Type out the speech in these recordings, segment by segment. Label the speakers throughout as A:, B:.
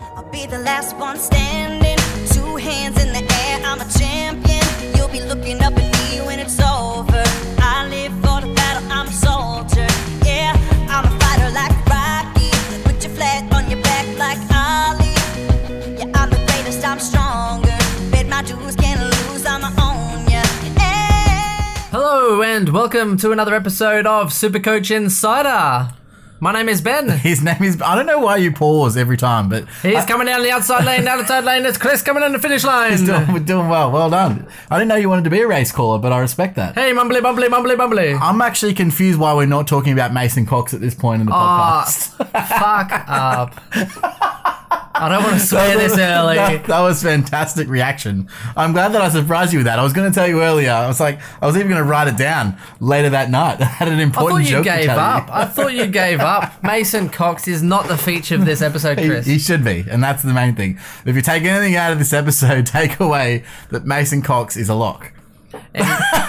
A: I'll be the last one standing. Two hands in the air, I'm a champion. You'll be looking up at me when it's over. I live for the battle, I'm a soldier. Yeah, I'm a fighter like Rocky. Put your flag on your back like Ali. Yeah, I'm the greatest, I'm stronger. Bet my dues, can't lose, I'm a own ya. Hey.
B: Hello and welcome to another episode of Supercoach Insider. My name is Ben.
C: His name is. I don't know why you pause every time, but
B: He's
C: I-
B: coming down the outside lane, down the side lane. It's Chris coming in the finish line.
C: He's doing, we're doing well. Well done. I didn't know you wanted to be a race caller, but I respect that.
B: hey, mumbly, mumbly, mumbly, mumbly.
C: I'm actually confused why we're not talking about Mason Cox at this point in the
B: Ah,
C: podcast.
B: Fuck up. I don't want to swear this early.
C: That, that was fantastic reaction. I'm glad that I surprised you with that. I was going to tell you earlier. I was like, I was even going to write it down later that night. I had an
B: I thought
C: important
B: you
C: joke to
B: gave
C: tell
B: up. I thought you gave up. Mason Cox is not the feature of this episode,
C: He-
B: Chris.
C: He, should be, and that's the main thing. If you take anything out of this episode, take away that Mason Cox is a lock. Oh,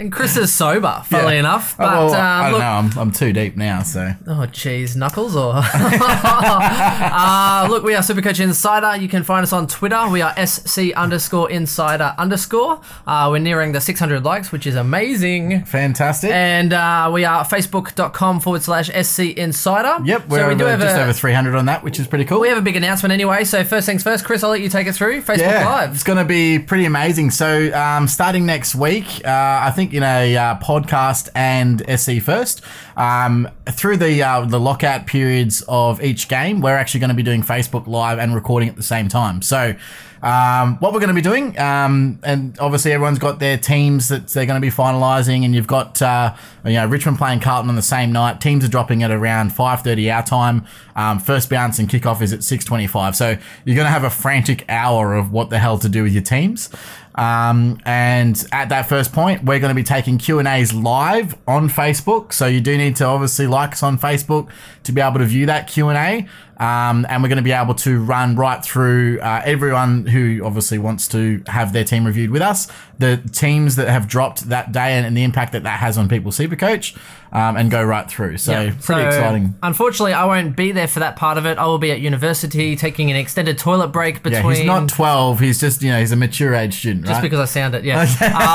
B: And Chris is sober, funnily
C: Yeah.
B: enough.
C: Oh,
B: But
C: well, I
B: um,
C: don't
B: look,
C: know. I'm, I'm too deep now, so.
B: Oh, jeez, Knuckles or? uh, look, we are Supercoach Insider. You can find us on Twitter. We are SC underscore insider underscore. Uh, we're nearing the 600 likes, which is amazing.
C: Fantastic.
B: And uh, we are facebook.com forward slash SC insider.
C: yep, we're
B: so we
C: over,
B: do have
C: just
B: a,
C: over 300 on that, which is pretty cool.
B: we have a big announcement anyway. So first things first, Chris, I'll let you take it through. Facebook
C: yeah, it's
B: Live.
C: going to be pretty amazing. So, um, starting next week, uh, I think in a uh, podcast and SC first, um, through the uh, the lockout periods of each game, we're actually going to be doing Facebook Live and recording at the same time. So, um, what we're going to be doing, um, and obviously everyone's got their teams that they're going to be finalising, and you've got uh, you know Richmond playing Carlton on the same night. Teams are dropping at around 5:30 our time. Um, first bounce and kickoff is at 6:25. So you're going to have a frantic hour of what the hell to do with your teams. Um, and at that first point, we're going to be taking Q and A's live on Facebook. So you do need to obviously like us on Facebook to be able to view that Q and A. Um, and we're going to be able to run right through uh, everyone who obviously wants to have their team reviewed with us, the teams that have dropped that day, and, and the impact that that has on people. Supercoach, um, and go right through. So pretty
B: So,
C: exciting.
B: Unfortunately, I won't be there for that part of it. I will be at university taking an extended toilet break between.
C: Yeah, he's not twelve. He's just you know he's a mature age student,
B: Just
C: right?
B: because I sound it, yeah.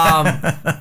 B: um,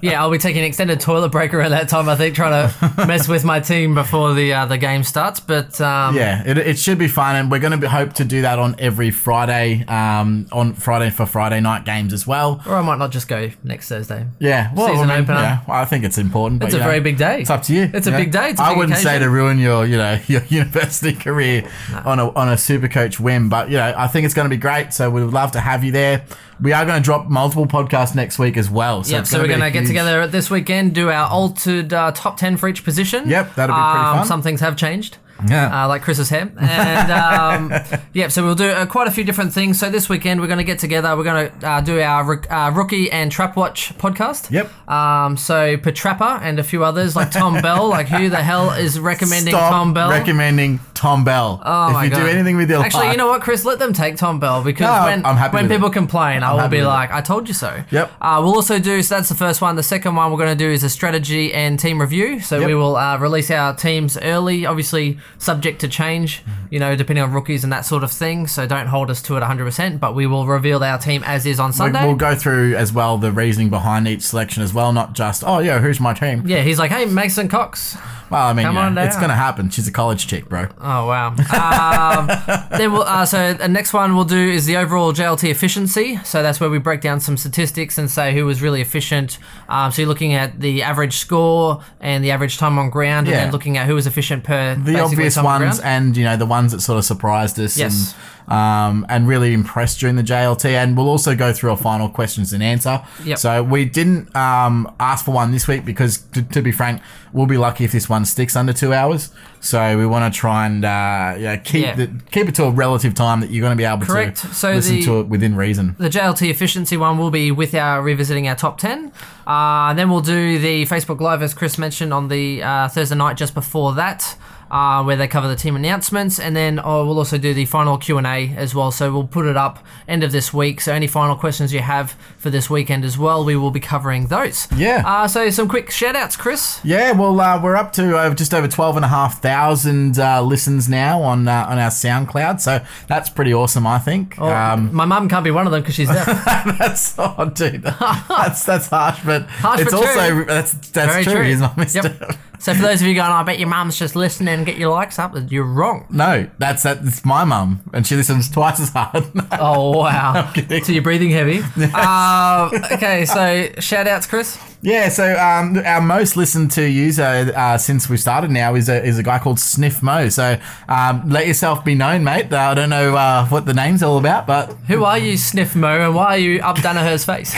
B: yeah, I'll be taking an extended toilet break around that time. I think trying to mess with my team before the uh, the game starts. But um,
C: yeah, it, it should be fun, and we're going to be, hope to do that on every Friday, um, on Friday for Friday night games as well.
B: or I might not just go next Thursday.
C: Yeah, well,
B: Season
C: I mean,
B: opener.
C: Yeah, well, I think it's important. but,
B: It's a
C: you know,
B: very big day.
C: It's up to you.
B: It's a
C: you
B: big day, it's a
C: I
B: big
C: wouldn't say
B: occasion.
C: to ruin your, you know, your university career on a on a super coach whim, but you know, I think it's going to be great. So we'd love to have you there. We are going to drop multiple podcasts next week as well. So
B: Yep,
C: it's
B: so we're
C: be a
B: going to get
C: huge-
B: together this weekend, do our altered uh, top 10 for each position.
C: Yep, that'll be pretty
B: um,
C: fun.
B: Some things have changed.
C: Yeah.
B: Uh, like Chris's hair. And um, yep, so we'll do uh, quite a few different things. So this weekend, we're going to get together. We're going to uh, do our rook- uh, Rookie and Trap Watch podcast.
C: Yep.
B: Um, so Petrappa and a few others, like Tom Bell. Like, who the hell is recommending
C: Stop
B: Tom Bell?
C: recommending Tom Bell.
B: Oh
C: if
B: my
C: you
B: God.
C: do anything with your
B: Actually,
C: life,
B: you know what, Chris? Let them take Tom Bell because
C: No,
B: when,
C: I'm happy
B: when
C: with
B: people
C: it.
B: complain, i will
C: happy
B: be
C: with it.
B: like, I told you so.
C: Yep.
B: Uh, we'll also do, so that's the first one. The second one we're going to do is a strategy and team review. So
C: Yep.
B: we will uh, release our teams early, obviously subject to change,
C: Mm-hmm.
B: you know, depending on rookies and that sort of thing. So don't hold us to it 100%, but we will reveal our team as is on
C: we-
B: Sunday.
C: we'll go through as well the reasoning behind each selection as well, not just oh yeah, who's my team.
B: yeah, he's like, hey, Mason Cox.
C: Well, I mean,
B: Come
C: yeah,
B: on
C: it's
B: down.
C: going to happen. She's a college chick, bro.
B: Oh wow! Um, then we'll, uh, so the next one we'll do is the overall JLT efficiency. So that's where we break down some statistics and say who was really efficient. Um, so you're looking at the average score and the average time on ground, and
C: Yeah.
B: then looking at who was efficient per
C: the
B: basically
C: obvious
B: time on
C: ones
B: ground.
C: and you know the ones that sort of surprised us
B: Yes.
C: and um, and really impressed during the JLT and we'll also go through our final questions and answer
B: Yep.
C: so we didn't um, ask for one this week because to, to be frank we'll be lucky if this one sticks under two hours so we want to try and uh, yeah, keep
B: Yeah.
C: The, keep it to a relative time that you're going to be able
B: Correct.
C: to
B: So
C: listen
B: the-
C: to it within reason
B: The JLT efficiency one will be with our revisiting our top ten. Uh, then we'll do the Facebook Live as Chris mentioned on the uh, Thursday night just before that. uh, where they cover the team announcements, and then oh, we'll also do the final Q and A as well. So we'll put it up end of this week. So any final questions you have for this weekend as well, we will be covering those.
C: Yeah.
B: Uh, so some quick shout outs, Chris.
C: Yeah, well, uh, we're up to uh, just over 12,500 uh, listens now on uh, on our SoundCloud, so that's pretty awesome, I think.
B: Oh,
C: Um,
B: My mum can't be one of them because she's deaf.
C: that's, oh, dude, that's, that's harsh, but
B: Harsh
C: it's
B: but true.
C: also, that's, that's
B: Very
C: true,
B: true.
C: is my mistake.
B: Yep. So for those of you going, I bet your mum's just listening and get your likes up, you're wrong.
C: No, that's, that's my mum, and she listens twice as hard.
B: Oh wow!
C: kidding.
B: So you're breathing heavy. Uh, okay, so shout outs, Chris.
C: Yeah, so um, our most listened to user uh, since we started now is a, is a guy called Sniff Mo. So um, let yourself be known, mate. Uh, I don't know uh, what the name's all about, but
B: Who are you, Sniff Mo, and why are you up Danaher's face?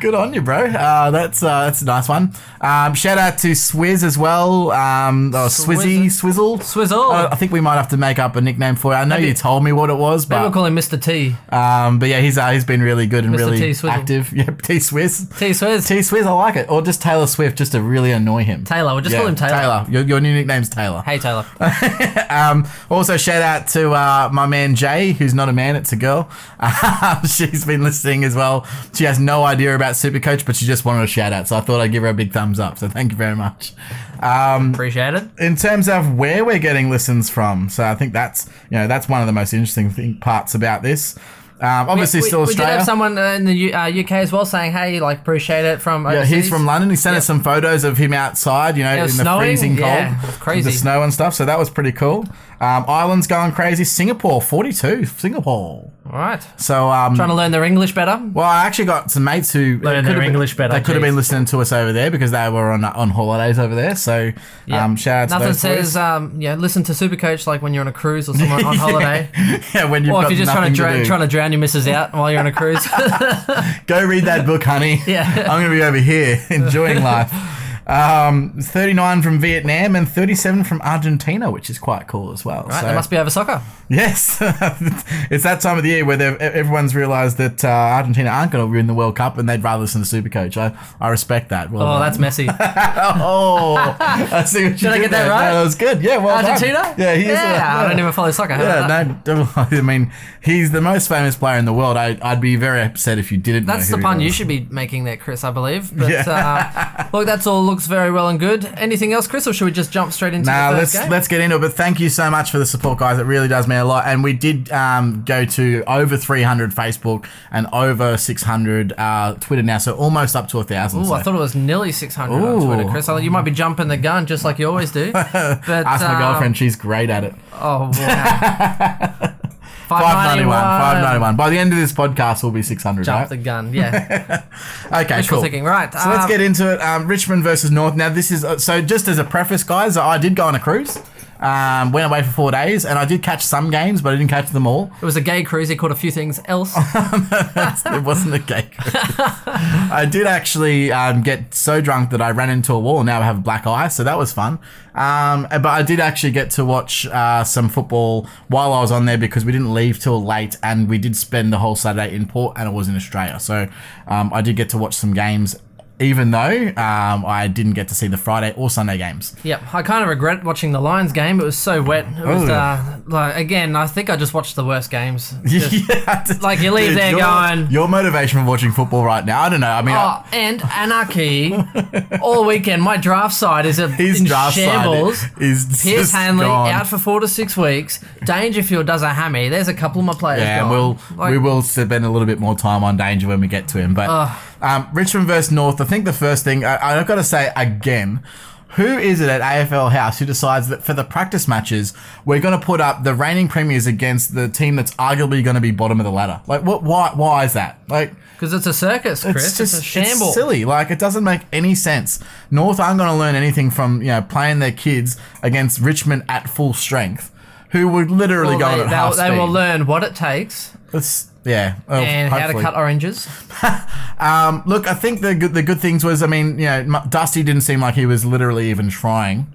C: good on you, bro. Uh, that's uh, that's a nice one. Um, shout out to Swizz as well. Um, oh, Swizzy, Swizzle.
B: Swizzle.
C: Uh, I think we might have to make up a nickname for it. I know
B: Oh. Maybe-
C: you told me what it was,
B: Maybe we'll
C: but
B: call him Mr. T.
C: um, but yeah, he's uh, he's been really good and
B: Mr. T.
C: really
B: Swizzle.
C: active. Yep, T Swizz.
B: T Swizz.
C: T Swizz, I like it. Or just Taylor Swift, just to really annoy him.
B: Taylor, we'll just call him Taylor.
C: Taylor, your, your new nickname's Taylor.
B: Hey Taylor.
C: Um, also, shout out to uh, my man Jay, who's not a man, it's a girl. she's been listening as well. She has no idea about Supercoach, but she just wanted a shout out. So I thought I'd give her a big thumbs up. So thank you very much. Um,
B: Appreciate it.
C: in terms of where we're getting listens from, so I think that's you know that's one of the most interesting thing, parts about this. Um, obviously,
B: we,
C: still
B: we
C: Australia.
B: did have someone uh, in the U- uh, UK as well saying, "Hey, like appreciate it from."
C: Yeah,
B: overseas.
C: he's from London. He sent us some photos of him outside, you know, in the
B: was snowing,
C: freezing cold,
B: yeah, it was crazy.
C: the snow and stuff. So that was pretty cool. Um, Ireland's going crazy. Singapore, forty-two. Singapore.
B: All right.
C: So um,
B: Trying to learn their English better.
C: well, I actually got some mates
B: Learn
C: who could
B: their
C: have been-
B: English better,
C: They could have
B: geez.
C: been listening to us over there because they were on on holidays over there. So
B: Yeah.
C: um, shout out to
B: Nothing
C: those
B: says,
C: boys.
B: um, yeah, listen to Supercoach like when you're on a cruise or somewhere on
C: Yeah.
B: holiday.
C: yeah, when you've
B: Or if
C: got
B: you're just trying
C: nothing
B: to, drown,
C: do.
B: trying to drown your missus out while you're on a cruise.
C: Go read that book, honey.
B: Yeah.
C: I'm going to be over here enjoying life. Um, 39 from Vietnam and 37 from Argentina, which is quite cool as well.
B: right,
C: so,
B: that must be over soccer.
C: yes, it's that time of the year where they've- e, everyone's realised that uh, Argentina aren't going to win the World Cup and they'd rather listen to Supercoach. I, I respect that. Well
B: Oh,
C: done.
B: that's messy.
C: oh, I see what you
B: I
C: did
B: get that
C: there.
B: right?
C: No, that was good. Yeah, well done.
B: Argentina?
C: Yeah, he is. uh,
B: yeah. I don't even follow soccer. How about that?
C: Yeah, no, I mean, he's the most famous player in the world. I, I'd be very upset if you didn't.
B: That's
C: know
B: the
C: who he
B: pun
C: was.
B: you should be making there, Chris, I believe. But uh, look, that's all looks very well and good. Anything else, Chris, or should we just jump straight into
C: Nah,
B: the 1st
C: let's
B: game?
C: let's get into it. But thank you so much for the support, guys. It really does mean a lot. And we did um, go to over 300 Facebook and over 600 uh, Twitter now, so almost up to a thousand.
B: Ooh,
C: so.
B: I thought it was nearly 600 on
C: Ooh.
B: Twitter, Chris. I thought you might be jumping the gun just like you always do. But,
C: Ask my
B: um,
C: girlfriend; she's great at it.
B: Oh, wow.
C: 591,
B: 591.
C: 591. By the end of this podcast, we'll be 600.
B: uh, Jump
C: right?
B: the gun, yeah.
C: Okay,
B: Wishful
C: cool.
B: thinking, right,
C: So let's
B: um,
C: get into it. Um, Richmond versus North. Now, this is uh, so just as a preface, guys. I did go on a cruise. Um, went away for four days, and I did catch some games, but I didn't catch them all.
B: It was a gay cruise. He caught a few things else.
C: it wasn't a gay cruise. I did actually um, get so drunk that I ran into a wall. and Now I have a black eye, so that was fun. Um, but I did actually get to watch uh, some football while I was on there because we didn't leave till late, and we did spend the whole Saturday in port, and it was in Australia, so um, I did get to watch some games. Even though um, I didn't get to see the Friday or Sunday games.
B: Yep, I kind of regret watching the Lions game. It was so wet. It was
C: Oh.
B: uh, like again. I think I just watched the worst games. Just-
C: yeah,
B: like, you leave there
C: your,
B: going-
C: Your motivation for watching football right now, I don't know. I mean, I-
B: Oh, and anarchy all weekend. My draft side is a
C: his
B: in
C: draft
B: shambles.
C: side is
B: Pierce
C: just
B: Hanley
C: gone.
B: out for four to six weeks. Dangerfield does a hammy. There's a couple of my players.
C: Yeah,
B: gone.
C: and we'll
B: Like,
C: we will spend a little bit more time on danger when we get to him. But um, Richmond versus North, I think the first thing I, I've got to say again. Who is it at AFL House who decides that for the practice matches we're going to put up the reigning premiers against the team that's arguably going to be bottom of the ladder? Like, what? Why? Why is that? Like,
B: because it's a circus, Chris. It's, a shamble.
C: it's silly. Like it doesn't make any sense. North aren't going to learn anything from you know playing their kids against Richmond at full strength, who would literally
B: Well,
C: go on
B: they,
C: at half
B: they, they
C: speed.
B: will learn what it takes
C: It's- yeah, oh,
B: and how to
C: hopefully.
B: cut oranges.
C: Um, look, I think the good, the good things was, I mean, you know, M- Dusty didn't seem like he was literally even trying.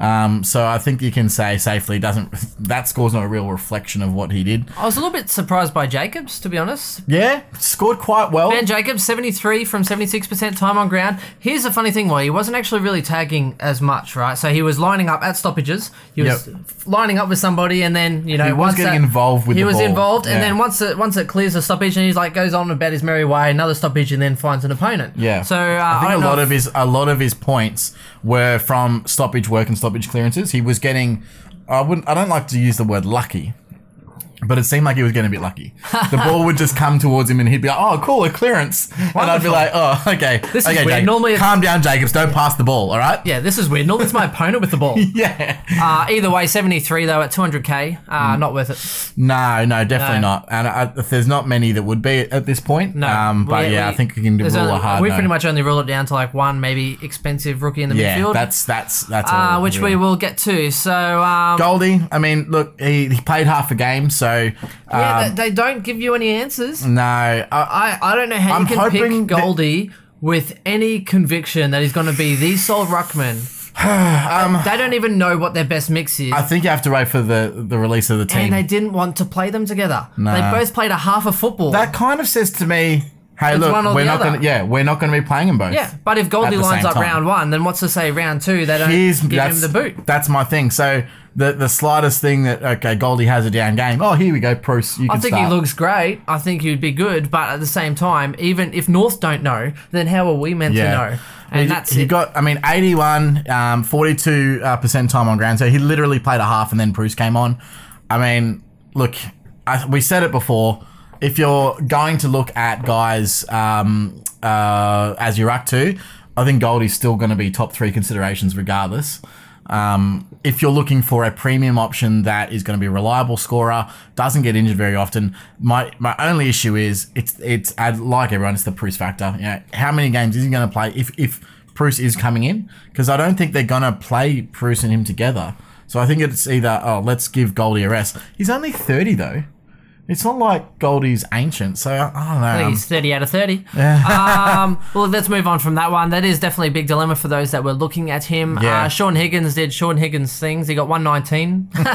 C: Um, so I think you can say safely doesn't that score's not a real reflection of what he did.
B: I was a little bit surprised by Jacobs, to be honest.
C: Yeah, scored quite well.
B: Ben Jacobs, 73 from 76% time on ground. Here's the funny thing, though. He wasn't actually really tagging as much, right? So he was lining up at stoppages. He was
C: Yep.
B: lining up with somebody, and then, you know,
C: He was
B: once
C: getting
B: that-
C: involved with
B: He
C: the
B: was
C: ball,
B: involved, and
C: yeah.
B: then once it, once it clears the stoppage, and he's like, goes on about his merry way, another stoppage, and then finds an opponent.
C: Yeah.
B: So uh,
C: I think
B: don't
C: a
B: know
C: lot
B: if-
C: of his a lot of his points were from stoppage work and stoppage clearances. He was getting I wouldn't I don't like to use the word lucky, but it seemed like he was getting a bit lucky. the ball would just come towards him and he'd be like, "Oh, cool, a clearance," and I'd be
B: Wonderful.
C: like, "Oh, okay,
B: This is
C: okay,
B: weird.
C: Jacob,
B: Normally it's-
C: calm down, Jacobs. Don't pass the ball, all right?"
B: Yeah, this is weird. Normally it's my opponent with the ball.
C: Yeah.
B: Uh, either way, 73 though at 200k, uh,
C: Mm.
B: not worth it.
C: No, no, definitely
B: No.
C: not. And I, there's not many that would be at this point.
B: No.
C: Um, but
B: We-
C: yeah, I
B: we-
C: think you can rule
B: there's
C: a
B: only-
C: hard
B: We
C: no.
B: pretty much only rule it down to like one maybe expensive rookie in the
C: yeah,
B: midfield.
C: that's that's that's
B: uh,
C: all,
B: which we
C: really.
B: will get to. So um,
C: Goldie, I mean, look, he, he played half a game, so
B: yeah,
C: uh,
B: they, they don't give you any answers.
C: no. I,
B: I, I don't know how
C: I'm
B: you can
C: hoping
B: pick
C: that-
B: Goldie with any conviction that he's going to be the sole ruckman. they don't even know what their best mix is.
C: Um, I think you have to wait for the, the release of the team.
B: and they didn't want to play them together. They both played a half of football.
C: that kind of says to me, hey,
B: It's
C: look,
B: one or
C: we're
B: the
C: not
B: other.
C: going to yeah, we're not going to be playing them both.
B: Yeah, but if Goldie
C: at the
B: lines
C: same
B: up
C: time.
B: round one, then what's to say round two? They don't
C: Here's
B: give him
C: that's,
B: the boot.
C: that's my thing. So the the slightest thing that okay, Goldie has a down game. Oh, here we go, Bruce. You can
B: I think
C: start.
B: he looks great. I think he'd be good, but at the same time, even if North don't know, then how are we meant to know? And
C: he,
B: that's
C: he
B: it.
C: got. I mean, eighty-one, um, forty-two uh, percent time on ground. So he literally played a half, and then Bruce came on. I mean, look, I, we said it before. If you're going to look at guys um, uh, as your act two, I think Goldie's still going to be top three considerations regardless. Um, if you're looking for a premium option that is going to be a reliable scorer, doesn't get injured very often, my my only issue is it's it's I like everyone, it's the Bruce factor. You know, how many games is he going to play if if Bruce is coming in? Because I don't think they're going to play Bruce and him together. So I think it's either oh let's give Goldie a rest. He's only thirty though. It's not like Goldie's ancient, so I, I don't know.
B: I think
C: um,
B: He's 30 out of 30. um, well, let's move on from that one. That is definitely a big dilemma for those that were looking at him.
C: Yeah.
B: Uh, Sean Higgins did Sean Higgins things. He got 119. He's-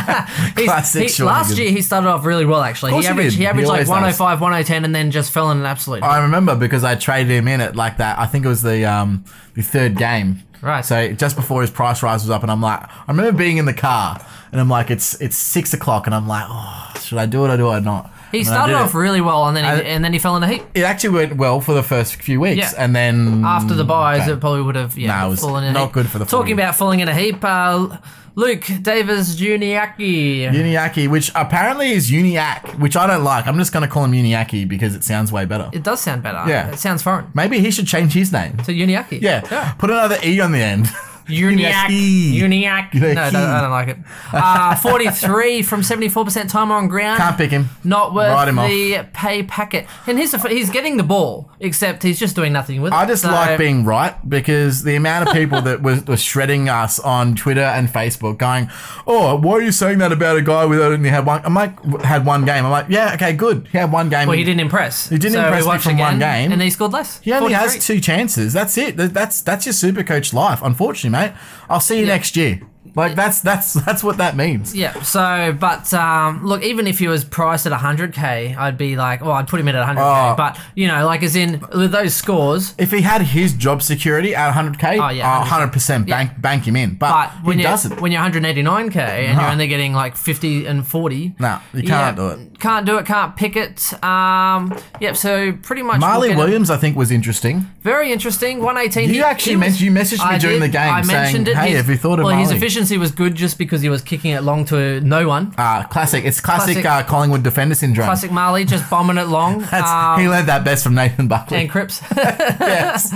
C: Classic
B: he-
C: Sean
B: Last
C: Higgins.
B: year, he started off really well, actually. He
C: course he
B: averaged,
C: did.
B: he averaged
C: He
B: like
C: always does.
B: 105, 110, and then just fell in an absolute.
C: I remember because I traded him in at like that. I think it was the um the third game.
B: Right.
C: So just before his price rise was up, and I'm like, I remember being in the car, and I'm like, it's it's six o'clock, and I'm like, oh, should I do it or do I not?
B: he
C: And I
B: started
C: did Mm,
B: off
C: It.
B: really well, and then, he, and then he fell in a heap.
C: It actually went well for the first few weeks,
B: Yeah.
C: and then
B: after the buys,
C: Okay.
B: it probably would have yeah
C: Nah, it was
B: fallen in. a
C: not
B: heap.
C: good for the
B: Talking
C: forward.
B: about falling in a heap, uh, Luke Davis Juniaki.
C: Uniaki, which apparently is Uniac, which I don't like. I'm just gonna call him Uniaki because it sounds way better.
B: It does sound better.
C: Yeah.
B: it sounds foreign.
C: Maybe he should change his name.
B: So Uniaki.
C: Yeah. Put another e on the end.
B: Uniac. Uniac.
C: Uniaki.
B: No, I don't, I don't like it. Uh, 43 from 74% time on ground.
C: Can't pick him.
B: Not worth
C: Write him off.
B: the pay packet. And here's the, f- he's getting the ball, except he's just doing nothing with it.
C: I just
B: So-
C: like being right because the amount of people that was, was shredding us on Twitter and Facebook, going, "Oh, why are you saying that about a guy without only had one?" I'm like, w- "Had one game." I'm like, "Yeah, okay, good. He had one game.
B: Well, he didn't impress. He
C: didn't impress me from one game.
B: And he scored less.
C: He only has
B: 43.
C: two chances. That's it. Th- That's that's your super coach life. Unfortunately, mate. I'll see you next year. Like that's that's that's what that means.
B: Yeah. So, but um, look, even if he was priced at 100k, I'd be like, well, I'd put him in at 100k.
C: Oh.
B: but you know, like as in with those scores.
C: If he had his job security at 100k,
B: Oh, yeah,
C: 100% bank bank him in. But,
B: But when
C: Uh, he
B: you're
C: doesn't.
B: when you're 189k and you're only getting like 50 and 40,
C: No, you
B: yeah,
C: can't do it.
B: Can't do it. Can't pick it. Um, yep. So pretty much we'll
C: Marley
B: get it.
C: Williams, I think, was interesting.
B: Very interesting. 118.
C: You actually men- you messaged me during the game saying, "Hey,
B: His-
C: have you thought of
B: Well, his
C: Marley?"
B: efficiency was good just because he was kicking it long to no one.
C: Uh, classic. It's classic,
B: Classic.
C: Uh, Collingwood defender syndrome.
B: Classic Marley, just bombing it long.
C: That's,
B: um,
C: he learned that best from Nathan Buckley.
B: and Cripps.
C: yes.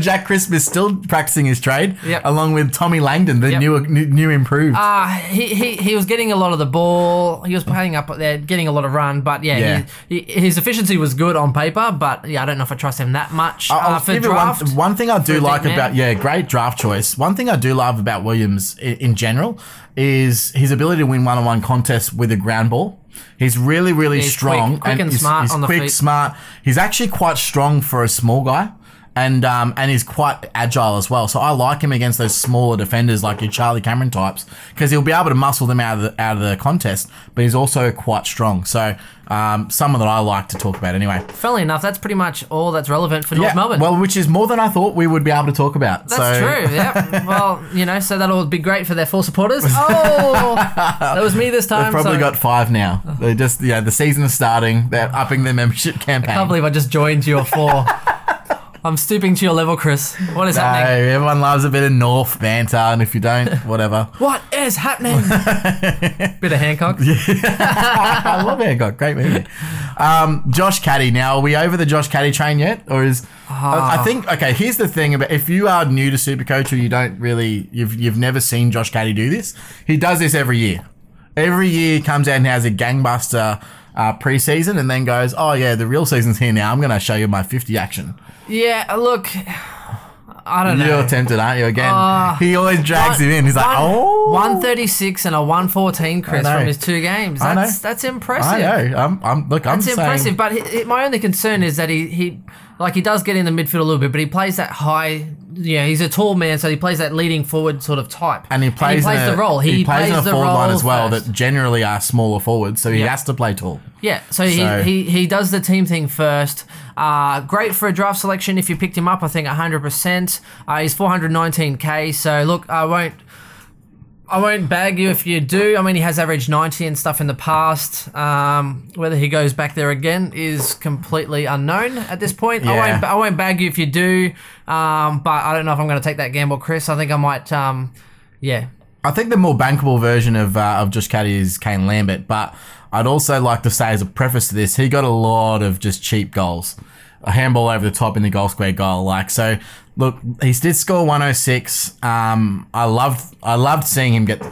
C: Jack Crisp is still practicing his trade,
B: Yep.
C: along with Tommy Langdon, the
B: Yep.
C: new, new new improved.
B: Uh, he, he he was getting a lot of the ball. He was playing up there, getting a lot of run. But yeah,
C: Yeah.
B: He, he, his efficiency was good on paper. But yeah, I don't know if I trust him that much
C: I'll
B: uh,
C: I'll
B: for
C: give you one,
B: draft.
C: one thing I
B: For a
C: do like
B: deep man.
C: about yeah, great draft choice. One thing I do love about Williams in, in general is his ability to win one-on-one contests with a ground ball. He's really, really
B: He's
C: strong,
B: quick- quick and
C: he's,
B: smart
C: he's
B: on the
C: quick,
B: feet.
C: smart. He's actually quite strong for a small guy. and um, and he's quite agile as well. So I like him against those smaller defenders like your Charlie Cameron types because he'll be able to muscle them out of the, out of the contest. But he's also quite strong. So um, someone that I like to talk about anyway.
B: Funnily enough, that's pretty much all that's relevant for North Melbourne.
C: well, which is more than I thought we would be able to talk about.
B: That's
C: so,
B: true. Yeah. Well, you know, so that'll be great for their four supporters. Oh, that was me this time.
C: They've probably
B: so-
C: got five now. They just yeah, the season is starting. They're upping their membership campaign.
B: I can't believe I just joined your four. I'm stooping to your level, Chris. What is
C: no,
B: happening?
C: everyone loves a bit of North banter, and if you don't, whatever.
B: What is happening? Bit of Hancock.
C: I love Hancock. Great movie. Um, Josh Caddy. Now, are we over the Josh Caddy train yet, or is?
B: Ah.
C: I I think okay. Here's the thing about if you are new to Supercoach or you don't really you've you've never seen Josh Caddy do this. He does this every year. Every year he comes out and has a gangbuster uh, preseason, and then goes, "Oh yeah, the real season's here now. I'm going to show you my 50 action."
B: Yeah. Look, I don't know.
C: You're tempted, aren't you? Again,
B: Ah.
C: he always drags him in. He's like, "Oh,
B: 136 and a 114, Chris,
C: know.
B: from his two games.
C: I know.
B: That's that's impressive.
C: "Oh, I know. I'm, I'm look. I'm
B: It's
C: saying,
B: impressive, but he, he- my only concern is that he, he like he does get in the midfield a little bit, but he plays that high. Yeah, he's a tall man, so he plays that leading forward sort of type.
C: and he plays, in
B: the
C: a-
B: role. He, plays,
C: in a
B: the
C: forward
B: role
C: line as well
B: first.
C: that generally are smaller forwards, so he
B: Yeah.
C: has to play tall.
B: yeah, so,
C: So-
B: He, he he does the team thing first. Uh, great for a draft selection if you picked him up. I think 100%. Uh, he's 419k. So look, I won't. I won't bag you if you do. I mean, he has averaged 90 and stuff in the past. Um, whether he goes back there again is completely unknown at this point. I,
C: Yeah.
B: won't, I won't bag you if you do, um, but I don't know if I'm going to take that gamble, Chris. I think I might, um, yeah.
C: I think the more bankable version of uh, of Josh Caddy is Kane Lambert, but I'd also like to say as a preface to this, he got a lot of just cheap goals, a handball over the top in the goal square goal, like so. Look, he did score 106. Um, I loved I loved seeing him get.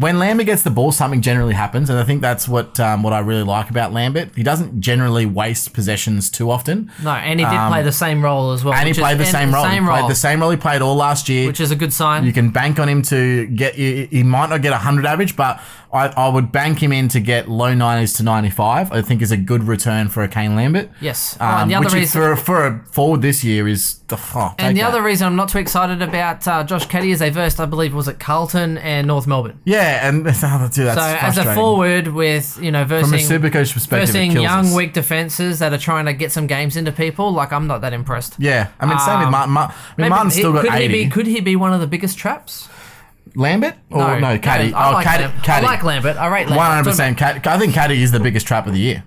C: When Lambert gets the ball, something generally happens, and I think that's what um, what I really like about Lambert. He doesn't generally waste possessions too often.
B: No, and he did play the same role as well.
C: Um, And he
B: which is-
C: played the same role.
B: Same
C: he
B: role,
C: played the same role he played all last year.
B: which is a good sign.
C: you can bank on him to get. He he might not get a hundred average, but I, I would bank him in to get low nineties to ninety five. I think is a good return for a Kane Lambert.
B: Yes. Oh,
C: um,
B: and the other
C: which is
B: reason-
C: for, for a forward this year is oh, take
B: And the
C: that.
B: other reason I'm not too excited about uh, Josh Caddy is they versed, I believe, was it Carlton and North Melbourne.
C: yeah, and that's, oh, that's
B: So as a
C: frustrating.
B: forward with you know
C: from a
B: versing
C: supercoach perspective, it
B: versing
C: kills
B: young
C: us.
B: weak defenses that are trying to get some games into people, like I'm not that impressed.
C: Yeah, I mean, same with
B: Um,
C: Martin. Mar- I mean,
B: Maybe
C: Martin's
B: he-
C: still got
B: could
C: eighty.
B: He be, could he be one of the biggest traps?
C: Lambert or no, Caddy?
B: I
C: oh,
B: like
C: Caddy.
B: Lambert.
C: Caddy.
B: I like Lambert. I rate Lambert.
C: One hundred percent. I think Caddy is the biggest trap of the year.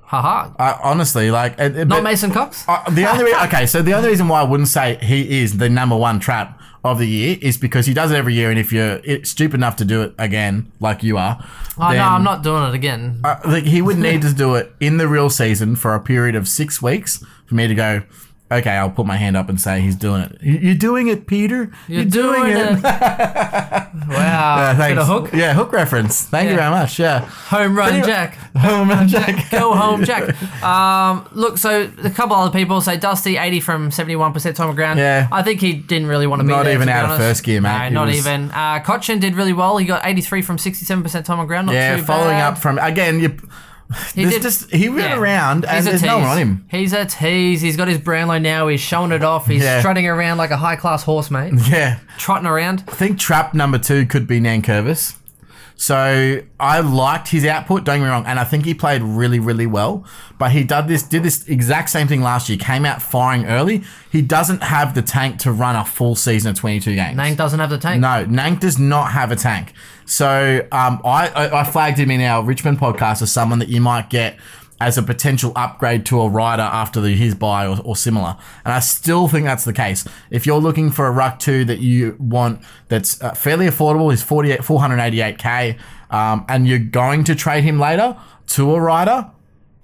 B: Haha.
C: I, honestly, like it, it-
B: Not
C: but-
B: Mason Cox.
C: Uh, the only re- okay, so the only reason why I wouldn't say he is the number one trap of the year is because he does it every year, and if you're i- stupid enough to do it again, like you are,
B: Oh,
C: then,
B: no, I'm not doing it again.
C: uh, like he would need to do it in the real season for a period of six weeks for me to go. Okay, I'll put my hand up and say he's doing it. "You- You're doing it, Peter.
B: You're doing, it. wow.
C: Uh,
B: Bit
C: thanks.
B: of hook.
C: Yeah, hook reference. Thank you
B: Yeah.
C: very much. Yeah.
B: Home run, Jack.
C: Home run, Jack.
B: Go home, Jack. Um, look, so a couple other people say Dusty, 80 from 71% time on ground.
C: Yeah.
B: I think he didn't really want to be
C: Not
B: there,
C: even
B: to be
C: out of
B: honest.
C: first gear, mate.
B: No,
C: He
B: not
C: was-
B: even. Uh, Cochin did really well. He got 83 from 67% time on ground. Not
C: Yeah,
B: too
C: following
B: bad.
C: up from again. You, he
B: did-
C: just he went
B: Yeah.
C: around and
B: He's a
C: there's no one on
B: tease.
C: him.
B: He's a tease. He's got his Brownlow now. He's showing it off. He's
C: Yeah.
B: strutting around like a high class horse, mate.
C: Yeah,
B: Trotting around.
C: I think trap number two could be Nankervis. So I liked his output. Don't get me wrong, and I think he played really, really well. But he did this, did this exact same thing last year. Came out firing early. He doesn't have the tank to run a full season of twenty-two games.
B: Nang doesn't have the tank.
C: No, Nank does not have a tank. So um, I, I I flagged him in our Richmond podcast as someone that you might get as a potential upgrade to a rider after the, his buy or, or similar. And I still think that's the case. If you're looking for a ruck two that you want that's uh, fairly affordable, he's 48, 488k, um, and you're going to trade him later to a rider,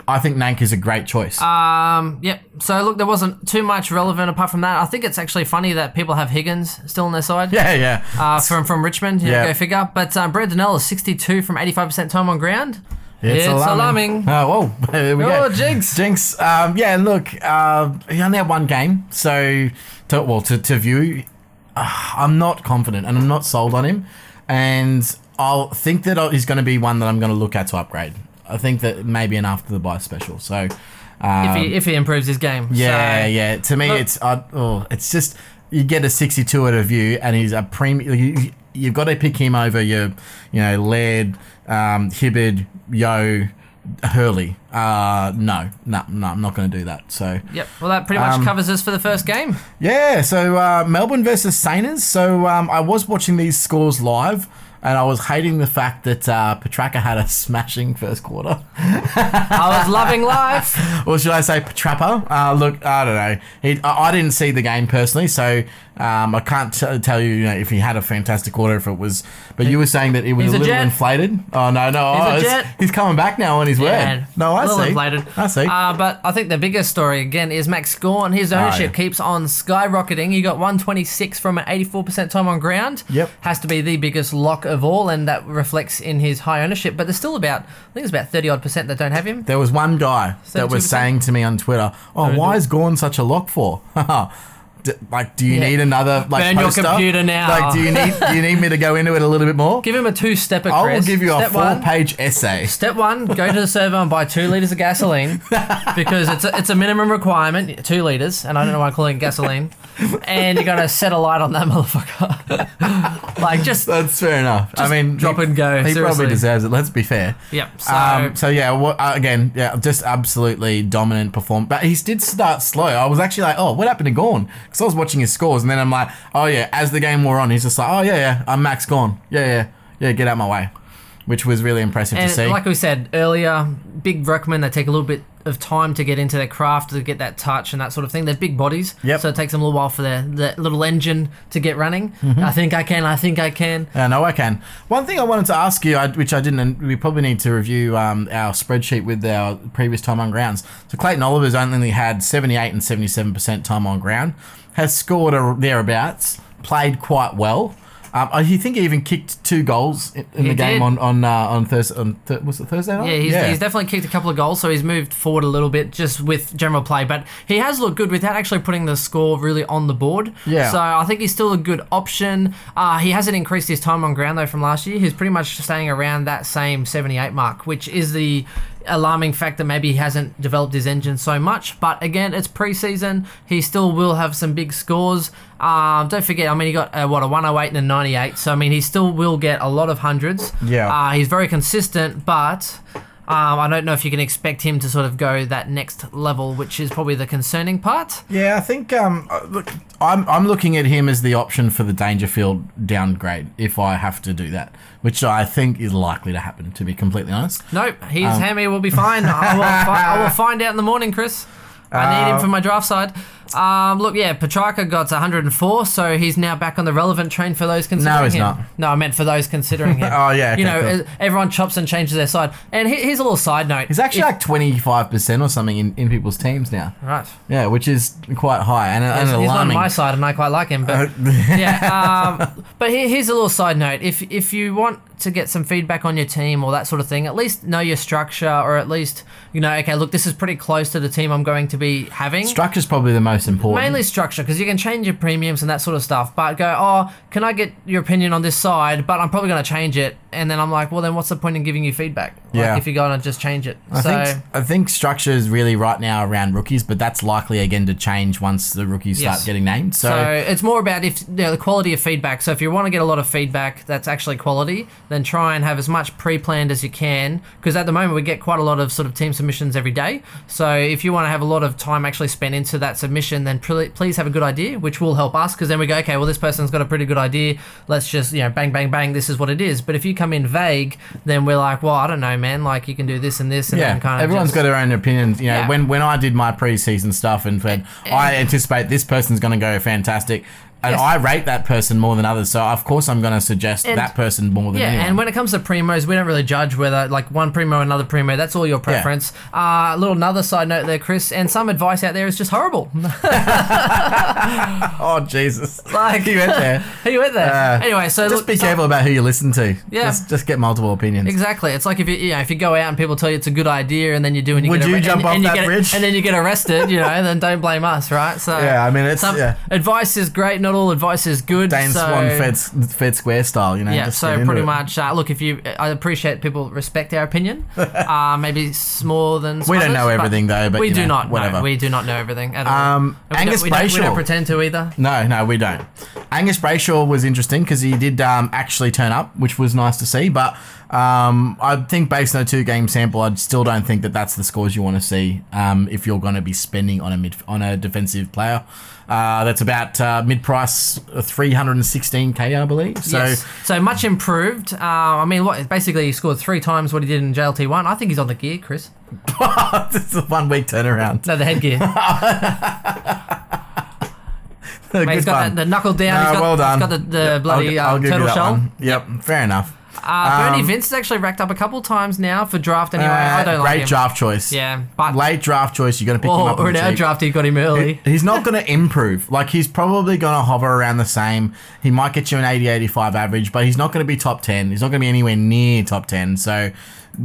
C: I think Nank is a great choice.
B: Um, yep. So look, there wasn't too much relevant apart from that. I think it's actually funny that people have Higgins still on their side.
C: yeah, yeah.
B: Uh, from from Richmond, yeah,
C: Yeah.
B: go figure. But uh, Brad Donnell is 62 from 85% time on ground.
C: Oh, whoa. There we go.
B: Oh, jinx.
C: Jinx. Um, yeah, and look, uh, he only had one game. So, to, well, to, to view, uh, I'm not confident and I'm not sold on him. And I'll think that he's going to be one that I'm going to look at to upgrade. I think that maybe an after the buy special. So, uh,
B: if he if he improves his game.
C: Yeah,
B: So-
C: yeah. To me,
B: Look-
C: it's uh, oh, it's just you get a 62 out of you, and he's a premium. You, you've got to pick him over your, you know, Laird, um, Hibbard, Yo, Hurley. Uh, no, no, no, I'm not going to do that. So
B: Yep. Well, that pretty much
C: Um,
B: covers us for the first game.
C: yeah, so uh, Melbourne versus Saners. So um, I was watching these scores live. And I was hating the fact that uh, Petraka had a smashing first quarter.
B: I was loving life.
C: or should I say Trapper? Uh, look, I don't know. He, I, I didn't see the game personally, so um, I can't t- tell you, you know, if he had a fantastic quarter, if it was. But you were saying that it was
B: He's a
C: a little
B: jet.
C: inflated. Oh no, no,
B: He's a
C: oh, it's-
B: jet.
C: he's coming back now on his
B: Yeah,
C: word. No, I
B: a little
C: see.
B: inflated.
C: I see. Ah,
B: Uh, but I think the biggest story again is Max Gorn. His ownership
C: yeah.
B: keeps on skyrocketing. He got 126 from an 84% time on ground.
C: Yep.
B: Has to be the biggest lock of all, and that reflects in his high ownership. But there's still about, I think it's about 30 odd percent that don't have him.
C: there was one guy that was
B: 32%?
C: saying to me on Twitter, "Oh, why is Gorn such a lock for?" D- like, do you
B: Yeah.
C: need another like
B: Burn your
C: poster?
B: computer now.
C: Like, do you need do you need me to go into it a little bit more?
B: Give him a two stepper,
C: I
B: Chris.
C: will give you a
B: Step one,
C: four-page essay.
B: Step one, go to the server and buy two litres of gasoline because it's a, it's a minimum requirement, two litres, and I don't know why I'm calling it gasoline. And you got to set a light on that motherfucker. like, just.
C: That's fair enough. I mean,
B: drop and go,
C: He
B: seriously.
C: probably deserves it. Let's be fair.
B: Yep, so-
C: So, um, so yeah. What, uh, again, yeah, just absolutely dominant perform. But he did start slow. I was actually like, oh, what happened to Gorn? Because I was watching his scores, and then I'm like, oh yeah. As the game wore on, he's just like, oh yeah, yeah. I'm Max Gorn. Yeah, yeah, yeah. Get out my way. Which was really impressive to
B: And
C: see.
B: like we said earlier, big recommend they take a little bit of time to get into their craft to get that touch and that sort of thing. They're big bodies,
C: Yep.
B: so it takes them a little while for their, their little engine to get running.
C: Mm-hmm.
B: I think I can. I think I can.
C: Yeah, no, I can. One thing I wanted to ask you, I, which I didn't, and we probably need to review um, our spreadsheet with our previous time on grounds. So Clayton Oliver's only had 78 and 77% time on ground, has scored a, thereabouts, played quite well. Um, I he think he even kicked two goals in, in
B: He
C: the game
B: did.
C: on on uh, on Thursday. On th- was it Thursday night?
B: Yeah, he's, he's definitely kicked a couple of goals, so he's moved forward a little bit just with general play. But he has looked good without actually putting the score really on the board.
C: Yeah.
B: So I think he's still a good option. Uh, he hasn't increased his time on ground though from last year. He's pretty much staying around that same 78 mark, which is the alarming fact that maybe he hasn't developed his engine so much. But again, it's preseason. He still will have some big scores. Um, don't forget, I mean, he got uh, what a 108 and a 98. So I mean, he still will get a lot of hundreds.
C: Yeah.
B: Uh, he's very consistent, but um, I don't know if you can expect him to sort of go that next level, which is probably the concerning part.
C: Yeah, I think um, uh, look, I'm I'm looking at him as the option for the Dangerfield downgrade if I have to do that, which I think is likely to happen. To be completely honest.
B: Nope, his
C: Um.
B: hammy will be fine. I will, fi- I will find out in the morning, Chris. I
C: Uh,
B: need him for my draft side. Um, look, yeah, Petrarca got 104, so he's now back on the relevant train for those considering
C: he's
B: him.
C: not.
B: No, I meant for those considering him.
C: Oh, yeah,
B: you know,
C: okay, cool.
B: uh, everyone chops and changes their side. And he- here's a little side note.
C: He's actually
B: If-
C: like twenty five percent or something in, in people's teams now.
B: right.
C: Yeah, which is quite high and, and
B: He's he's not on
C: alarming.
B: my side, and I quite like him. But yeah, um, but here, here's a little side note: if if you want to get some feedback on your team or that sort of thing, at least know your structure, or at least you know, okay, look, this is pretty close to the team I'm going to be having.
C: Structure's probably the most important.
B: Mainly structure, because you can change your premiums and that sort of stuff. But go, oh, can I get your opinion on this side? But I'm probably going to change it, and then I'm like, well, then what's the point in giving you feedback? Like,
C: Yeah.
B: if you're going to just change it.
C: I
B: so
C: think I think structure is really right now around rookies, but that's likely again to change once the rookies
B: Yes.
C: start getting named. So,
B: So it's more about if you know, the quality of feedback. So if you want to get a lot of feedback that's actually quality, then try and have as much pre-planned as you can. Because at the moment we get quite a lot of sort of team submissions every day. So if you want to have a lot of time actually spent into that submission, then pre- please have a good idea, which will help us. Because then we go, okay, well this person's got a pretty good idea. Let's just you know bang bang bang. This is what it is. But if you come in vague, then we're like, well I don't know, man. Like you can do this and this and
C: yeah,
B: then kind of
C: everyone's
B: just-
C: got their own opinions. You know,
B: Yeah. Eh,
C: when when I did my preseason stuff and said I anticipate this person's going to go fantastic, and
B: Yes.
C: I rate that person more than others. So of course I'm going to suggest
B: And-
C: that person more than
B: Yeah,
C: anyone.
B: and when it comes to primos, we don't really judge whether like one primo, another primo. That's all your preference. Uh, a little another side note there, Chris, and some advice out there is just horrible.
C: oh Jesus,
B: Like-
C: you went there.
B: you went there.
C: Uh,
B: anyway, so
C: just
B: look,
C: be
B: so-
C: careful about who you listen to.
B: Yeah.
C: Just, just get multiple opinions.
B: Exactly. It's like if you, you know, if you go out and people tell you it's a good idea, and then you do, and you
C: Would
B: get
C: you
B: arre-
C: jump
B: and,
C: off
B: and you
C: that
B: get,
C: bridge?
B: And then you get arrested, you know. then don't blame us, right? So
C: Yeah, I mean, it's- yeah.
B: advice is great and not all advice is good.
C: Dane
B: so-
C: Swan fed, fed square style, you know.
B: Yeah,
C: just
B: so
C: get into
B: pretty
C: it.
B: much, uh, look, if you, I appreciate people respect our opinion. uh, maybe it's more than some
C: We don't
B: others,
C: know everything, though, but,
B: we
C: you
B: do
C: know,
B: not.
C: whatever.
B: No, we do not know everything at all.
C: Um,
B: And we
C: Angus
B: don't, we don't- we
C: Brayshaw.
B: don't pretend to either.
C: No, no, we don't. Angus Brayshaw was interesting because he did um, actually turn up, which was nice to see. But um, I think based on a two-game sample, I still don't think that that's the scores you want to see um, if you're going to be spending on a mid on a defensive player. Uh, that's about uh, mid-price, three hundred and sixteen k, I believe. So
B: yes. so much improved. Uh, I mean, what, basically, he scored three times what he did in JLT one. I think he's on the gear, Chris.
C: it's a one-week turnaround.
B: No, the headgear. Mate, he's
C: Good
B: got
C: fun.
B: that, the knuckle down.
C: No,
B: he's got,
C: well done.
B: He's got the, the
C: Yep, I'll
B: bloody
C: gi-
B: uh,
C: I'll give you
B: turtle
C: that
B: shell.
C: one. Yep, fair enough.
B: Uh, Bernie
C: Um,
B: Vince has actually racked up a couple times now for draft. Anyway, I
C: Uh,
B: don't
C: great
B: like him.
C: draft choice.
B: Yeah, but
C: Late draft choice. You're going to pick him
B: oh,
C: up. on
B: or in
C: the
B: our
C: cheap.
B: draft, he got him early.
C: He's not going to improve. Like, he's probably going to hover around the same. He might get you an 80 85 average, but he's not going to be top 10. He's not going to be anywhere near top 10. So,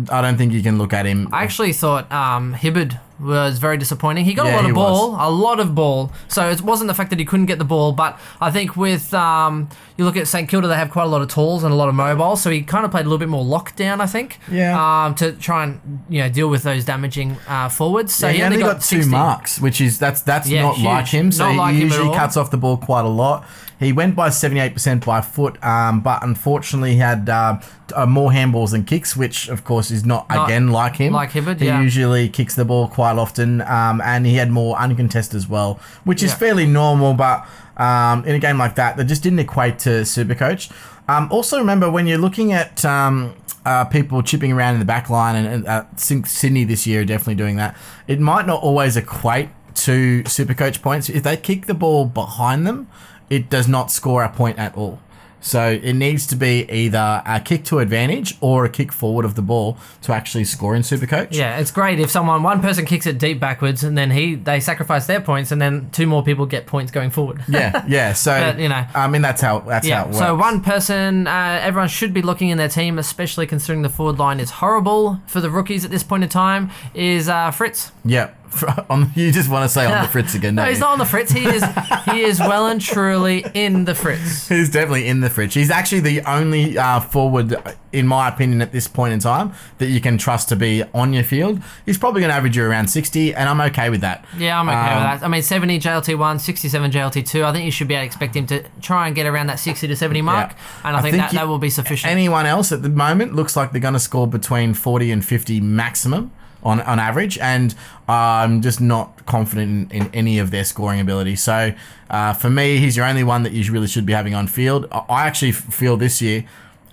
C: I don't think you can look at him.
B: I actually thought um, Hibbard was very disappointing. He got a
C: Yeah,
B: lot
C: he
B: of ball, a lot of ball. So it wasn't the fact that he couldn't get the ball, but I think with um, you look at St Kilda, they have quite a lot of tools and a lot of mobiles. So he kind of played a little bit more lockdown, I think.
C: Yeah.
B: Um, to try and you know deal with those damaging uh, forwards. So
C: yeah, he only got, two
B: 60.
C: marks, which is that's that's
B: Yeah,
C: not like
B: huge.
C: him. So
B: Not
C: he
B: like him at
C: usually
B: all.
C: cuts off the ball quite a lot. He went by seventy eight percent by foot, um, but unfortunately he had uh, t- uh, more handballs than kicks, which of course is not,
B: Not
C: again like him.
B: like Hibbard,
C: he
B: yeah.
C: usually kicks the ball quite often, um, and he had more uncontested as well, which is
B: Yeah.
C: fairly normal. But um, in a game like that, that just didn't equate to Supercoach. Um, also remember when you're looking at um, uh, people chipping around in the back line, and, and uh, Syd- Sydney this year are definitely doing that. It might not always equate to Supercoach points. If they kick the ball behind them, it does not score a point at all. So it needs to be either a kick to advantage or a kick forward of the ball to actually score in Supercoach.
B: Yeah, it's great if someone one person kicks it deep backwards and then he they sacrifice their points and then two more people get points going forward.
C: yeah, yeah. So
B: But, you know.
C: I mean, that's how that's how it
B: Yeah,
C: works.
B: so one person, uh, everyone should be looking in their team, especially considering the forward line is horrible for the rookies at this point in time, is uh, Fritz.
C: yeah, on, you just want to say on the Fritz again.
B: No,
C: don't
B: he's
C: you?
B: not on the Fritz. He is he is well and truly in the Fritz.
C: He's definitely in the fridge. He's actually the only uh, forward, in my opinion, at this point in time that you can trust to be on your field. He's probably going to average you around 60, and I'm okay with that.
B: Yeah, I'm okay
C: Um,
B: with that. I mean, 70 JLT 1, 67 JLT 2. I think you should be able to expect him to try and get around that 60 to 70 mark,
C: Yeah.
B: and I, think, that,
C: you-
B: that will be sufficient.
C: Anyone else at the moment looks like they're going to score between 40 and 50 maximum on, on average, and I'm just not confident in, in any of their scoring ability. So uh, for me, he's your only one that you really should be having on field. I- I actually f- feel this year.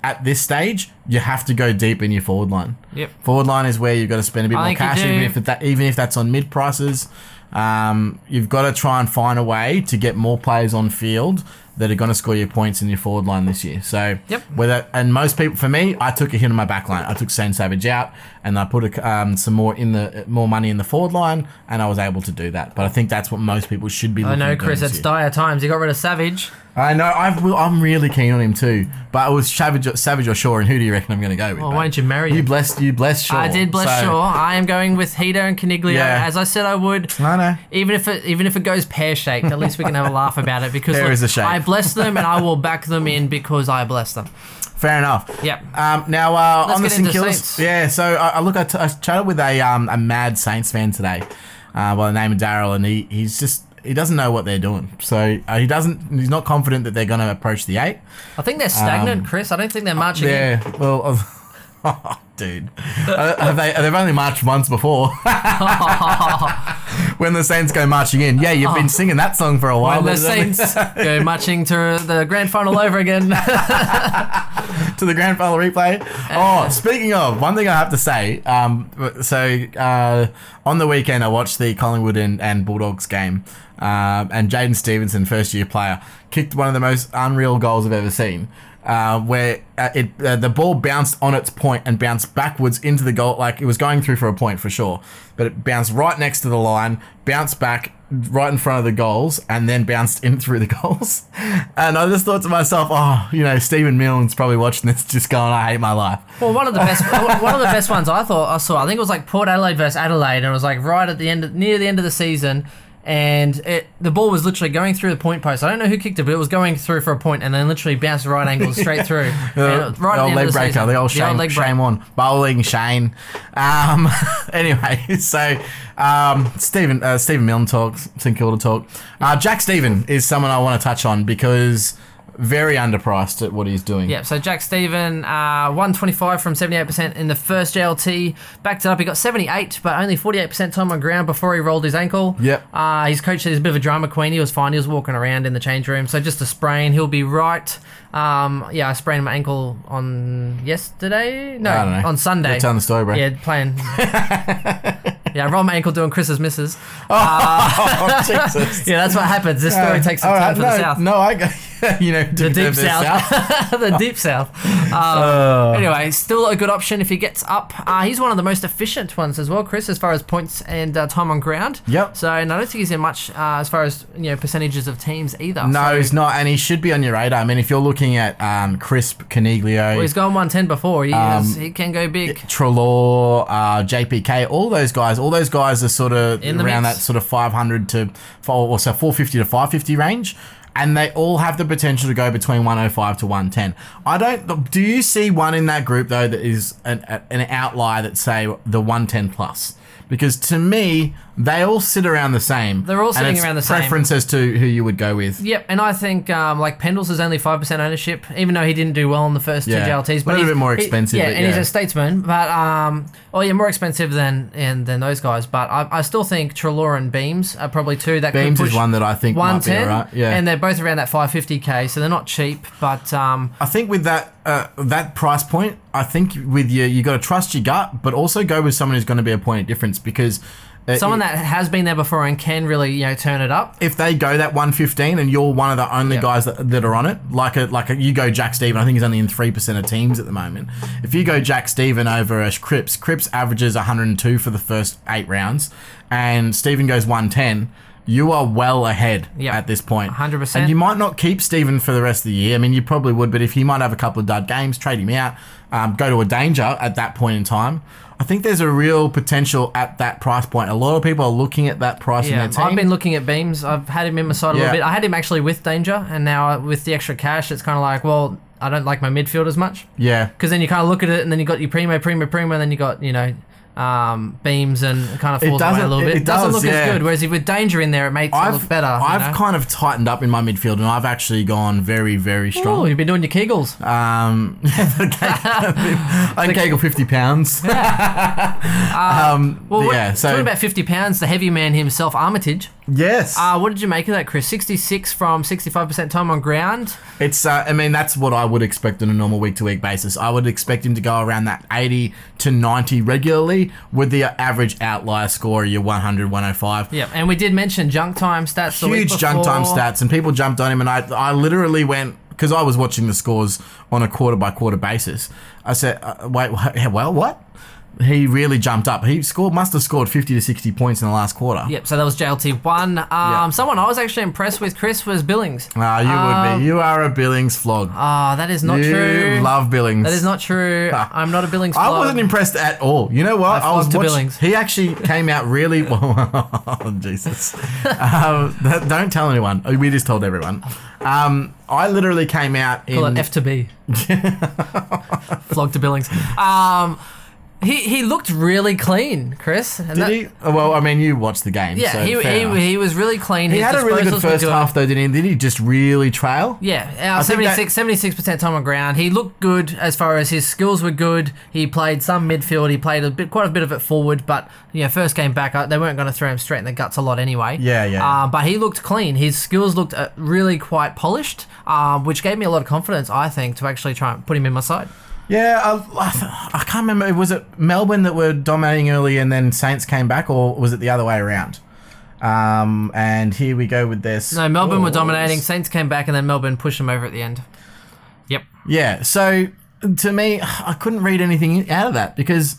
C: At this stage, you have to go deep in your forward line.
B: Yep.
C: Forward line is where you've got to spend a bit
B: I
C: more
B: think you
C: cash,
B: do.
C: even if that even if that's on mid prices. Um, you've got to try and find a way to get more players on field that are going to score your points in your forward line this year. So
B: Yep.
C: whether and most people for me, I took a hit on my back line. I took Shane Savage out, and I put a, um, some more in the more money in the forward line, and I was able to do that. But I think that's what most people should be.
B: I
C: looking
B: know,
C: at doing
B: Chris,
C: this
B: it's
C: year.
B: dire times. He got rid of Savage.
C: I know. I've, I'm really keen on him too. But it was Savage, Savage or Shaw, and who do you reckon I'm going to go with?
B: Well,
C: mate?
B: why don't you marry
C: You
B: him?
C: blessed. You blessed Shaw.
B: I did bless
C: So-
B: Shaw. I am going with Hito and Caniglio,
C: Yeah.
B: as I said I would.
C: I know.
B: Even if it even if it goes pear shaped, at least we can have a laugh about it because
C: Pear
B: look,
C: is a shape.
B: I bless them and I will back them in because I bless them.
C: Fair enough.
B: Yep.
C: Um, now uh,
B: Let's
C: on the
B: get
C: St
B: into
C: Kilda,
B: Saints.
C: yeah. So I, I look, I, t- I chatted with a um, a mad Saints fan today, uh, by the name of Daryl, and he, he's just he doesn't know what they're doing. So uh, he doesn't. He's not confident that they're going to approach the eight.
B: I think they're stagnant, Chris. I don't think they're marching. in.
C: Um, Yeah. Well. uh, Dude, uh, have they, they've only marched once before. when the Saints go marching in, yeah, you've been singing that song for a while.
B: Oh. When the
C: but it's only-
B: Saints go marching to the grand final over again.
C: to the grand final replay. Oh, speaking of, one thing I have to say. Um, so uh, on the weekend, I watched the Collingwood and, and Bulldogs game, um, and Jaden Stevenson, first year player, kicked one of the most unreal goals I've ever seen. Uh, where uh, it uh, the ball bounced on its point and bounced backwards into the goal, like it was going through for a point for sure, but it bounced right next to the line, bounced back right in front of the goals and then bounced in through the goals. And I just thought to myself, oh, you know, Stephen Milne's probably watching this just going, I hate my life.
B: Well, one of the best, one of the best ones I thought I saw. I think it was like Port Adelaide versus Adelaide, and it was like right at the end, near the end of the season, and it, the ball was literally going through the point post. I don't know who kicked it, but it was going through for a point, and then literally bounced right angle straight through.
C: The,
B: And right
C: the
B: at
C: old
B: end
C: leg
B: of the
C: breaker,
B: season.
C: the old Shane,
B: leg break.
C: Shane Warne. Bowling Shane. Um, anyway, so um, Stephen, uh, Stephen Milne talk, St Kilda talk. Uh, Jack Stephen is someone I want to touch on because very underpriced at what he's doing.
B: Yep, so Jack Stephen, uh, 125 from 78% in the first JLT. Backed it up. He got 78, but only 48% time on ground before he rolled his ankle.
C: Yep.
B: Uh, his coach said he's a bit of a drama queen. He was fine. He was walking around in the change room. So just a sprain. He'll be right. Um, yeah, I sprained my ankle on yesterday. No,
C: I don't know.
B: on Sunday.
C: You're telling the story, bro.
B: Yeah, playing. yeah, I rolled my ankle doing Chris's misses.
C: Oh, Jesus.
B: Yeah, that's what happens. This story takes some
C: All
B: time
C: right,
B: for
C: no,
B: the South.
C: No, I got, you know, the Uh.
B: deep south. the deep south. Um, Anyway, still a good option if he gets up. Uh, he's one of the most efficient ones as well, Chris, as far as points and uh, time on ground.
C: Yep.
B: So and I don't think he's in much uh, as far as you know percentages of teams either.
C: No,
B: So-
C: he's not, and he should be on your radar. I mean, if you're looking at um, Crisp, Caniglio,
B: Well, he's gone 110 before. He,
C: Um,
B: is, he can go big.
C: Trelaw, uh, JPK, all those guys, all those guys are sort of
B: In the
C: around
B: mix.
C: that sort of 500 to four, or so 450 to 550 range. And they all have the potential to go between 105 to 110. I don't. Do you see one in that group though that is an, a- an outlier that say the 110 plus? Because to me, they all sit around the same.
B: They're all
C: And
B: sitting
C: it's
B: around the same.
C: Preference as to who you would go with.
B: Yep, and I think um, like Pendles is only five percent ownership, even though he didn't do well in the first
C: Yeah,
B: two JLTs.
C: a little
B: he's-
C: bit more
B: he-
C: expensive,
B: yeah,
C: but
B: and he's
C: yeah.
B: a statesman, but um, oh yeah, more expensive than and than those guys. But I, I still think Trelaw and Beams are probably two that
C: Beams
B: could
C: is
B: push
C: one that I think might be
B: 110,
C: alright, yeah.
B: and they're both around that 550k, so they're not cheap, but um,
C: I think with that uh, that price point, I think with you, you got to trust your gut, but also go with someone who's going to be a point of difference because uh,
B: someone that has been there before and can really you know turn it up.
C: if they go that 115 and you're one of the only
B: Yeah.
C: guys that, that are on it, like a like a, you go Jack Steven, I think he's only in three percent of teams at the moment. If you go Jack Steven over a Cripps, Cripps averages 102 for the first eight rounds, and Steven goes 110. You are well ahead
B: Yeah.
C: at this point.
B: 100%.
C: And you might not keep Steven for the rest of the year. I mean, you probably would, but if he might have a couple of dud games, trade him out, um, go to a danger at that point in time. I think there's a real potential at that price point. A lot of people are looking at that price in
B: Yeah,
C: their team.
B: I've been looking at Beams. I've had him in my side a
C: Yeah.
B: little bit. I had him actually with Danger, and now with the extra cash, it's kind of like, well, I don't like my midfield as much.
C: yeah.
B: because then you kind of look at it and then you got your primo, primo, primo, and then you got you know um, beams and it kind of falls away
C: doesn't-
B: a little bit.
C: it
B: It, doesn't
C: does,
B: look as
C: yeah.
B: good. Whereas if with danger in there, it makes it look better. you
C: I've
B: know?
C: kind of tightened up in my midfield, and I've actually gone very, very
B: Ooh,
C: strong.
B: you've been doing your kegels.
C: Um, I can kegel fifty pounds. um,
B: well, what-
C: yeah. So
B: talking about fifty pounds, the heavy man himself, Armitage.
C: yes,
B: Uh, what did you make of that, Chris? Sixty-six from sixty-five percent time on ground.
C: it's. Uh, I mean, that's what I would expect on a normal week-to-week basis. I would expect him to go around that eighty to ninety regularly, with the average outlier score your 100, 105.
B: Yeah, and we did mention junk time stats. the week
C: huge junk time
B: before.
C: stats, and people jumped on him, and I, I literally went because I was watching the scores on a quarter by quarter basis. I said, uh, "Wait, wha- well, what?" He really jumped up. He scored, must have scored fifty to sixty points in the last quarter.
B: Yep, so that was JLT one. Um, someone I was actually impressed with, Chris, was Billings.
C: Ah, you would be. You are a Billings flog.
B: Um, Ah, that is not
C: you
B: true.
C: love Billings.
B: that is not true. I'm not a Billings.
C: I
B: flog.
C: wasn't impressed at all. You know what?
B: I
C: was
B: flogged to
C: watch-
B: Billings.
C: He actually came out really well. Jesus. um, that- don't tell anyone. Uh, We just told everyone. Um, I literally came out in
B: Call it F to B. Flog to Billings. Um, he he looked really clean, Chris. And
C: Did
B: that-
C: he? Oh, Well, I mean, you watched the game.
B: Yeah,
C: so
B: he,
C: fair enough.
B: he, he was really clean.
C: He had a really good first half, though, didn't he? Did he just really trail?
B: Yeah, uh,
C: I think that-
B: 76 percent time on ground. He looked good as far as his skills were good. He played some midfield. He played a bit, quite a bit of it forward. But you know, first game back, uh, they weren't going to throw him straight in the guts a lot anyway.
C: Yeah, yeah.
B: Uh, but he looked clean. His skills looked uh, really quite polished, um, which gave me a lot of confidence. I think to actually try and put him in my side.
C: Yeah, I, I can't remember. Was it Melbourne that were dominating early and then Saints came back, or was it the other way around? Um, and here we go with this.
B: No, Melbourne
C: Oh.
B: were dominating. Saints came back, and then Melbourne pushed them over at the end. Yep.
C: Yeah, so to me, I couldn't read anything out of that because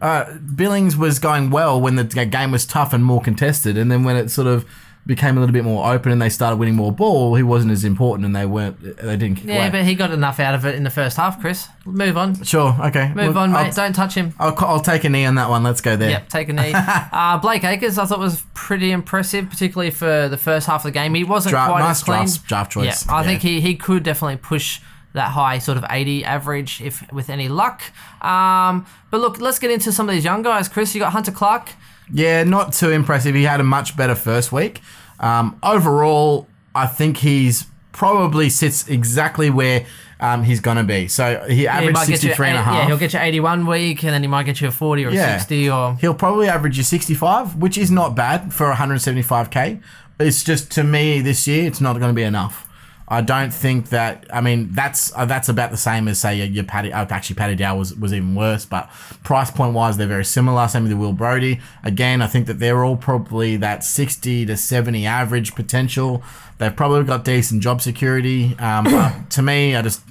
C: uh, Billings was going well when the g- game was tough and more contested, and then when it sort of became a little bit more open and they started winning more ball, he wasn't as important and they weren't they didn't kick
B: Yeah,
C: away.
B: but he got enough out of it in the first half, Chris. Move on.
C: sure, okay.
B: Move
C: Well,
B: on,
C: I'll-
B: mate. Don't touch him.
C: I'll, ca- I'll take a knee on that one. Let's go there.
B: Yep, take a knee. uh, Blake Akers, I thought was pretty impressive, particularly for the first half of the game. He wasn't
C: Draft-
B: quite
C: nice
B: as clean.
C: draft- draft choice.
B: Yeah, I
C: Yeah.
B: think he, he could definitely push that high sort of 80 average if with any luck. Um, but look, let's get into some of these young guys. Chris, you got Hunter Clark.
C: Yeah, not too impressive. He had a much better first week. Um, overall, I think he's probably sits exactly where um, he's going to be. So he
B: He
C: averaged
B: might get you
C: 63 and a
B: eight- Yeah,
C: half.
B: he'll get you 81 week, and then he might get you a 40 or a
C: Yeah.
B: 60 or.
C: He'll probably average you 65, which is not bad for 175k. It's just to me this year, it's not going to be enough. I don't think that. I mean, that's uh, that's about the same as say your, your Paddy. Uh, actually, Paddy Dow was, was even worse, but price point wise, they're very similar. Same with the Will Brody. Again, I think that they're all probably that 60 to 70 average potential. They've probably got decent job security. Um, but to me, I just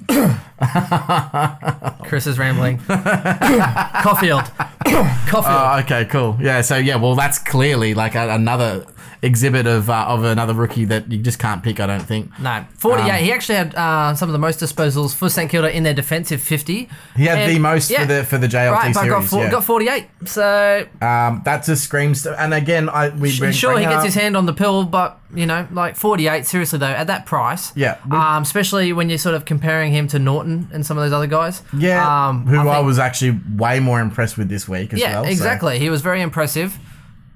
B: Chris is rambling. Caulfield. Caulfield.
C: Oh, okay, cool. Yeah, so yeah, well, that's clearly like a, another exhibit of uh, of another rookie that you just can't pick. I don't think.
B: No, 48.
C: Um,
B: he actually had uh, some of the most disposals for St Kilda in their defensive 50.
C: He had the most for the- for the JLT
B: right, but got,
C: series, yeah.
B: got 48. So
C: Um, that's a scream. St- and again, I we bring,
B: sure, he
C: bring it
B: gets
C: up.
B: his hand on the pill, but you know, like 48. Seriously though, at that price,
C: Yeah.
B: Um, especially when you're sort of comparing him to Norton and some of those other guys.
C: Yeah,
B: Um,
C: who I,
B: think-
C: was actually way more impressed with this week as
B: Yeah,
C: well. so-
B: exactly. He was very impressive.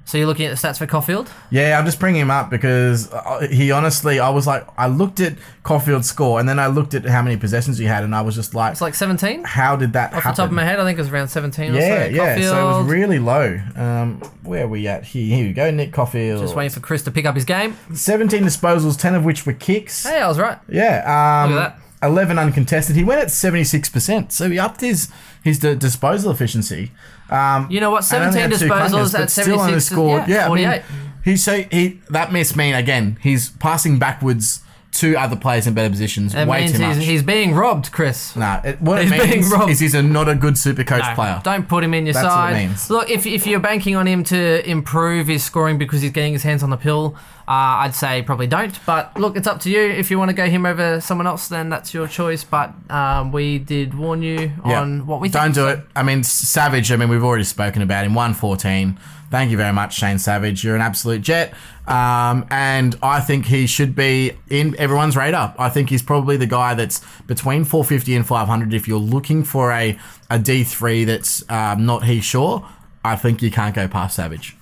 B: So you're looking at the stats for Caulfield.
C: Yeah, I'm just bringing him up because uh, he honestly, I was like, I looked at Caulfield's score and then I looked at how many possessions he had, and I was just like,
B: It's like 17. Off
C: how did that
B: the
C: happen?
B: top of my head, I think it was around 17 or so.
C: yeah, yeah. So it
B: Caulfield.
C: was really low. Um, where are we at here? Here we go. Nick Caulfield.
B: Just waiting for Chris to pick up his game.
C: 17 disposals, 10 of which were kicks.
B: Hey, I was right.
C: Yeah, um,
B: Look at
C: 11 uncontested. He went at 76%, so he upped his his d- disposal efficiency. Um,
B: You know what?
C: and only
B: 17
C: had two clunkers,
B: disposals
C: but
B: at 76. is-
C: scored.
B: Yeah,
C: I mean,
B: 48.
C: he so he that must mean again he's passing backwards to other players in better positions
B: that
C: way
B: means
C: too
B: he's,
C: much.
B: he's being robbed, Chris.
C: nah, it, what
B: he's
C: it
B: being
C: means
B: robbed.
C: is he's a not a good super coach
B: No,
C: player.
B: Don't put him in your
C: That's what
B: side.
C: it means.
B: Look, if, if you're banking on him to improve his scoring because he's getting his hands on the pill, uh, I'd say probably don't. But look, it's up to you. If you want to go him over someone else, then that's your choice. But um, we did warn you
C: Yeah.
B: on what we think.
C: Don't do it. I mean, S- Savage. I mean, we've already spoken about him. One fourteen. Thank you very much, Shane Savage. You're an absolute jet, um, and I think he should be in everyone's radar. I think he's probably the guy that's between 450 and 500. If you're looking for a a D3 that's um, not he sure, I think you can't go past Savage.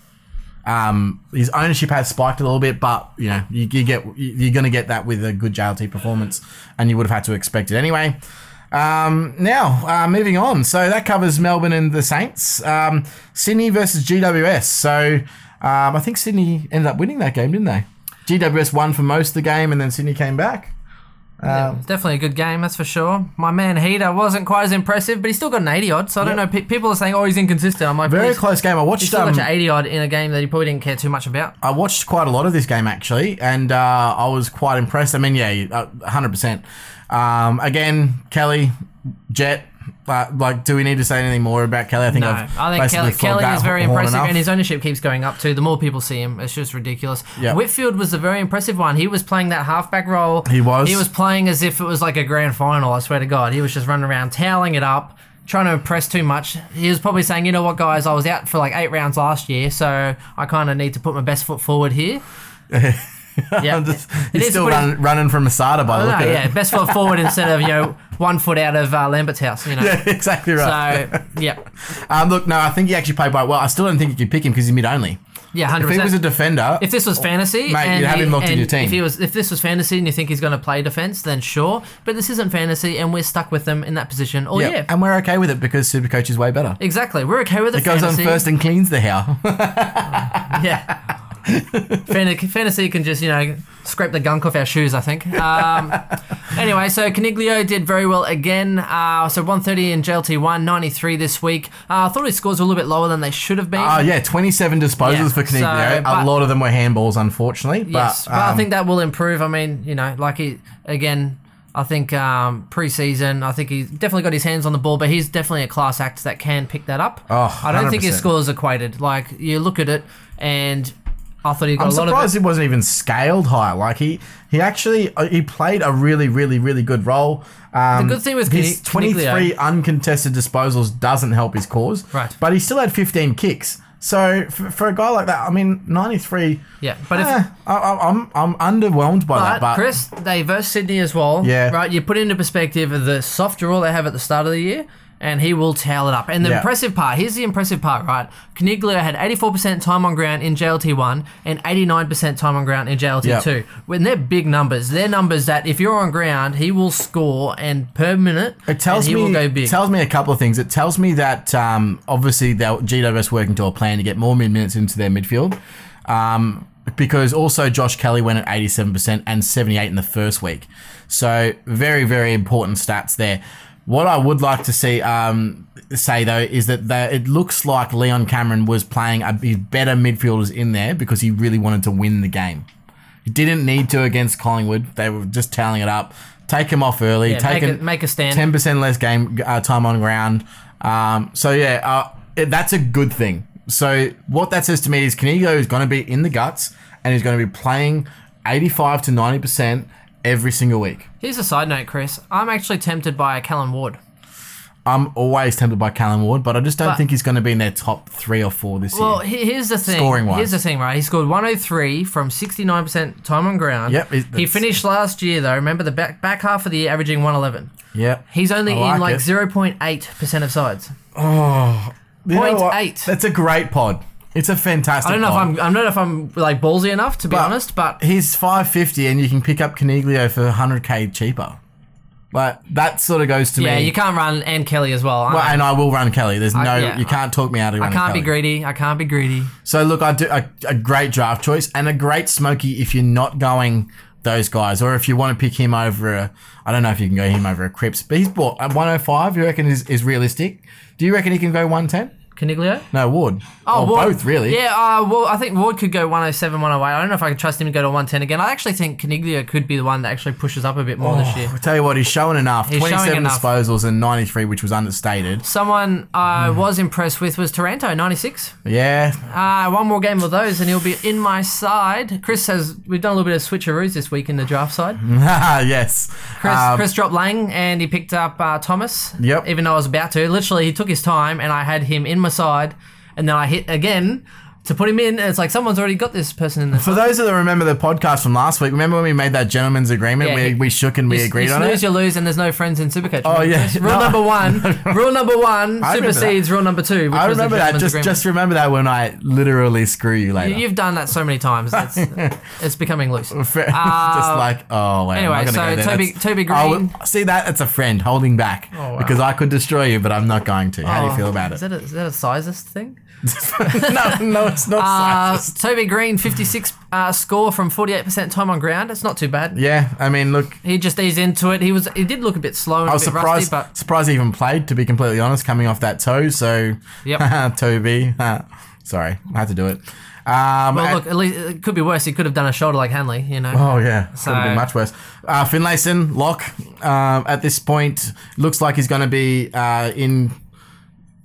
C: Um, his ownership has spiked a little bit, but you know you, you get you- you're going to get that with a good JLT performance, and you would have had to expect it anyway. Um, now uh, moving on, so that covers Melbourne and the Saints. Um, Sydney versus GWS. So um, I think Sydney ended up winning that game, didn't they? GWS won for most of the game, and then Sydney came back.
B: It's definitely a good game, that's for sure. My man Heater wasn't quite as impressive, but he still got an 80 odd. So I don't know. Pe- people are saying, oh, he's inconsistent. I'm like,
C: Very
B: please,
C: close game. I
B: He
C: watched.
B: still
C: Um,
B: got you 80 odd in a game that he probably didn't care too much about.
C: I watched quite a lot of this game actually, and uh, I was quite impressed. I mean, yeah, uh, hundred percent. Um, again, Kelly, Jet. Uh, like, do we need to say anything more about Kelly? I think
B: No,
C: I've
B: I think
C: basically
B: Kelly,
C: flogged
B: Kelly
C: that
B: is very
C: horn
B: impressive,
C: enough.
B: and his ownership keeps going up too. The more people see him, it's just ridiculous.
C: Yeah.
B: Whitfield was a very impressive one. He was playing that halfback role.
C: He was.
B: He was playing as if it was like a grand final. I swear to God, he was just running around, toweling it up, trying to impress too much. He was probably saying, "You know what, guys? I was out for like eight rounds last year, so I kind of need to put my best foot forward here." yeah,
C: I'm just-
B: It
C: he's
B: is
C: still
B: pretty- Oh,
C: run, running from Masada by the
B: No,
C: look at
B: yeah,
C: it.
B: best foot forward instead of you know one foot out of uh, Lambert's house. You know.
C: Yeah, exactly right.
B: So yeah,
C: um, look, no, I think he actually played quite well. I still don't think you could pick him because he's mid only.
B: yeah, hundred
C: If he
B: percent.
C: was a defender,
B: If this was fantasy,
C: Mate,
B: and
C: you'd have him
B: he-
C: locked in
B: and
C: your team.
B: If he was, if this was fantasy, and you think he's going to play defense, then sure. But this isn't fantasy, and we're stuck with them in that position all
C: yeah,
B: year.
C: and we're okay with it because Supercoach is way better.
B: exactly, we're okay with the
C: It goes on
B: fantasy.
C: first and cleans the house.
B: yeah. Fan- Fantasy can just, you know, scrape the gunk off our shoes, I think. Um, anyway, so Caniglio did very well again. Uh, so 130 in JLT1, 93 this week. Uh, I thought his scores were a little bit lower than they should have been.
C: Oh yeah, twenty-seven disposals
B: Yeah,
C: for Caniglio.
B: so,
C: a
B: but-
C: lot of them were handballs, unfortunately. But,
B: Yes, but I
C: um,
B: think that will improve. I mean, you know, like he again. I think um, pre-season, I think he's definitely got his hands on the ball, but he's definitely a class act that can pick that up.
C: Oh,
B: I don't think his
C: 100%.
B: scores equated. Like you look at it, and I thought he got
C: I'm
B: a lot of it.
C: surprised it wasn't even scaled higher. Like he, he actually uh, he played a really, really, really good role. Um,
B: The good thing with
C: his
B: Caniglio-
C: 23 uncontested disposals doesn't help his cause.
B: Right.
C: but he still had 15 kicks. So for, for a guy like that, I mean, 93.
B: Yeah, but if-
C: eh, I, I, I'm I'm underwhelmed by
B: But,
C: that. But
B: Chris, they versed Sydney as well.
C: Yeah.
B: Right, you put into perspective the soft draw they have at the start of the year, and he will towel it up. And the
C: Yeah.
B: impressive part, here's the impressive part, right? Caniglio had 84% time on ground in JLT1 and 89% time on ground in JLT2.
C: Yeah.
B: When they're big numbers, they're numbers that if you're on ground, he will score and per minute,
C: It tells
B: and he
C: me
B: will go big.
C: it tells me a couple of things. It tells me that um, obviously the GWS working to a plan to get more mid minutes into their midfield, um, because also Josh Kelly went at eighty seven percent and seventy eight in the first week, so very very important stats there. What I would like to see um, say though is that they, it looks like Leon Cameron was playing a, his better midfielders in there because he really wanted to win the game. He didn't need to against Collingwood. They were just toweling it up. Take him off early.
B: Yeah,
C: take
B: make
C: him-
B: a- make a stand.
C: Ten percent less game uh, time on ground. Um, so yeah, uh, it, that's a good thing. So what that says to me is Canigo is going to be in the guts and he's going to be playing eighty-five to ninety percent every single week.
B: Here's a side note, Chris. I'm actually tempted by Callum Ward.
C: I'm always tempted by Callum Ward, but I just don't
B: But-
C: think he's going to be in their top three or four this
B: Well,
C: year.
B: he- here's the thing.
C: Scoring-wise.
B: Here's the thing, right? He scored 103 from 69% time on ground.
C: Yep, it-
B: He
C: that's-
B: finished last year, though. Remember, the back, back half of the year averaging 111.
C: Yeah,
B: He's only
C: I
B: in like
C: it.
B: 0.8% of sides.
C: You know
B: point
C: what?
B: eight.
C: That's a great pod. It's a fantastic.
B: I don't know if
C: pod.
B: I'm, I don't know if I'm like ballsy enough, to be
C: But
B: honest, but
C: he's five fifty, and you can pick up Caniglio for hundred k cheaper. But that sort of goes to
B: yeah,
C: me.
B: you can't run and Kelly as well. I
C: Well,
B: know.
C: and I will run Kelly. There's no,
B: yeah,
C: you can't talk me out of
B: I
C: running
B: can't be
C: Kelly.
B: greedy. I can't be greedy.
C: So look, I do a, a great draft choice and a great smoky if you're not going those guys, or if you want to pick him over a, I don't know if you can go him over a Crips, but he's bought at 105. You reckon is, is realistic? Do you reckon he can go 110?
B: Caniglio?
C: No, Ward.
B: Oh,
C: Or
B: Ward-
C: both really.
B: Yeah, uh, well, I think Ward could go 107, 108. I don't know if I can trust him to go to 110 again. I actually think Caniglio could be the one that actually pushes up a bit more this year.
C: I tell you what, he's showing enough.
B: He's showing
C: 27
B: enough.
C: disposals and 93, which was understated.
B: Someone
C: Hmm.
B: I was impressed with was Taranto, 96.
C: Yeah,
B: Uh, one more game of those and he'll be in my side. Chris has, we've done a little bit of switcheroos this week in the draft side.
C: Hmm. yes.
B: Chris,
C: Um,
B: Chris dropped Lang and he picked up uh, Thomas.
C: Yep.
B: Even though I was about to. Literally, he took his time and I had him in my side and then I hit again to put him in. And it's like someone's already got this person in there.
C: For those that remember the podcast from last week, remember when we made that gentleman's agreement?
B: Yeah,
C: we,
B: you-
C: we shook and we
B: you,
C: agreed
B: you
C: on
B: snooze,
C: it.
B: you lose, and there's no friends in Supercoach.
C: Oh, yeah.
B: Rule
C: No.
B: number one. Rule number one
C: I remember
B: supersedes rule number two. Which
C: I
B: was the
C: remember that.
B: gentleman's
C: Just
B: agreement.
C: just remember that when I literally screw you later.
B: You've done that so many times. It's, it's becoming loose.
C: just like oh wait.
B: uh, anyway,
C: I'm not gonna
B: so
C: go there.
B: Toby-
C: That's-
B: Toby
C: I would-
B: Green.
C: oh, see that? That's a friend holding back
B: wow.
C: because I could destroy you, but I'm not going to. How do you feel about
B: Oh. Is
C: it?
B: that a, is that a sizist thing?
C: no, no, it's not.
B: Uh,
C: sexist.
B: Toby Green, 56 uh, score from 48% time on ground. It's not too bad.
C: yeah, I mean, look,
B: He just eased into it. He was he did look a bit slow and
C: I was
B: a bit
C: surprised.
B: rusty,
C: surprised he even played. To be completely honest, coming off that toe. So,
B: Yep.
C: Toby, uh, sorry, I had to do it. Um,
B: but
C: and-
B: well, look, at least it could be worse. He could have done a shoulder like Hanley, you know.
C: Oh yeah, it's gonna be
B: So-
C: much worse. Uh, Finlayson lock um, at this point looks like he's going to be uh, in.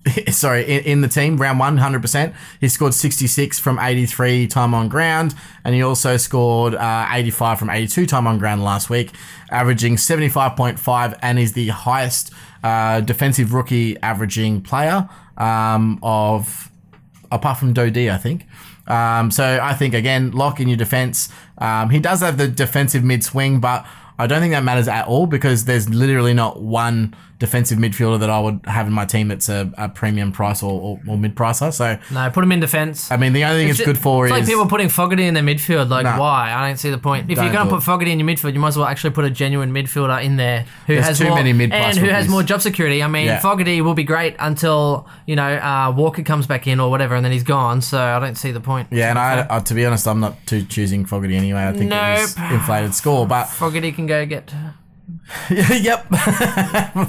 C: Sorry, in, in the team round one, 100%. He scored 66 from 83 time on ground, and he also scored uh, 85 from 82 time on ground last week, averaging 75.5, and is the highest uh, defensive rookie averaging player um, of apart from Dodie, I think. Um, so I think again, lock in your defense. Um, he does have the defensive mid swing, but I don't think that matters at all because there's literally not one defensive midfielder that I would have in my team that's a, a premium price or, or, or mid pricer. So
B: No, put him in defence.
C: I mean, the only thing it's, good for
B: it's
C: is
B: like people putting Fogarty in their midfield. Like,
C: Nah.
B: why? I don't see the point. If
C: Don't
B: you're going
C: do
B: to
C: it.
B: put Fogarty in your midfield, you might as well actually put a genuine midfielder in there who
C: There's
B: has
C: too
B: more,
C: many mid-price
B: and who has
C: rookies.
B: more job security. I mean,
C: Yeah.
B: Fogarty will be great until you know uh, Walker comes back in or whatever, and then he's gone. So I don't see the point.
C: yeah. And I, uh, to be honest, I'm not too choosing Fogarty anyway. I think it was
B: Nope.
C: inflated score, but
B: Fogarty can go get
C: yep,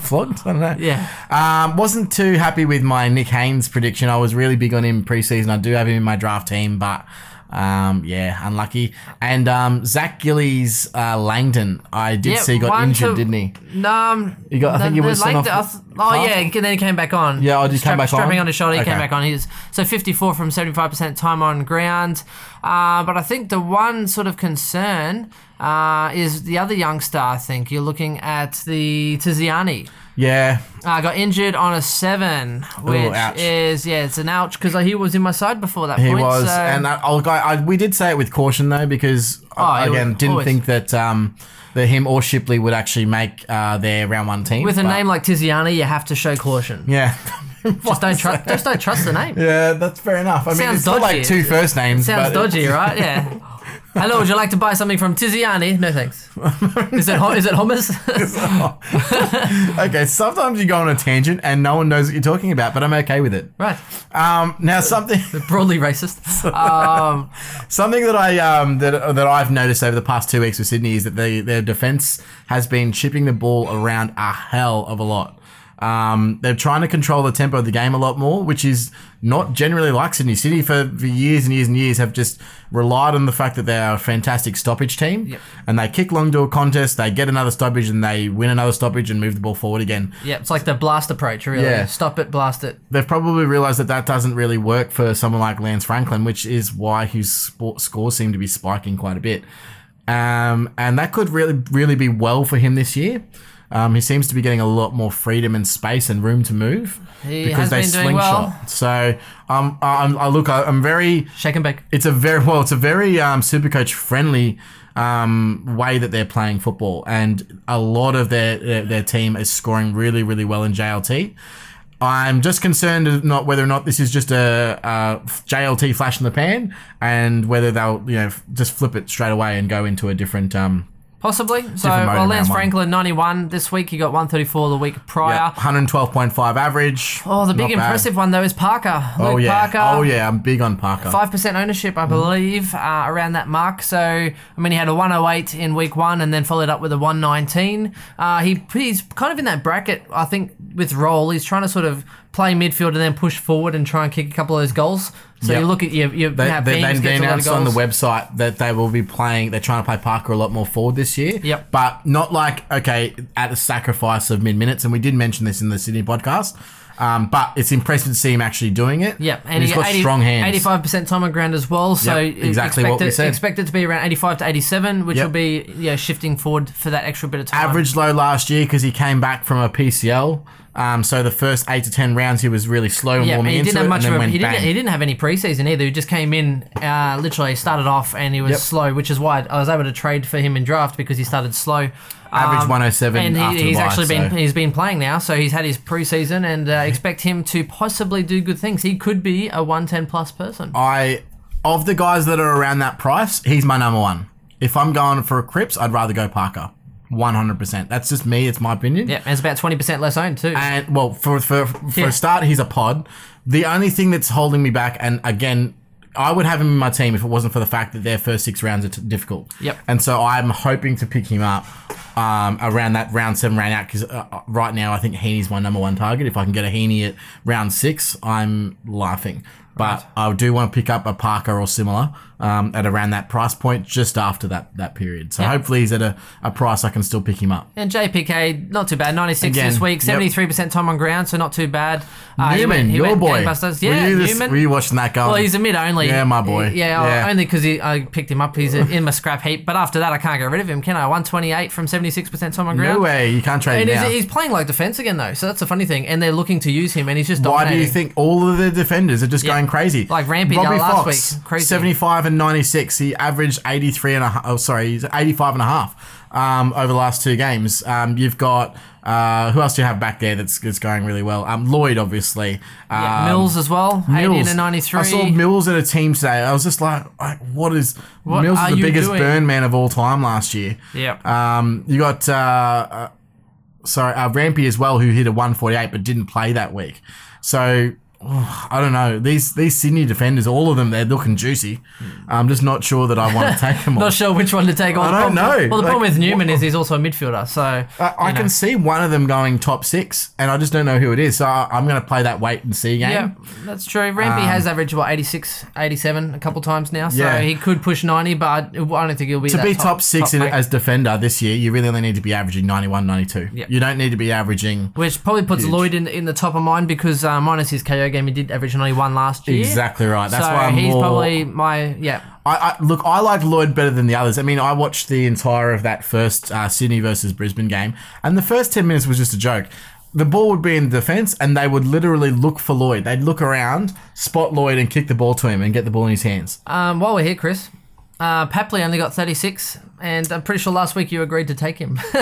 C: flogged. I don't know.
B: yeah.
C: Um, wasn't too happy with my Nick Haynes prediction. I was really big on him preseason. I do have him in my draft team, but Um, yeah, unlucky. And um, Zach Gillies uh, Langdon, I did
B: Yeah,
C: see got
B: one
C: injured,
B: to-
C: didn't he?
B: No, um,
C: He got- I
B: the-
C: think he
B: the
C: was sent
B: leg-
C: off
B: the- Oh
C: half.
B: yeah, and then he came back on.
C: Yeah, oh, did he come back on?
B: Strapping on his shoulder, he
C: Okay.
B: came back on. He's so 54 from 75 percent time on ground. Uh, but I think the one sort of concern uh, is the other youngster. I think you're looking at the Tiziani.
C: Yeah,
B: Uh, got injured on a seven, which
C: ouch.
B: is yeah, it's an ouch because he was in my side before that
C: he
B: point.
C: was.
B: so-
C: And I, I'll go, I, we did say it with caution though, because
B: Oh,
C: I,
B: it
C: again,
B: was-
C: didn't
B: always.
C: think that um, that him or Shipley would actually make uh, their round one team
B: with a
C: but-
B: name like Tiziani, you have to show caution.
C: Yeah.
B: Just don't trust. Just don't trust the name.
C: Yeah, that's fair enough. I mean,
B: Sounds
C: it's not like
B: dodgy.
C: two first names.
B: Sounds
C: but-
B: dodgy, right? Yeah. Hello, would you like to buy something from Tiziani? No thanks. Is it hum- is it hummus?
C: okay, sometimes you go on a tangent and no one knows what you're talking about, but I'm okay with it.
B: right.
C: Um, now something
B: Broadly racist. Um,
C: something that I um, that that I've noticed over the past two weeks with Sydney is that they, their defense has been chipping the ball around a hell of a lot. Um, they're trying to control the tempo of the game a lot more, which is not generally like Sydney. Sydney for, for years and years and years have just relied on the fact that they are a fantastic stoppage team,
B: Yep.
C: and they kick long to a contest, they get another stoppage, and they win another stoppage and move the ball forward again.
B: yeah, it's like the blast approach, really.
C: Yeah.
B: Stop it, blast it.
C: they've probably realized that that doesn't really work for someone like Lance Franklin, which is why his sport scores seem to be spiking quite a bit. Um, and that could really, really be well for him this year. Um, he seems to be getting a lot more freedom and space and room to move
B: He has been doing well.
C: So um, I, I'm, I look, I, I'm very
B: Shake and bake.
C: it's a very well, it's a very um, super coach friendly um, way that they're playing football, and a lot of their, their their team is scoring really really well in JLT. I'm just concerned of not whether or not this is just a, a JLT flash in the pan, and whether they'll you know f- just flip it straight away and go into a different. Um,
B: Possibly. So,
C: mode
B: well,
C: in
B: Lance
C: round one.
B: Franklin, 91 this week. He got 134 the week prior.
C: yeah, 112.5 average.
B: Oh, the big
C: Not bad.
B: impressive one, though, is Parker. Luke
C: Oh yeah.
B: Parker.
C: Oh yeah. I'm big on Parker.
B: Five percent ownership, I believe, uh, around that mark. So I mean, he had a 108 in week one, and then followed up with a 119. Uh, he he's kind of in that bracket, I think, with role. He's trying to sort of play midfield and then push forward and try and kick a couple of those goals. So
C: Yep.
B: you look at your your
C: They,
B: Nat
C: they,
B: Beams
C: they,
B: gets a
C: they
B: lot of
C: announced on the
B: goals.
C: website that they will be playing. They're trying to play Parker a lot more forward this year.
B: Yep.
C: But not like okay at the sacrifice of mid minutes. And we did mention this in the Sydney podcast. Um, but it's impressive to see him actually doing it.
B: Yep,
C: And he's got strong hands.
B: Eighty-five percent time on ground as well. So e-,
C: Yep, exactly
B: expect
C: what we
B: it,
C: said.
B: Expect it to be around eighty-five to eighty-seven, which
C: Yep.
B: will be yeah shifting forward for that extra bit of time.
C: Average low last year because he came back from a PCL. Um, so the first eight to ten rounds he was really slow and
B: Yeah, but
C: warming
B: he
C: into
B: didn't have
C: it,
B: much
C: and
B: of
C: then
B: a,
C: went
B: he didn't,
C: bang.
B: he didn't have any preseason either. He just came in, uh, literally started off, and he was
C: Yep.
B: slow, which is why I was able to trade for him in draft because he started slow. Um,
C: Average 107
B: and he,
C: after the
B: he's
C: bye,
B: actually been
C: so-
B: he's been playing now, so he's had his preseason, and uh, expect him to possibly do good things. He could be a one ten plus person.
C: I of the guys that are around that price, he's my number one. If I'm going for a Crips, I'd rather go Parker. One hundred percent. That's just me. It's my opinion.
B: Yeah, and it's about twenty percent less owned too.
C: And well, for for for
B: Yeah.
C: a start, he's a pod. The only thing that's holding me back, and again, I would have him in my team if it wasn't for the fact that their first six rounds are t- difficult.
B: Yep.
C: And so I'm hoping to pick him up um, around that round seven round out because uh, uh, right now I think Heaney's my number one target. If I can get a Heaney at round six, I'm laughing. But I do want to pick up a Parker or similar um, at around that price point just after that that period. So hopefully he's at a, a price I can still pick him up.
B: And JPK, not too bad. 96
C: Again,
B: this week,
C: yep.
B: 73% time on ground, so not too bad. Uh, he
C: Newman,
B: went- he
C: your
B: went
C: boy.
B: gangbusters. Yeah,
C: were you, this-
B: Newman.
C: were you watching that guy?
B: Well, he's a mid only.
C: Um, Yeah, my boy.
B: Yeah, oh,
C: Yeah.
B: only because I picked him up. He's in my scrap heap. But after that, I can't get rid of him, can I? 128 from 76% time on ground.
C: No way, you can't trade
B: And
C: him now.
B: he's, he's playing like defense again, though. So that's the funny thing. And they're looking to use him, and he's just
C: Why do
B: dominating.
C: you think all of the defenders are just
B: Yeah.
C: going crazy?
B: Like Rampage last week, crazy.
C: 75 and 96. He averaged 83 and a half. Oh, sorry, he's 85 and a half um, over the last two games. Um, you've got, uh, who else do you have back there that's, that's going really well? Um, Lloyd, obviously. Um,
B: Yeah, Mills as well, 18 and 93.
C: I saw Mills at a team today. I was just like, like what is
B: What
C: Mills
B: are
C: is the
B: you
C: biggest
B: doing?
C: burn man of all time last year.
B: Yep.
C: Um, you got uh, uh, sorry, uh, Rampy as well, who hit a 148 but didn't play that week. So I don't know. These these Sydney defenders, all of them, they're looking juicy. I'm just not sure that I want to take them on.
B: Not sure which one to take on.
C: I don't know.
B: Well, the
C: Like,
B: problem with Newman is he's also a midfielder, so
C: I, I
B: you know.
C: can see one of them going top six, and I just don't know who it is. So I, I'm going to play that wait and see game.
B: Yeah, that's true. Rampy has averaged what 86, 87 a couple times now, so
C: Um, Yeah.
B: he could push ninety, but I don't think he'll be
C: To
B: that
C: be top, six in,
B: mate.
C: as defender this year, you really only need to be averaging 91, 92.
B: Yeah.
C: You don't need to be averaging.
B: Which probably puts Lloyd in, in the top of mine because uh, minus his KO game, he did average only one last year.
C: Exactly right. That's
B: so
C: why I'm
B: he's
C: more-
B: probably my yeah.
C: I, I look. I like Lloyd better than the others. I mean, I watched the entire of that first uh, Sydney versus Brisbane game, and the first ten minutes was just a joke. The ball would be in defence, and they would literally look for Lloyd. They'd look around, spot Lloyd, and kick the ball to him and get the ball in his hands.
B: Um, while we're here, Chris, uh, Papley only got thirty six, and I'm pretty sure last week you agreed to take him.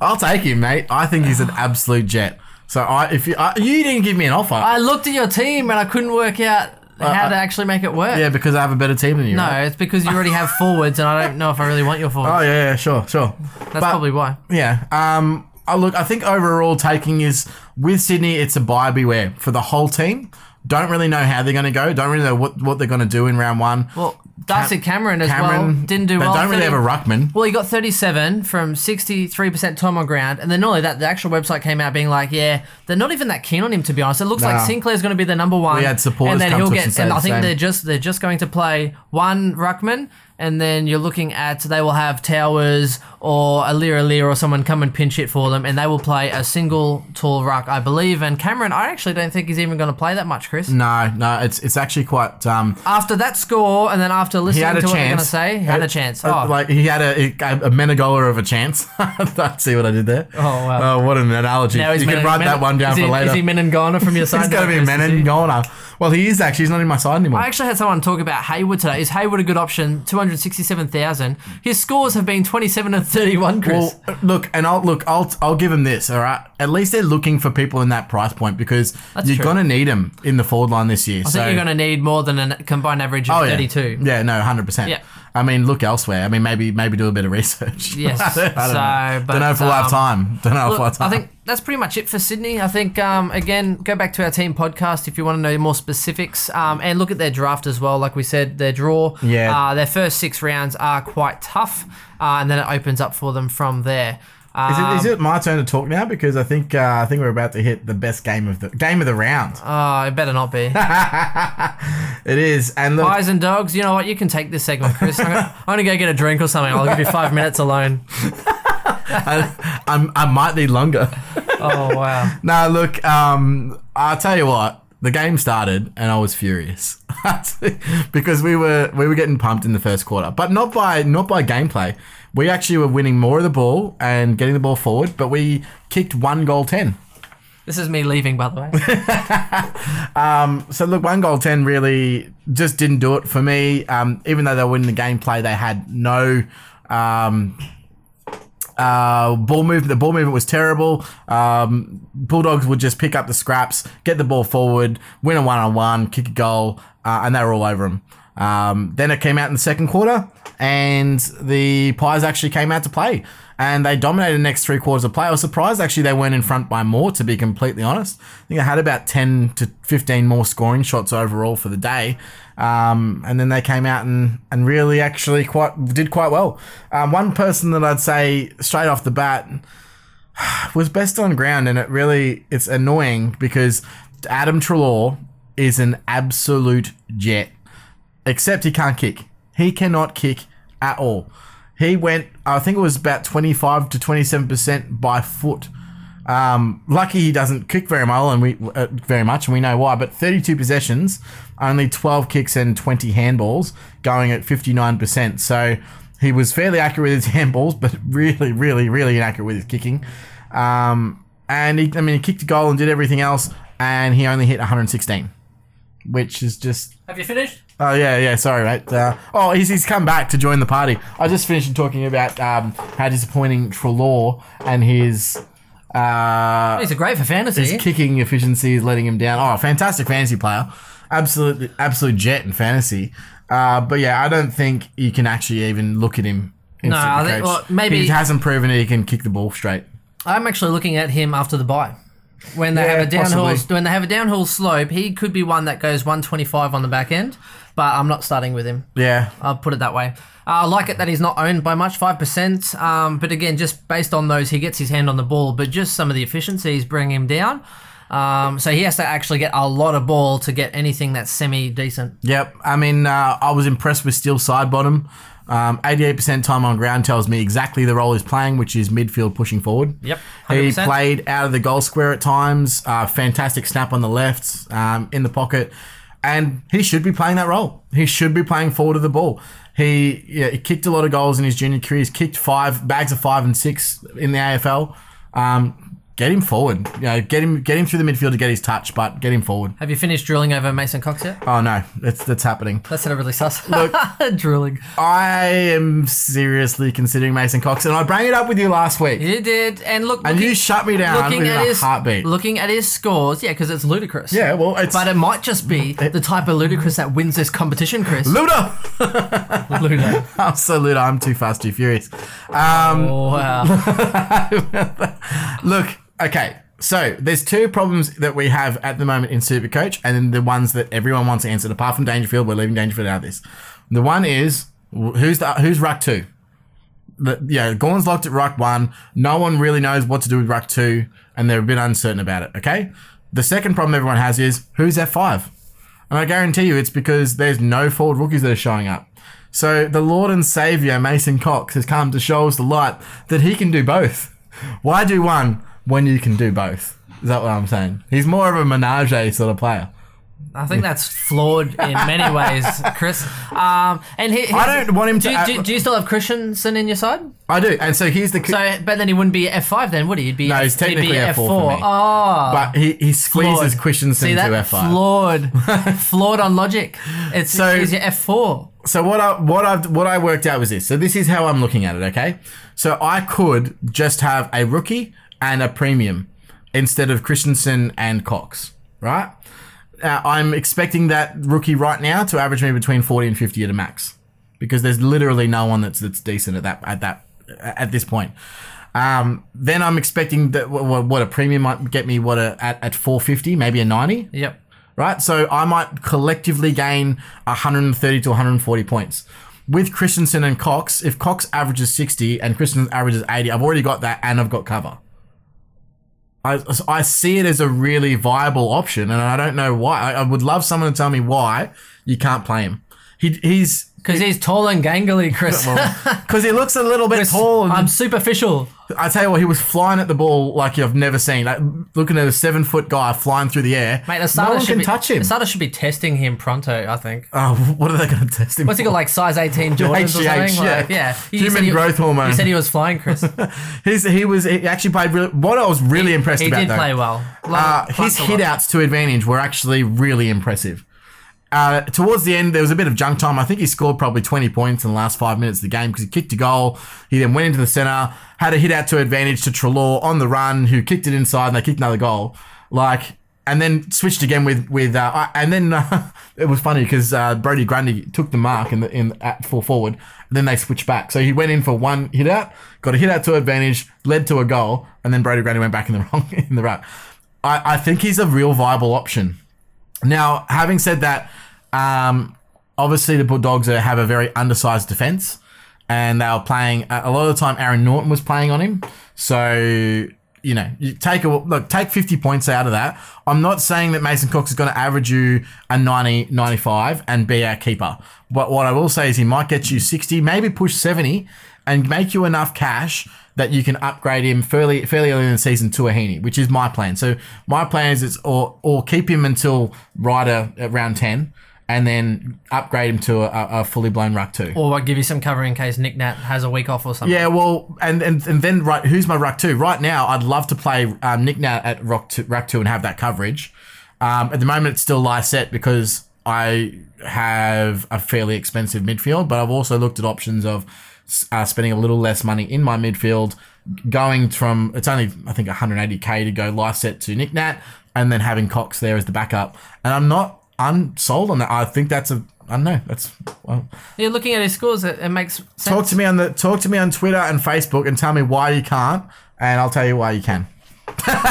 C: I'll take him, mate. I think he's an absolute jet. So I, if you, I, you didn't give me an offer,
B: I looked at your team and I couldn't work out how to actually make it work.
C: Uh, yeah, because I have a better team than you.
B: No,
C: right?
B: it's because you already have forwards, and I don't know if I really want your forwards.
C: Oh yeah, yeah, sure, sure.
B: That's probably why.
C: Yeah. Um. I look, I think overall taking is with Sydney, it's a buy beware for the whole team. Don't really know how they're going to go. Don't really know what, what they're going to do in round one.
B: Well, Darcy Cameron as well didn't do
C: they
B: well.
C: don't really have a
B: 30
C: ruckman.
B: Well, he got 37 from 63% time on ground, and then not only that, the actual website came out being like, "Yeah, they're not even that keen on him." To be honest, it looks
C: Nah.
B: like Sinclair's going to be the number one.
C: We had supporters
B: and then
C: come
B: he'll
C: to us
B: get.
C: and say
B: and
C: the
B: I think
C: same.
B: they're just they're just going to play one ruckman, and then you're looking at they will have Towers or Alira Alira or someone come and pinch it for them, and they will play a single tall ruck, I believe. And Cameron, I actually don't think he's even going to play that much, Chris.
C: No, no, it's it's actually quite. Um,
B: After that score, and then after
C: he
B: listening
C: had
B: to
C: a
B: what they're going to
C: chance.
B: say, he had a chance.
C: Uh,
B: Oh,
C: Like he had a a, a Menegola of a chance. see what I did there. Oh
B: wow.
C: what an analogy!
B: Now he's
C: you
B: Menin-
C: can write that
B: Menin-
C: one down
B: is
C: for
B: he,
C: later.
B: Is he Meningana from your side?
C: he's
B: now,
C: going to be
B: Chris? Is he-
C: Menegola. Well, he is actually. He's not in my side anymore.
B: I actually had someone talk about Hayward today. Is Hayward a good option? 267,000. His scores have been 27 and 31, Chris.
C: Well, uh, look, and I'll look. I'll I'll give them this. All right. At least they're looking for people in that price point because you're
B: true.
C: gonna need them in the forward line this year.
B: I think you're going to need more than a combined average of
C: oh, yeah.
B: 32.
C: Yeah, no, hundred percent.
B: Yeah.
C: I mean, look elsewhere. I mean, maybe maybe do a bit of research.
B: Yes.
C: I don't know.
B: So, but, um,
C: don't know if we'll have time. Don't know if we'll have
B: Look,
C: time.
B: I think that's pretty much it for Sydney. I think um, again, go back to our team podcast if you want to know more specifics, um, and look at their draft as well. Like we said, their draw,
C: Yeah.
B: uh, their first six rounds are quite tough, uh, and then it opens up for them from there. Um,
C: Is it, is it my turn to talk now? Because I think uh, I think we're about to hit the best game of the game of the round.
B: Oh, it better not be.
C: it is, and look,
B: Pies and dogs. You know what? You can take this segment, Chris. I'm gonna, I'm gonna go get a drink or something. I'll give you five minutes alone.
C: I, I'm, I might need longer.
B: Oh wow.
C: No, look, um, I'll tell you what. The game started and I was furious because we were we were getting pumped in the first quarter, but not by not by gameplay. We actually were winning more of the ball and getting the ball forward, but we kicked one goal ten.
B: This is me leaving, by the way.
C: So look, one goal ten really just didn't do it for me. Um, even though they were winning the gameplay, they had no um, uh, ball movement. The ball movement was terrible. Um, Bulldogs would just pick up the scraps, get the ball forward, win a one on one, kick a goal, uh, and they were all over them. Um, then it came out in the second quarter, and the Pies actually came out to play. And they dominated the next three quarters of play. I was surprised actually they weren't in front by more, to be completely honest. I think I had about 10 to 15 more scoring shots overall for the day. Um, and then they came out and, and really actually quite did quite well. Um, one person that I'd say straight off the bat was best on ground, and it really it's annoying because Adam Trelaw is an absolute jet, except he can't kick. He cannot kick at all. He went, I think it was about twenty five to twenty seven percent by foot. Um, lucky he doesn't kick very well, and we uh, very much, and we know why. But 32 possessions, only 12 kicks and 20 handballs, going at 59%. So he was fairly accurate with his handballs, but really, really, really inaccurate with his kicking. Um, and he, I mean, he kicked a goal and did everything else, and he only hit 116, which is just
B: Have you finished?
C: Oh yeah, yeah. Sorry, mate. Uh, oh, he's, he's come back to join the party. I just finished talking about um, how disappointing Trelaw and his uh,
B: He's a great for fantasy.
C: his kicking efficiency is letting him down. Oh, fantastic fantasy player, absolutely absolute jet in fantasy. Uh, but yeah, I don't think you can actually even look at him. in
B: No, I
C: Supercoach.
B: think- well, maybe-
C: he hasn't proven that he can kick the ball straight.
B: I'm actually looking at him after the buy. when they
C: Yeah,
B: have a downhill
C: possibly.
B: when they have a downhill slope, he could be one that goes 125 on the back end. But I'm not starting with him.
C: Yeah.
B: I'll put it that way. Uh, I like it that he's not owned by much, five percent. Um, but again, just based on those, he gets his hand on the ball, but just some of the efficiencies bring him down. Um, so he has to actually get a lot of ball to get anything that's semi decent.
C: Yep. I mean, uh, I was impressed with Steel side bottom. Um, 88% time on ground tells me exactly the role he's playing, which is midfield pushing forward.
B: Yep,
C: He
B: 100%.
C: played out of the goal square at times. Uh, fantastic snap on the left, um, in the pocket, and he should be playing that role. He should be playing forward of the ball. He, yeah, he kicked a lot of goals in his junior career. He's kicked five bags of five and six in the AFL. Um, get him forward. You know, get him get him through the midfield to get his touch, but get him forward.
B: Have you finished drilling over Mason Cox yet?
C: Oh no, that's that's happening.
B: That's not really sus. drilling.
C: I am seriously considering Mason Cox, and I brought it up with you last week,
B: You did, and look.
C: and
B: looking-
C: you shut me down
B: looking
C: with
B: at
C: a
B: his
C: heartbeat.
B: looking at his scores, yeah, because it's ludicrous.
C: yeah, well, it's
B: But uh, it might just be the type of ludicrous that wins this competition, Chris.
C: Luda.
B: Ludo.
C: I'm so lit. I'm too fast, too furious. Um,
B: Oh, wow.
C: Look, okay. So there's two problems that we have at the moment in Supercoach, and then the ones that everyone wants answered. Apart from Dangerfield, we're leaving Dangerfield out of this. The one is wh- who's the who's ruck two? The, yeah, Gorn's locked at ruck one. No one really knows what to do with ruck two, and they're a bit uncertain about it. Okay. The second problem everyone has is who's F five, and I guarantee you it's because there's no forward rookies that are showing up. So the Lord and Savior Mason Cox has come to show us the light that he can do both. Why do one when you can do both? Is that what I'm saying? He's more of a menage sort of player.
B: I think that's flawed in many ways, Chris. Um, and he,
C: I don't want him
B: Do,
C: to-
B: do, do you still have Christensen in your side?
C: I do, and so he's the.
B: So, but then he wouldn't be F five. Then would he? He'd be
C: No, he's
B: he'd be
C: technically F4 for
B: F4.
C: me.
B: Oh,
C: but he, he
B: flawed.
C: squeezes Christensen
B: See
C: to
B: that?
C: F5.
B: Flawed, flawed on logic. It's
C: So-
B: he's your F four.
C: so what I what I what I worked out was this. So this is how I'm looking at it. Okay, so I could just have a rookie and a premium instead of Christensen and Cox. Right. Uh, I'm expecting that rookie right now to average me between 40 and 50 at a max, because there's literally no one that's that's decent at that at that at this point. Um, then I'm expecting that what, what a premium might get me what a at, at 450 maybe a 90
B: Yep.
C: right? So I might collectively gain 130 to 140 points. With Christensen and Cox, if Cox averages 60 and Christensen averages 80, I've already got that and I've got cover. I, I see it as a really viable option, and I don't know why. I, I would love someone to tell me why you can't play him. He, he's
B: Because he's tall and gangly, Chris.
C: because he looks a little bit tall. And
B: I'm superficial.
C: I tell you what, he was flying at the ball like I've never seen. Like looking at a seven foot guy flying through the air.
B: Mate, Asada
C: no one
B: should
C: can
B: be,
C: touch him.
B: Asada should be testing him pronto. I think.
C: Oh, what are they going to test him?
B: What's he got like size 18 Jordans or something?
C: HGH,
B: Like,
C: yeah.
B: yeah. You
C: Human
B: said he-
C: growth hormone.
B: You said he was flying, Chris.
C: His, he was he actually played really, what I was really impressed
B: he
C: about
B: did
C: though.
B: play well.
C: Uh,
B: Like,
C: his
B: plus a lot.
C: hit outs to advantage were actually really impressive. Uh, towards the end, there was a bit of junk time. I think he scored probably 20 points in the last five minutes of the game because he kicked a goal. He then went into the centre, had a hit out to advantage to Trelaw on the run, who kicked it inside and they kicked another goal. Like, and then switched again with with uh, I- and then uh, it was funny because uh, Brody Grundy took the mark in the in at full forward. And then they switched back, so he went in for one hit out, got a hit out to advantage, led to a goal, and then Brody Grundy went back in the wrong in the right. I, I think he's a real viable option. Now, having said that, um, obviously the Bulldogs are, have a very undersized defense, and they were playing a a lot of the time. Aaron Norton was playing on him, so you know, you take a look, take 50 points out of that. I'm not saying that Mason Cox is going to average you a 90, 95 and be our keeper. But what I will say is he might get you 60, maybe push 70, and make you enough cash that you can upgrade him fairly fairly early in the season to a Heaney, which is my plan. So my plan is it's or or keep him until Ryder at round ten, and then upgrade him to a, a fully blown ruck two.
B: Or I'll give you some cover in case Nick Nat has a week off or something.
C: Yeah, well, and, and and then right, who's my ruck two? Right now, I'd love to play um, Nick Nat at rock two, ruck two and have that coverage. Um, at the moment, it's still Lysette because I have a fairly expensive midfield, but I've also looked at options of uh, spending a little less money in my midfield, going from it's only I think 180k to go Lysette to Nick Nat, and then having Cox there as the backup. And I'm not I'm sold on that. I think that's a I don't know. That's well,
B: Yeah, looking at his scores, it, it makes sense.
C: Talk to me on the talk to me on Twitter and Facebook and tell me why you can't, and I'll tell you why you can.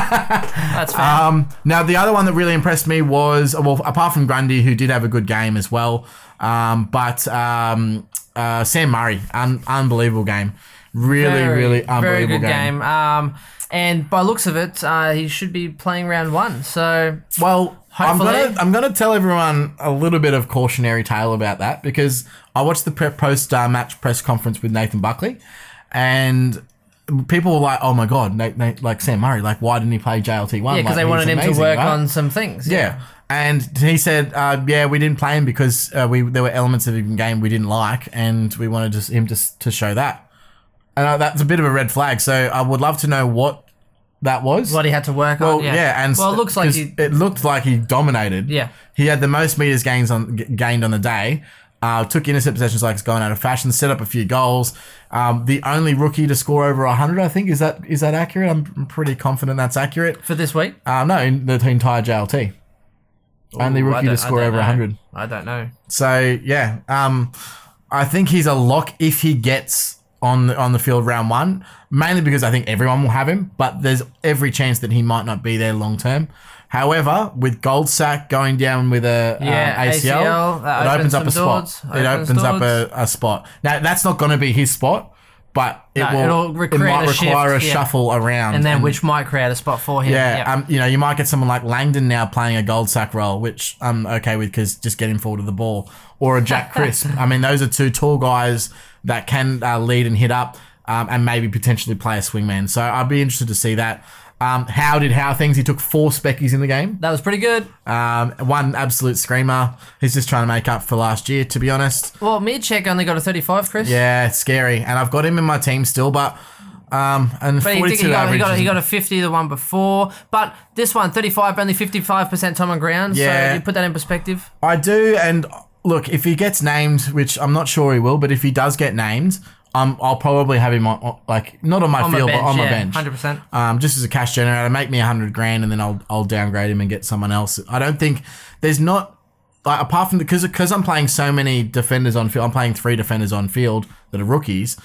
B: That's fair.
C: Um, now, the other one that really impressed me was, well, apart from Grundy, who did have a good game as well, um, but um, uh, Sam Murray, un- unbelievable game. Really, really unbelievable
B: very good
C: game.
B: game. Um, and by looks of it, uh, he should be playing round one. So
C: Well, I'm
B: Hopefully.
C: gonna I'm gonna tell everyone a little bit of cautionary tale about that because I watched the pre- post uh, match press conference with Nathan Buckley, and people were like, "Oh my god, Nate, Nate, like Sam Murray, like why didn't he play JLT one?
B: yeah, because they wanted him to work on some things.
C: Yeah. And he said, uh, "Yeah, we didn't play him because uh, we there were elements of the game we didn't like, and we wanted just him to s- to show that." And uh, that's a bit of a red flag. So I would love to know what that was.
B: what he had to work
C: Well,
B: on.
C: yeah.
B: Yeah,
C: and
B: well, it looks like
C: 'cause
B: he,
C: it looked like he dominated.
B: Yeah.
C: he had the most meters gains on g- gained on the day. Uh, took intercept possessions like it's gone out of fashion. Set up a few goals. Um, the only rookie to score over hundred, I think, is that is that accurate? I'm I'm pretty confident that's accurate.
B: for this week.
C: Uh, no, in the entire JLT, only
B: Ooh, I
C: rookie
B: don't- I
C: to score
B: don't
C: over
B: know.
C: hundred.
B: I don't know.
C: So yeah, um, I think he's a lock if he gets on the, on the field round one, mainly because I think everyone will have him, but there's every chance that he might not be there long term. However, with Goldsack going down with a um,
B: Yeah,
C: ACL,
B: ACL, that
C: it
B: opens
C: opens up
B: some
C: a spot.
B: doors.
C: It
B: Opens
C: opens, up
B: doors.
C: a, a spot. Now that's not going to be his spot, but it
B: No, it'll
C: will.
B: re-
C: It
B: create
C: might
B: a shift,
C: require a
B: yeah.
C: shuffle around,
B: And then which might create a spot for him.
C: yeah,
B: Yeah.
C: um, you know, you might get someone like Langdon now playing a gold sack role, which I'm okay with because just get him forward of the ball, or a Jack Crisp. I mean, those are two tall guys that can uh, lead and hit up, um, and maybe potentially play a swingman. So I'd be interested to see that. Um, how did how things? He took four speckies in the game.
B: that was pretty good.
C: Um, one absolute screamer. He's just trying to make up for last year, to be honest.
B: Well, Mircek only got a 35, Chris.
C: Yeah, it's scary, and I've got him in my team still, but um, and
B: But he, did, he,
C: 42
B: got, he,
C: average
B: got, he
C: isn't-
B: got a 50 the one before. But this one, 35, only 55% time on ground.
C: Yeah.
B: So you put that in perspective.
C: I do, and look, if he gets named, which I'm not sure he will, but if he does get named, um, I'll probably have him on, on- like not on my
B: On my
C: field,
B: bench,
C: but on
B: yeah,
C: my bench,
B: 100%.
C: Um, just as a cash generator, make me a hundred grand, and then I'll I'll downgrade him and get someone else. I don't think there's not. Like, apart from because because I'm playing so many defenders on field, I'm playing three defenders on field that are rookies.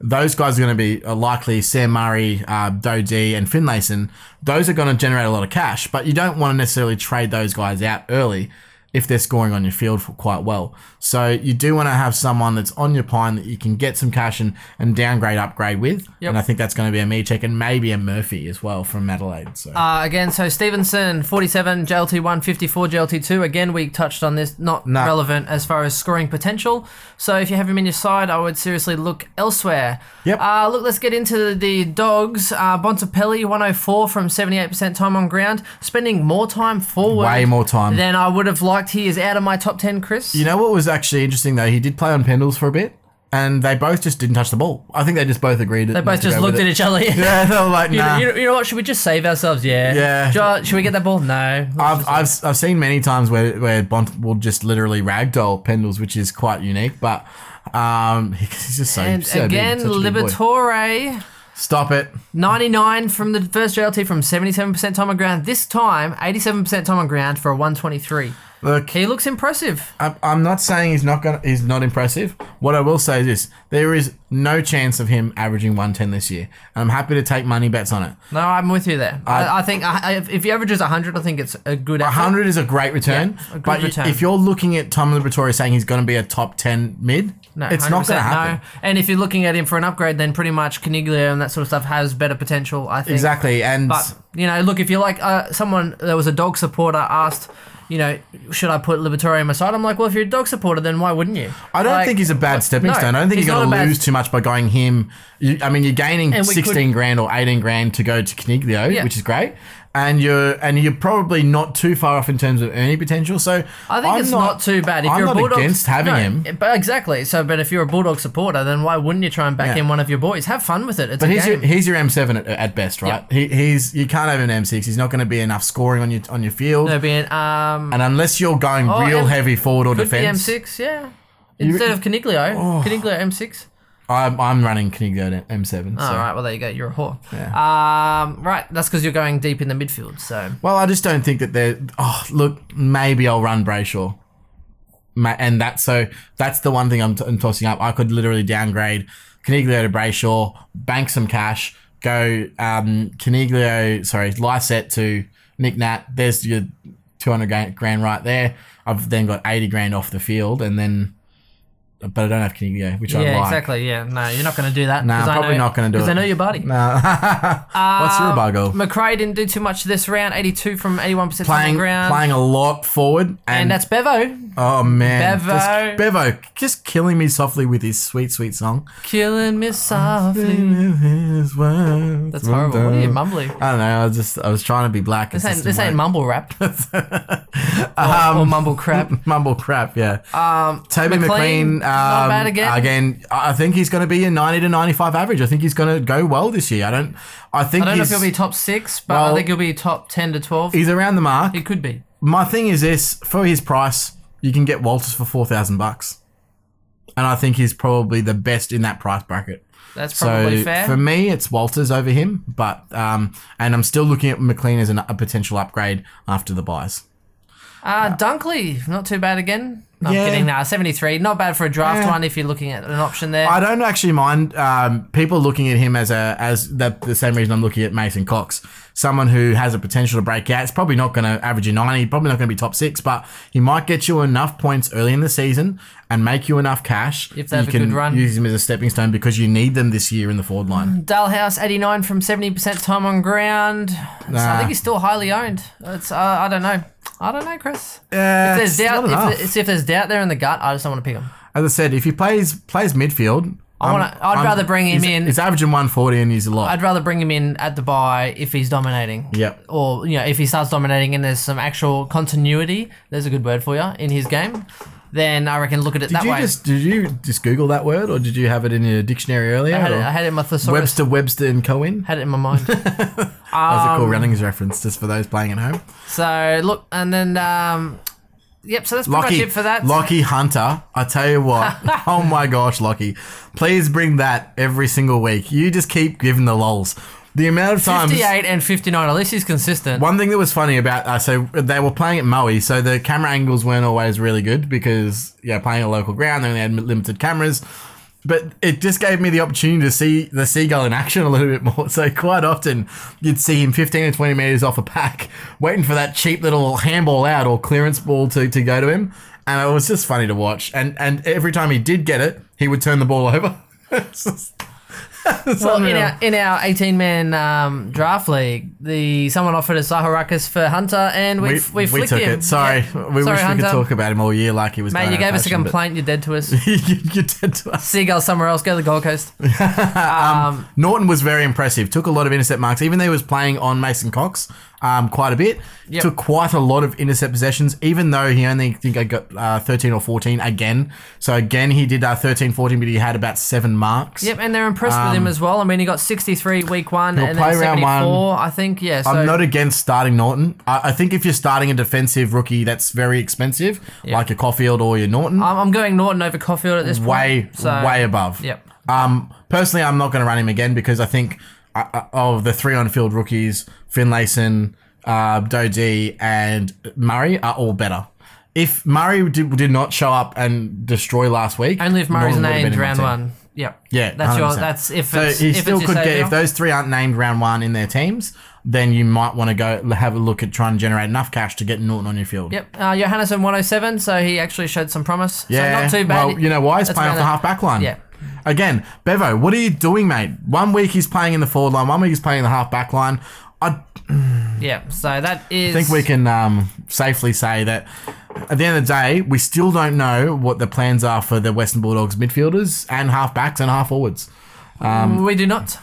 C: Those guys are going to be uh, likely Sam Murray, uh, Dodie, and Finlayson. Those are going to generate a lot of cash, but you don't want to necessarily trade those guys out early if they're scoring on your field for quite well. So you do want to have someone that's on your pine that you can get some cash and, and downgrade, upgrade with. And I think that's going to be a me check and maybe a Murphy as well from Adelaide. So
B: Uh, again, so Stevenson, 47, JLT 1, 54, JLT 2. Again, we touched on this, not
C: No.
B: relevant as far as scoring potential. So if you have him in your side, I would seriously look elsewhere.
C: Yep.
B: Uh, look, let's get into the dogs. Uh, Bontepelli, 104 from 78% time on ground, spending more time forward.
C: Way more time.
B: Than I would have liked. He is out of my top 10, Chris.
C: you know what was actually interesting though? He did play on Pendles for a bit and they both just didn't touch the ball. I think they just both agreed.
B: they both just looked at each other.
C: Yeah, they were like,
B: You, know,
C: nah.
B: you, know, you know what? Should we just save ourselves? Yeah.
C: Yeah.
B: Jo- Should we get that ball? No.
C: I've, I've, I've seen many times where, where Bont will just literally ragdoll Pendles, which is quite unique, but um, he's just so,
B: and
C: so big,
B: again,
C: such a big boy.
B: Liberatore.
C: Stop it.
B: 99 from the first JLT from 77% time on ground. This time, 87% time on ground for a 123.
C: Look,
B: He looks impressive.
C: I'm, I'm not saying he's not gonna he's not impressive. What I will say is this: there is no chance of him averaging 110 this year, and I'm happy to take money bets on it.
B: No, I'm with you there. I, I think I, I- if he averages 100, I think it's a good effort.
C: 100 is a great return,
B: a good
C: but y-
B: return.
C: if you're looking at Tom Liberatore saying he's going to be a top 10 mid,
B: No,
C: it's not
B: 100%,
C: going to happen.
B: No. And if you're looking at him for an upgrade, then pretty much Caniglio and that sort of stuff has better potential, I think.
C: Exactly, and
B: But, you know, look, if you're like uh, someone that was a dog supporter asked, you know, should I put Liberatore on my side? I'm like, well, if you're a dog supporter, then why wouldn't you?
C: I don't
B: Like,
C: think he's a bad stepping
B: no,
C: stone. I don't think
B: he's
C: you're going
B: not a
C: to
B: bad-
C: lose too much by going him. You, I mean, you're gaining
B: And we could-
C: 16 grand or 18 grand to go to Caniglio,
B: Yeah.
C: which is great. And you're and you're probably not too far off in terms of earning potential. So
B: I think it's not, too bad. If
C: I'm
B: you're
C: not
B: a Bulldog,
C: against having
B: No,
C: him.
B: But exactly. So, but if you're a Bulldog supporter, then why wouldn't you try and back
C: Yeah.
B: in one of your boys? Have fun with it. It's
C: But
B: a
C: he's your,
B: game.
C: he's your M7 at, at best, right? He, he's you can't have an M6. He's not going to be enough scoring on your on your field.
B: no, being um,
C: And unless you're going
B: Oh,
C: real
B: M-
C: heavy forward or
B: could be
C: defense, Oh.
B: M6. Yeah. Instead of Caniglio, Caniglio M6.
C: I'm, I'm running Caniglio at M7.
B: All
C: so.
B: right. Well, there you go. You're a whore. Um, right. That's because you're going deep in the midfield. So
C: Well, I just don't think that they're. Oh, look, maybe I'll run Brayshaw. Ma- And that's so that's the one thing I'm, t- I'm tossing up. I could literally downgrade Caniglio to Brayshaw, bank some cash, go um, Caniglio, sorry, Lyset to Nick Nat. There's your 200 gra- grand right there. I've then got 80 grand off the field, and then, but I don't have Caniglio, which I
B: yeah,
C: like.
B: exactly. Yeah, no, you're not going to do that.
C: Nah,
B: 'cause I
C: probably
B: know-
C: not going to do it.
B: Because I know your buddy. Um,
C: Nah. What's your buggle?
B: McRae didn't do too much this round. 82 from 81 percent
C: Playing,
B: ground.
C: playing a lot forward, and,
B: and that's Bevo
C: oh man,
B: Bevo.
C: Just, Bevo just killing me softly with his sweet, sweet song.
B: killing me softly.
C: That's
B: That's horrible. What are you mumbling?
C: I don't know. I was just I was trying to be black.
B: This ain't, this ain't mumble rap. or,
C: Um,
B: or mumble crap.
C: mumble crap. Yeah. Um, Toby
B: McLean,
C: McLean.
B: not
C: um,
B: bad again.
C: I I think he's going to be a ninety to ninety-five average. I think he's going to go well this year. I don't. I think
B: I don't know if
C: he's,
B: he'll be top six, but I
C: Well-
B: think he'll be top 10 to 12.
C: he's around the mark.
B: He could be.
C: My thing is this: for his price, you can get Walters for four thousand bucks, and I think he's probably the best in that price bracket.
B: That's probably
C: So
B: fair.
C: for me, it's Walters over him, but um, and I'm still looking at McLean as an, a potential upgrade after the buys.
B: uh, Dunkley, not too bad again. No, I'm
C: Yeah.
B: kidding. Nah, 73. Not bad for a draft
C: Yeah.
B: one if you're looking at an option there.
C: I don't actually mind um, people looking at him as a as the, the same reason I'm looking at Mason Cox, someone who has a potential to break out. It's probably not going to average you 90, probably not going to be top six, but he might get you enough points early in the season and make you enough cash.
B: If they
C: you
B: have a good run.
C: use him as a stepping stone because you need them this year in the forward line.
B: Dalhouse, 89 from 70% time on ground. So I
C: Nah.
B: think he's still highly owned. It's uh, I don't know. I don't know, Chris.
C: Uh,
B: If there's,
C: it's not
B: doubt,
C: enough.
B: if, there- see, if there's doubt there in the gut, I just don't want to pick him.
C: as I said, if he plays plays midfield,
B: I wanna- I'd rather bring him
C: he's-
B: in-
C: He's averaging 140 and he's a lot.
B: I'd rather bring him in at the buy if he's dominating.
C: Yep.
B: Or, you know, if he starts dominating and there's some actual continuity, there's a good word for you, in his game, then I reckon look at it
C: did
B: that
C: you
B: way.
C: just did you just Google that word or did you have it in your dictionary earlier?
B: I, had it,
C: or-
B: I had it in my thesaurus.
C: Webster, Webster, and Cohen.
B: Had it in my mind.
C: That
B: Um,
C: was a cool Runnings reference just for those playing at home.
B: so, look, and then, um, yep, so that's pretty
C: Lockie,
B: much it for that.
C: Lockie Hunter, I tell you what. oh my gosh, Lockie. Please bring that every single week. You just keep giving the lols. The amount of times.
B: 58 and 59, at least he's consistent.
C: One thing that was funny about uh, so they were playing at Maui, so the camera angles weren't always really good because yeah, playing at local ground, they only had limited cameras. But it just gave me the opportunity to see the seagull in action a little bit more. So quite often you'd see him 15 or 20 meters off a pack, waiting for that cheap little handball out or clearance ball to, to go to him, and it was just funny to watch. And and every time he did get it, he would turn the ball over. It's just- it's
B: Well, in
C: unreal.
B: our, in our 18 man um, draft league, the someone offered us Saharakis for Hunter, and we,
C: we,
B: f- we, flicked
C: took
B: him.
C: it. Sorry,
B: Yeah.
C: we
B: Sorry,
C: wish we
B: Hunter.
C: could talk about him all year like he was.
B: Mate,
C: going
B: you
C: out
B: gave
C: of
B: us a
C: fashion, but-
B: complaint. You're dead to us.
C: you, you did to us.
B: Seagull somewhere else. Go to the Gold Coast.
C: Norton was very impressive. Took a lot of intercept marks, even though he was playing on Mason Cox um, quite a bit.
B: Yep.
C: Took quite a lot of intercept possessions, even though he only think I got uh, 13 or 14 again. So again, he did uh, 13, 14, but he had about seven marks.
B: Yep, and they're impressed with him as well. I mean, he got 63 week one and then
C: Um, play
B: 74,
C: round one.
B: I think. Yeah, so
C: I'm not against starting Norton. I, I think if you're starting a defensive rookie that's very expensive, like a Caulfield or your Norton,
B: I'm, I'm going Norton over Caulfield at this
C: way
B: point. so-
C: way above.
B: Yep.
C: Um, personally, I'm not going to run him again because I think uh, uh, of the three on-field rookies, Finlayson, uh, Dodie, and Murray are all better. If Murray did, did not show up and destroy last week,
B: Only if Murray's
C: Norton would've been
B: named
C: in my
B: round
C: team.
B: one. Yep.
C: Yeah,
B: That's your.
C: 100%.
B: That's if
C: So
B: it's.
C: he
B: if
C: still
B: it's
C: could
B: your
C: get
B: savior.
C: if those three aren't named round one in their teams, then you might want to go have a look at trying to generate enough cash to get Norton on your field.
B: Yep. Uh, Johannesson 107, so he actually showed some promise.
C: Yeah,
B: So not too bad.
C: Well, you know why he's
B: That's
C: playing
B: around
C: off the
B: that-
C: half back line.
B: Yeah.
C: Again, Bevo, what are you doing, mate? One week he's playing in the forward line, one week he's playing in the half back line. I
B: Yeah. So that is.
C: think we can um, safely say that at the end of the day, we still don't know what the plans are for the Western Bulldogs midfielders and half backs and half forwards.
B: we do not.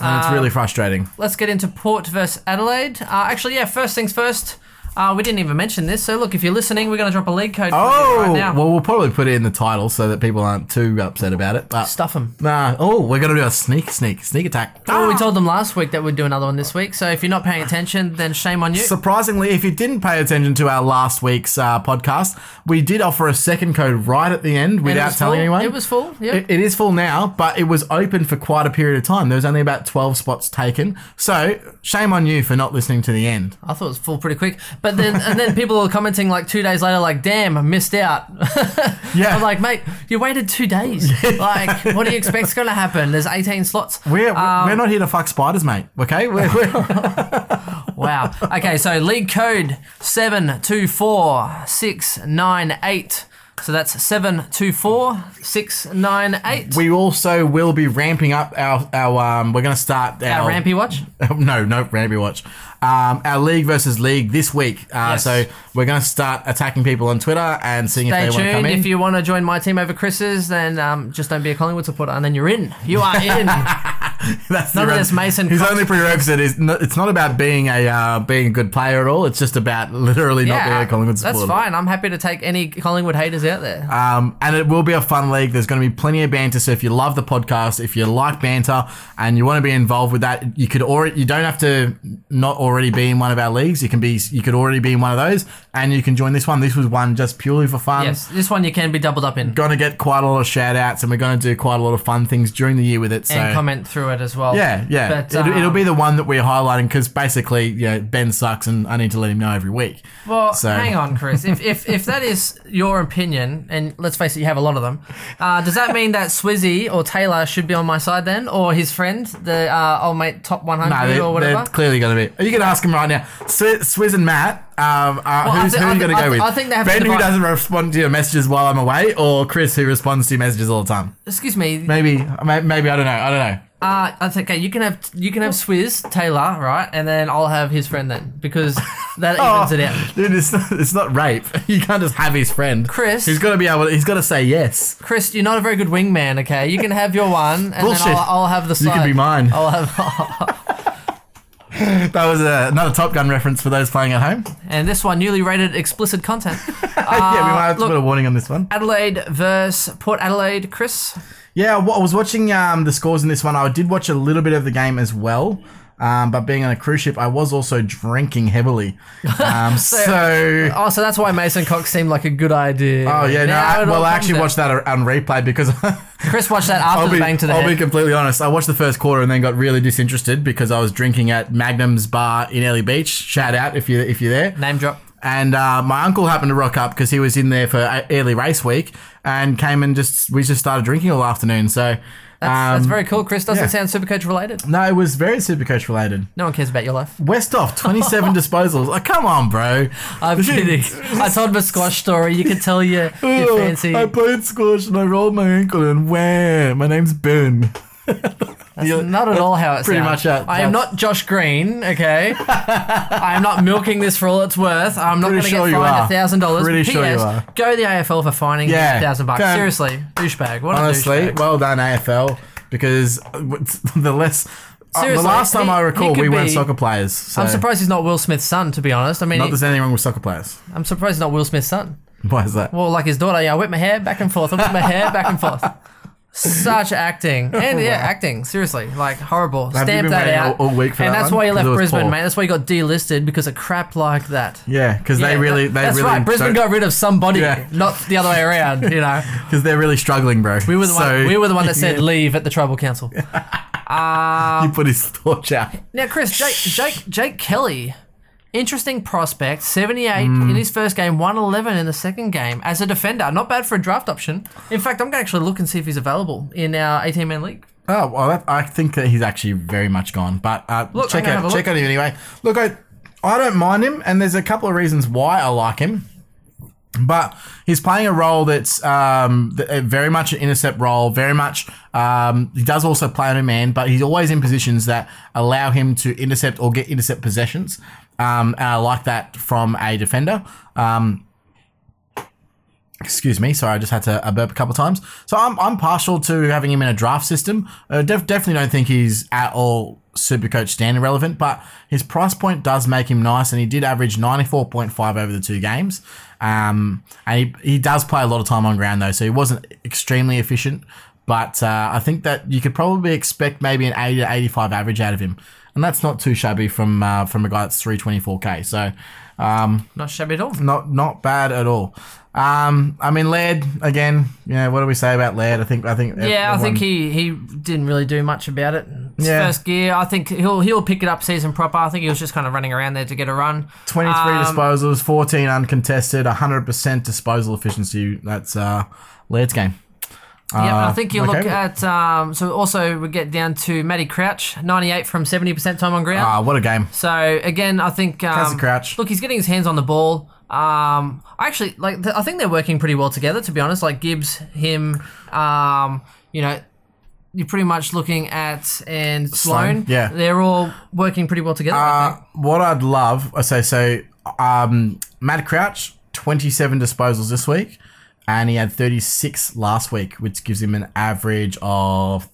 C: And it's
B: Um,
C: really frustrating.
B: Let's get into Port versus Adelaide. Uh, actually, yeah. First things first. Uh, we didn't even mention this. So look, if you're listening, we're going to drop a league code. for you
C: Oh,
B: right now.
C: well, we'll probably put it in the title so that people aren't too upset about it. But
B: stuff them.
C: nah, oh, we're gonna do a sneak, sneak, sneak attack. Ah!
B: Well, we told them last week that we'd do another one this week. So if you're not paying attention, then shame on you.
C: Surprisingly, if you didn't pay attention to our last week's uh, podcast, we did offer a second code right at the end
B: And it
C: without
B: was
C: telling
B: full.
C: anyone.
B: It was full. Yeah.
C: It- it is full now, but it was open for quite a period of time. There was only about 12 spots taken. So, shame on you for not listening to the end.
B: I thought it was full pretty quick. But then and then people are commenting like two days later, like, "Damn, I missed out."
C: Yeah.
B: I'm like, mate, you waited two days. Like, what do you expect's going to happen? There's 18 slots. Um,
C: We're, we're not here to fuck spiders, mate. Okay, we're, we're
B: Wow. Okay, so league code seven two four six nine eight. So that's seven two four six nine eight.
C: we also will be ramping up our our. Um, we're going to start our,
B: Our rampy watch.
C: no, no, Rambi Watch. Um, our league versus league this week. Uh,
B: Yes.
C: So we're going to start attacking people on Twitter and seeing
B: Stay
C: if they want to come
B: tuned.
C: in.
B: If you want to join my team over Chris's, then um, just don't be a Collingwood supporter, and then you're in. You are in.
C: That's
B: None
C: the
B: of
C: re-
B: this Mason
C: His
B: Cox-
C: only prerequisite is no, it's not about being a uh, being a good player at all. It's just about literally not being a Collingwood supporter.
B: That's fine. I'm happy to take any Collingwood haters out there.
C: Um, and it will be a fun league. There's going to be plenty of banter. So if you love the podcast, if you like banter, and you want to be involved with that, you could already. You don't have to not already be in one of our leagues. You can be. You could already be in one of those, and you can join this one. This was one just purely for fun.
B: yes, this one you can be doubled up in
C: Gonna get quite a lot of shout outs, and we're gonna do quite a lot of fun things during the year with it. So
B: and comment through it as well.
C: Yeah, yeah.
B: But,
C: it, it'll
B: um,
C: be the one that we're highlighting because basically, you know, Ben sucks, and I need to let him know every week.
B: Well,
C: So-
B: hang on, Chris. If, if if that is your opinion, and let's face it, you have a lot of them, uh, does that mean that Swizzy or Taylor should be on my side then, or his friend, the uh, old mate, top one
C: No,
B: hundred
C: they're,
B: or
C: Uh, they're
B: whatever?
C: clearly going to be. You can ask him right now. Swi- Swizz and Matt, um, uh,
B: I
C: who's,
B: thi-
C: who
B: I
C: are you
B: thi-
C: going to
B: I
C: go
B: thi-
C: with?
B: I think they have to
C: ben, who
B: divide-
C: doesn't respond to your messages while I'm away, or Chris, who responds to your messages all the time?
B: Excuse me. Uh,
C: Maybe, may- maybe I don't know. I don't know.
B: I think okay. You can have you can have Swizz Taylor, right, and then I'll have his friend then because that evens it out.
C: Oh, Dude, it's not, it's not rape. You can't just have his friend,
B: Chris.
C: He's got to be able. He's got to say yes.
B: Chris, you're not a very good wingman. Okay, you can have your one, and
C: Bullshit.
B: then I'll, I'll have the side.
C: You can be mine.
B: I'll have.
C: That was uh another Top Gun reference for those playing at home.
B: and this one newly rated explicit content.
C: yeah, we might have to
B: Uh, look-
C: put a warning on this one.
B: Adelaide versus Port Adelaide, Chris.
C: Yeah, wa- I was watching um, the scores in this one. I did watch a little bit of the game as well. Um, but being on a cruise ship, I was also drinking heavily. Um, so,
B: Oh, so that's why Mason Cox seemed like a good idea.
C: oh yeah, no.
B: Now it
C: I,
B: all
C: well, I
B: comes
C: actually
B: down.
C: watched that on replay because
B: Chris watched that after
C: I'll
B: the
C: be
B: bang to the
C: I'll be
B: head.
C: completely honest. I watched the first quarter and then got really disinterested because I was drinking at Magnum's bar in Ellie Beach. Shout out if you if you're there.
B: Name drop.
C: And uh, my uncle happened to rock up because he was in there for a- early race week and came and just we just started drinking all afternoon. So
B: That's,
C: um,
B: that's very cool, Chris. Doesn't
C: yeah.
B: sound Supercoach related.
C: No, it was very Supercoach related.
B: No one cares about your life.
C: Westoff, 27 disposals. Like, come on, bro.
B: I'm kidding. I told him a squash story. You could tell you, you fancy.
C: I played squash and I rolled my ankle and wham, my name's Ben.
B: That's not at all how it
C: pretty
B: sounds.
C: much that-
B: I am
C: that's-
B: not Josh Green, okay? I am not milking this for all it's worth. I'm not going
C: Pretty
B: to
C: sure
B: get
C: you
B: fined
C: are.
B: a thousand dollars.
C: Pretty sure you
B: P.S.
C: are.
B: Go to the AFL for fining
C: Yeah.
B: a thousand bucks.
C: Go.
B: Seriously, douchebag. What a
C: Honestly,
B: douchebag.
C: well done, AFL, because the less. uh, the
B: Seriously,
C: last time
B: he-
C: I recall,
B: he could
C: we weren't
B: be-
C: soccer players. So
B: I'm surprised he's not Will Smith's son, to be honest. I mean,
C: Not that there's anything wrong with soccer players.
B: I'm surprised he's not Will Smith's son.
C: Why is that?
B: Well, like his daughter, yeah, I whip my hair back and forth. I whip my hair back and forth. Such acting. And yeah, acting. Seriously. Like horrible.
C: you
B: Stamp
C: been
B: that
C: waiting
B: out.
C: all- all week for
B: and
C: that
B: that's
C: one?
B: why you
C: 'Cause
B: left
C: it was
B: Brisbane,
C: poor.
B: mate. That's why you got delisted because of crap like that.
C: yeah, because they
B: Yeah,
C: really,
B: that-
C: they
B: that's
C: really.
B: right. Brisbane got rid of somebody,
C: Yeah.
B: not the other way around. You know,
C: because they're really struggling, bro.
B: we were the one. We were the one that said
C: you,
B: leave at the tribal council.
C: you put his torch out.
B: Now, Chris, Jake, Jake, Jake Kelly, interesting prospect, seventy-eight
C: Mm.
B: in his first game, one eleven in the second game as a defender. Not bad for a draft option. In fact, I'm gonna actually look and see if he's available in our eighteen-man league.
C: Oh well, that, I think that he's actually very much gone. But uh,
B: Look, I'm
C: check
B: gonna have
C: out
B: a
C: check
B: look.
C: out him anyway. Look, I I don't mind him, and there's a couple of reasons why I like him. But he's playing a role that's um, th- uh, very much an intercept role. Very much, um, he does also play on a man, but he's always in positions that allow him to intercept or get intercept possessions. Um, and I like that from a defender. Um, Excuse me, sorry, I just had to uh, burp a couple times. So I'm, I'm partial to having him in a draft system. Uh, def- definitely don't think he's at all super coach standard relevant, but his price point does make him nice, and he did average 94.5 over the two games. Um, and he, he does play a lot of time on ground, though, so he wasn't extremely efficient. But uh, I think that you could probably expect maybe an 80 to 85 average out of him. and that's not too shabby from uh, from a guy that's 324k. So um,
B: Not shabby at all.
C: not not bad at all. Um, I mean, Laird again. You know, what do we say about Laird? I think I think
B: Yeah, I
C: everyone-
B: think he, he didn't really do much about it. It's
C: Yeah.
B: first gear. I think he'll he'll pick it up season proper. I think he was just kind of running around there to get a run.
C: 23
B: Um,
C: disposals, 14 uncontested, 100% disposal efficiency. That's uh, Laird's game.
B: Yeah,
C: Uh,
B: I think you look
C: okay.
B: at um, so also we get down to Matty Crouch, ninety eight from seventy percent time on ground.
C: Ah, what a game.
B: So again, I think um,
C: Cassie Crouch.
B: Look, he's getting his hands on the ball. Um, I actually like. Th- I think they're working pretty well together. To be honest, like Gibbs, him, um, you know, you're pretty much looking at and Sloan.
C: yeah.
B: they're all working pretty well together. I
C: Uh,
B: think.
C: what I'd love, I say, so um, Matt Crouch, 27 disposals this week, and he had 36 last week, which gives him an average of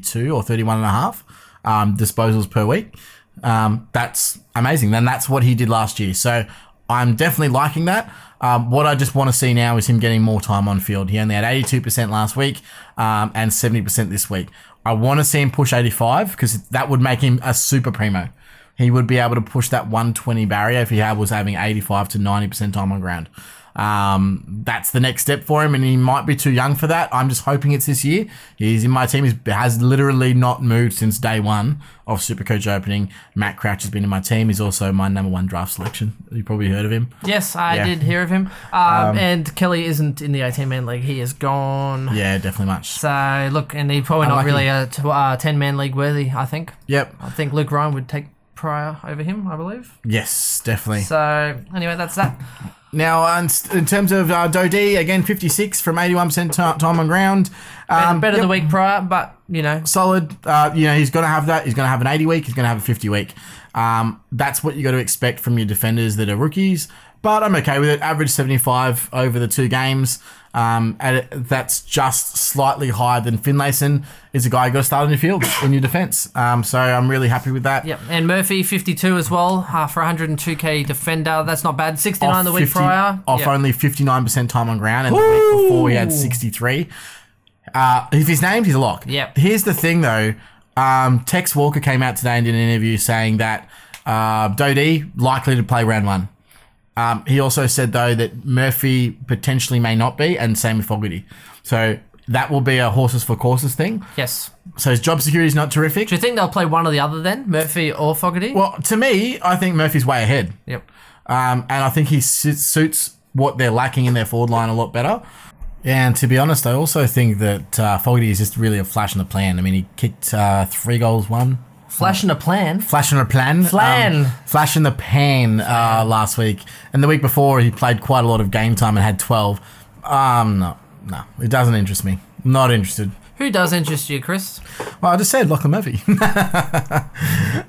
C: 32 or 31 and a half um, disposals per week. Um, that's amazing. Then that's what he did last year. So I'm definitely liking that. Um, what I just want to see now is him getting more time on field. He only had 82% last week um, and 70% this week. I want to see him push 85 because that would make him a super primo he would be able to push that 120 barrier if he had, was having 85 to 90% time on ground. Um, that's the next step for him, and he might be too young for that. I'm just hoping it's this year. He's in my team. He has literally not moved since day one of Supercoach opening. Matt Crouch has been in my team. He's also my number one draft selection. You probably heard of him.
B: yes, I
C: yeah.
B: did hear of him. Um, and Kelly isn't in the 18 man league. He is gone.
C: Yeah, definitely much.
B: So look, and he's probably not
C: Unlucky.
B: really a t- uh, 10 man league worthy. I think.
C: Yep.
B: I think Luke Ryan would take prior over him. I believe.
C: Yes, definitely.
B: So anyway, that's that.
C: Now, on- in terms of uh, Dodie, again, 56 from 81% ti- time on ground. Um,
B: better
C: yep.
B: the week prior, but you know,
C: solid. Uh, you know, he's going to have that. He's going to have an 80 week. He's going to have a 50 week. Um, that's what you got to expect from your defenders that are rookies. But I'm okay with it. Average 75 over the two games. Um, and it- that's just slightly higher than Finlayson. Is a guy you got to start in your field in your defense. Um, so I'm really happy with that.
B: yep. And Murphy fifty two as well uh, for hundred and two k defender. That's not bad. Sixty nine the week
C: 50
B: prior.
C: Off
B: Yep.
C: only 59% time on ground, and the week before he had 63. Uh, if he's named, he's a lock.
B: Yep.
C: Here's the thing, though. Um, Tex Walker came out today and did an interview saying that uh, Dodie likely to play round one. Um, he also said though that Murphy potentially may not be, and same with Fogarty. So that will be a horses for courses thing.
B: Yes.
C: So his job security is not terrific.
B: Do you think they'll play one or the other then, Murphy or Fogarty?
C: Well, to me, I think Murphy's way ahead.
B: yep.
C: Um, and I think he su- suits what they're lacking in their forward line a lot better. And to be honest, I also think that uh, Fogarty is just really a flash in the plan. I mean, he kicked uh, three goals, one
B: Flashing a plan.
C: flash in the plan,
B: Flan.
C: um, flash in the pan uh, last week, and the week before he played quite a lot of game time and had twelve. Um, no, no, it doesn't interest me. Not interested.
B: Who does interest you, Chris?
C: Well, I just said Lachlan Murphy.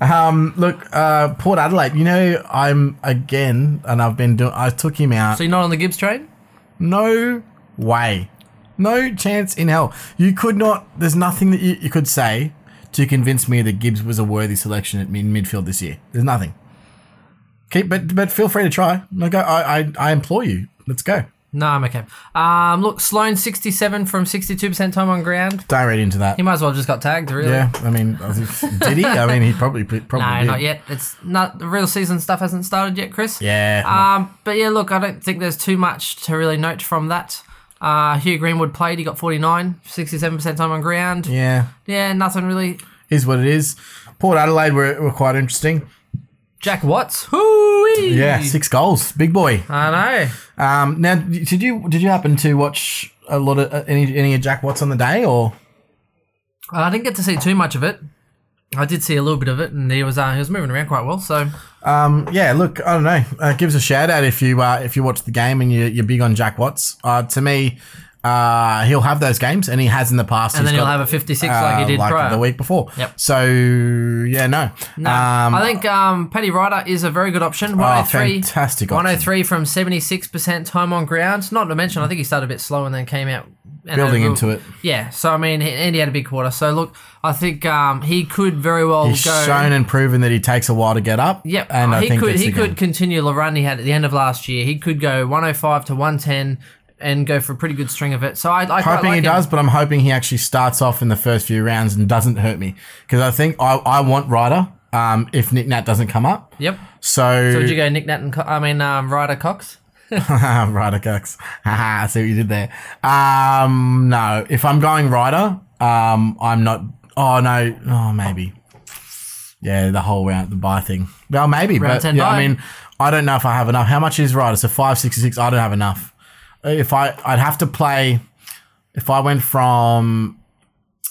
C: um, look, uh, Port Adelaide. You know, I'm again, and I've been doing. I took him out.
B: So you're not on the Gibbs trade?
C: No way. No chance in hell. You could not, there's nothing that you, you could say to convince me that Gibbs was a worthy selection at mid- midfield this year. There's nothing. Keep, but but feel free to try. No, go. I, I, I implore you. Let's go.
B: No, I'm okay. Um, look, Sloan sixty seven from sixty two percent time on ground.
C: Don't read into that.
B: He might as well have just got tagged, really.
C: Yeah, I mean, I think- did he? I mean, he probably probably
B: No,
C: did.
B: not yet. It's not the real season stuff hasn't started yet, Chris.
C: Yeah.
B: Um, but yeah, look, I don't think there's too much to really note from that. Uh, Hugh Greenwood played. He got 49, 67% time on ground. Yeah,
C: yeah,
B: nothing really.
C: is what it is. Port Adelaide were, were quite interesting.
B: Jack Watts. Hoo-wee!
C: Yeah, six goals, big boy.
B: I know.
C: Um, now, did you did you happen to watch a lot of uh, any any of Jack Watts on the day or?
B: I didn't get to see too much of it. I did see a little bit of it, and he was uh, he was moving around quite well. So
C: Um, yeah, look, I don't know. Uh, give us a shout out if you uh, if you watch the game and you, you're big on Jack Watts. Uh, to me, uh, he'll have those games, and he has in the past.
B: and
C: He's
B: then he'll
C: got,
B: have a 56 like he
C: uh,
B: did prior.
C: the week before.
B: Yep.
C: So yeah, no.
B: No, I think um, Paddy Ryder is a very good option. 103,
C: Oh, fantastic option.
B: 103 from 76% time on ground. Not to mention, I think he started a bit slow and then came out. and
C: Building
B: had a
C: into it.
B: Yeah, so I mean, he- and he had a big quarter. So look, I think um, he could very well
C: He's
B: go.
C: shown and proven that he takes a while to get up.
B: Yep,
C: and I
B: he
C: think
B: could
C: that's
B: he
C: the
B: could
C: game.
B: continue the run he had at the end of last year. He could go 105 to 110 and go for a pretty good string of it. So I, I quite
C: hoping
B: like
C: he
B: him.
C: does, but I'm hoping he actually starts off in the first few rounds and doesn't hurt me because I think I, I want Ryder um, if Nick Nat doesn't come up.
B: Yep.
C: So,
B: So would you go Nick Nat and Co- I mean um, Ryder Cox?
C: Ah, Ryder Cox. Haha, I see what you did there. Um, no, if I'm going Ryder, um, I'm not. Oh no, oh maybe. Yeah, the whole round the buy thing. Well, maybe, but
B: 10
C: yeah,
B: buy.
C: I mean, I don't know if I have enough. How much is Ryder? So five sixty six. I don't have enough. Uh, If I, I'd have to play. If I went from,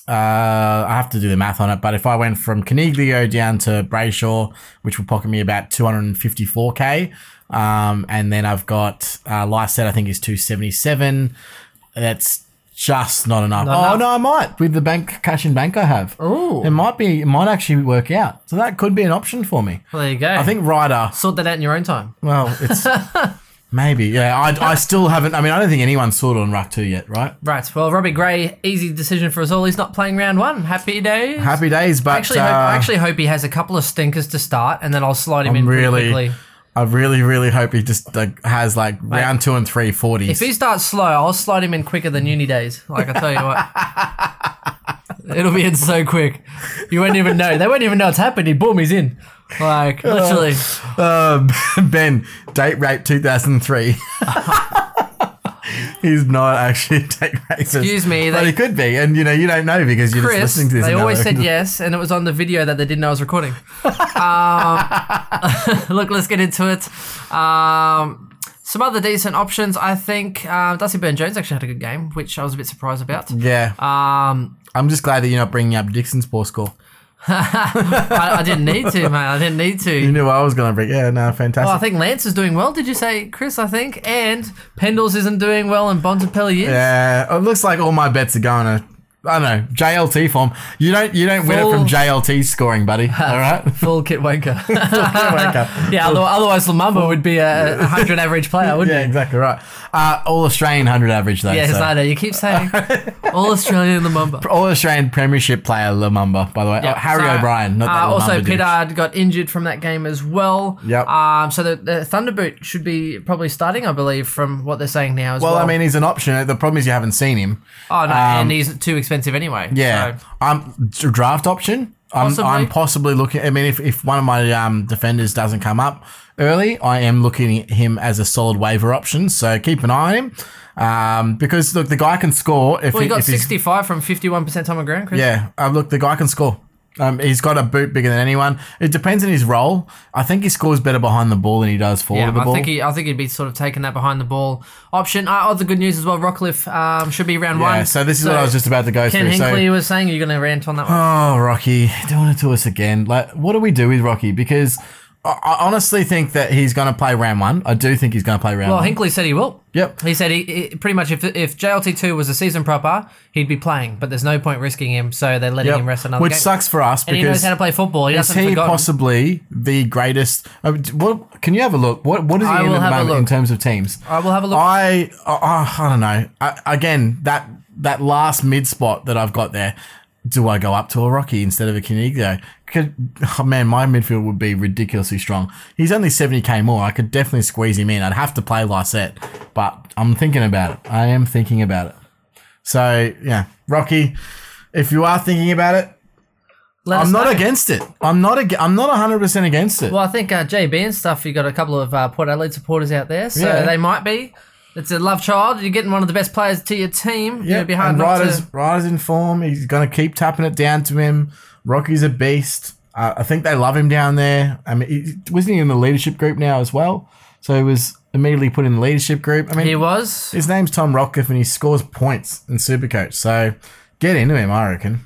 C: uh, I have to do the math on it. But if I went from Caniglio down to Brayshaw, which will pocket me about two hundred and fifty four k, um, and then I've got uh, life set. I think is two seventy seven. That's just not enough.
B: Not
C: oh
B: enough.
C: no, I might with the bank cash in bank I have.
B: Ooh.
C: It might be, it might actually work out. So that could be an option for me.
B: Well, there you go.
C: I think Ryder.
B: sort that out in your own time.
C: Well, it's maybe. Yeah, I, I still haven't. I mean, I don't think anyone's sawed on Ruck two yet, right?
B: Right. Well, Robbie Gray, easy decision for us all. He's not playing round one. Happy days.
C: Happy days, but
B: I actually,
C: uh,
B: hope, I actually hope he has a couple of stinkers to start, and then I'll slide him
C: I'm
B: in pretty
C: really,
B: quickly.
C: I really, really hope he just like, has like round two and three forties.
B: If he starts slow, I'll slide him in quicker than uni days. Like I tell you what, it'll be in so quick. You won't even know. They won't even know it's happening. Boom, he's in. Like literally.
C: Uh, ben, date rape 2003. He's not actually date racist.
B: Excuse me,
C: But
B: they-
C: he could be. And, you know, you don't know because you're
B: Chris,
C: just listening to this.
B: they
C: and
B: always
C: going,
B: said yes, and it was on the video that they didn't know I was recording. um, look, let's get into it. Um, some other decent options, I think. Um, Dusty Burn Jones actually had a good game, which I was a bit surprised about.
C: Yeah.
B: Um,
C: I'm just glad that you're not bringing up Dixon's poor score.
B: I, I didn't need to, mate. I didn't need
C: You
B: to.
C: knew I was going to bring. Yeah, no, fantastic.
B: Well, I think Lance is doing well. Did you say Chris? I think, and Pendles isn't doing well, and Bontempelli is.
C: Yeah, it looks like all my bets are going to. I don't know JLT form. You don't you don't win it
B: Full-
C: from JLT scoring, buddy. All right.
B: Full kit wanker.
C: yeah,
B: yeah, otherwise, otherwise Lumumba would be a 100 average player, wouldn't he?
C: exactly right. Uh, all Australian hundred average though.
B: Yeah,
C: so.
B: it's like that. You keep saying all Australian Lumumba.
C: all Australian Premiership player Lamumba, by the way.
B: Yeah,
C: Oh, Harry
B: so,
C: O'Brien, not that
B: uh, also,
C: Lumumba dude.
B: Pittard got injured from that game as well.
C: Yep.
B: Um, so the, the Thunderboot should be probably starting, I believe, from what they're saying now as well.
C: Well, I mean, he's an option. The problem is you haven't seen him.
B: oh no,
C: um,
B: and he's too expensive anyway.
C: Yeah,
B: so-
C: I'm d- draft option. I'm
B: Possibly.
C: I'm possibly looking. I mean, if, if one of my um, defenders doesn't come up early, I am looking at him as a solid waiver option. So keep an eye on him um, because look, the guy can score. If
B: well,
C: he,
B: he got
C: if he's-
B: 65 from 51% time on ground, Chris.
C: Yeah, uh, look, the guy can score. Um, he's got a boot bigger than anyone. It depends on his role. I think he scores better behind the ball than he does forward
B: Yeah,
C: of the
B: I
C: ball.
B: think he, I think he'd be sort of taking that behind the ball option. Uh, oh, the good news as well, Rockcliffe um, should be round
C: yeah,
B: one.
C: so this is what I was just about to go
B: Ken
C: through.
B: Hinckley
C: so,
B: was saying you're going to rant on that one.
C: oh, Rocky, doing it to us again. Like, what do we do with Rocky? Because I, I honestly think that he's going to play round one. I do think he's going to play round
B: well,
C: one.
B: Hinckley said he will.
C: Um, Yep.
B: He said he, he- pretty much if if JLT two was a season proper, he'd be playing, but there's no point risking him, so they're letting
C: Yep.
B: him rest another
C: Which
B: game.
C: sucks for us
B: and he knows
C: because
B: how to play football. He
C: is
B: doesn't
C: he
B: forgotten.
C: possibly the greatest? Uh, d- what, can you have a look? What What is he
B: I
C: in
B: will
C: at the
B: have a
C: moment in
B: look.
C: terms of teams?
B: I will have a look.
C: I uh, uh, I don't know. I, again, that that last mid spot that I've got there. Do I go up to a Rocky instead of a Caniglio? Could, oh man, my midfield would be ridiculously strong. He's only 70k more. I could definitely squeeze him in. I'd have to play Lysette, but I'm thinking about it. I am thinking about it. So, yeah, Rocky, if you are thinking about it,
B: Let us
C: I'm not
B: know.
C: against it. I'm not ag- I'm not 100% against it.
B: Well, I think uh, JB and stuff. You got a couple of uh, Port Adelaide supporters out there, so
C: Yeah.
B: they might be. It's a love child. You're getting one of the best players to your team. Yeah,
C: Yeah,
B: it'd be hard
C: and
B: not
C: Ryder's,
B: to.
C: Ryder's in form. He's going to keep tapping it down to him. Rocky's a beast. Uh, I think they love him down there. I mean, he, wasn't he in the leadership group now as well? So he was immediately put in the leadership group. I mean,
B: He was.
C: his name's Tom Rockliffe and he scores points in Supercoach. So get into him, I reckon.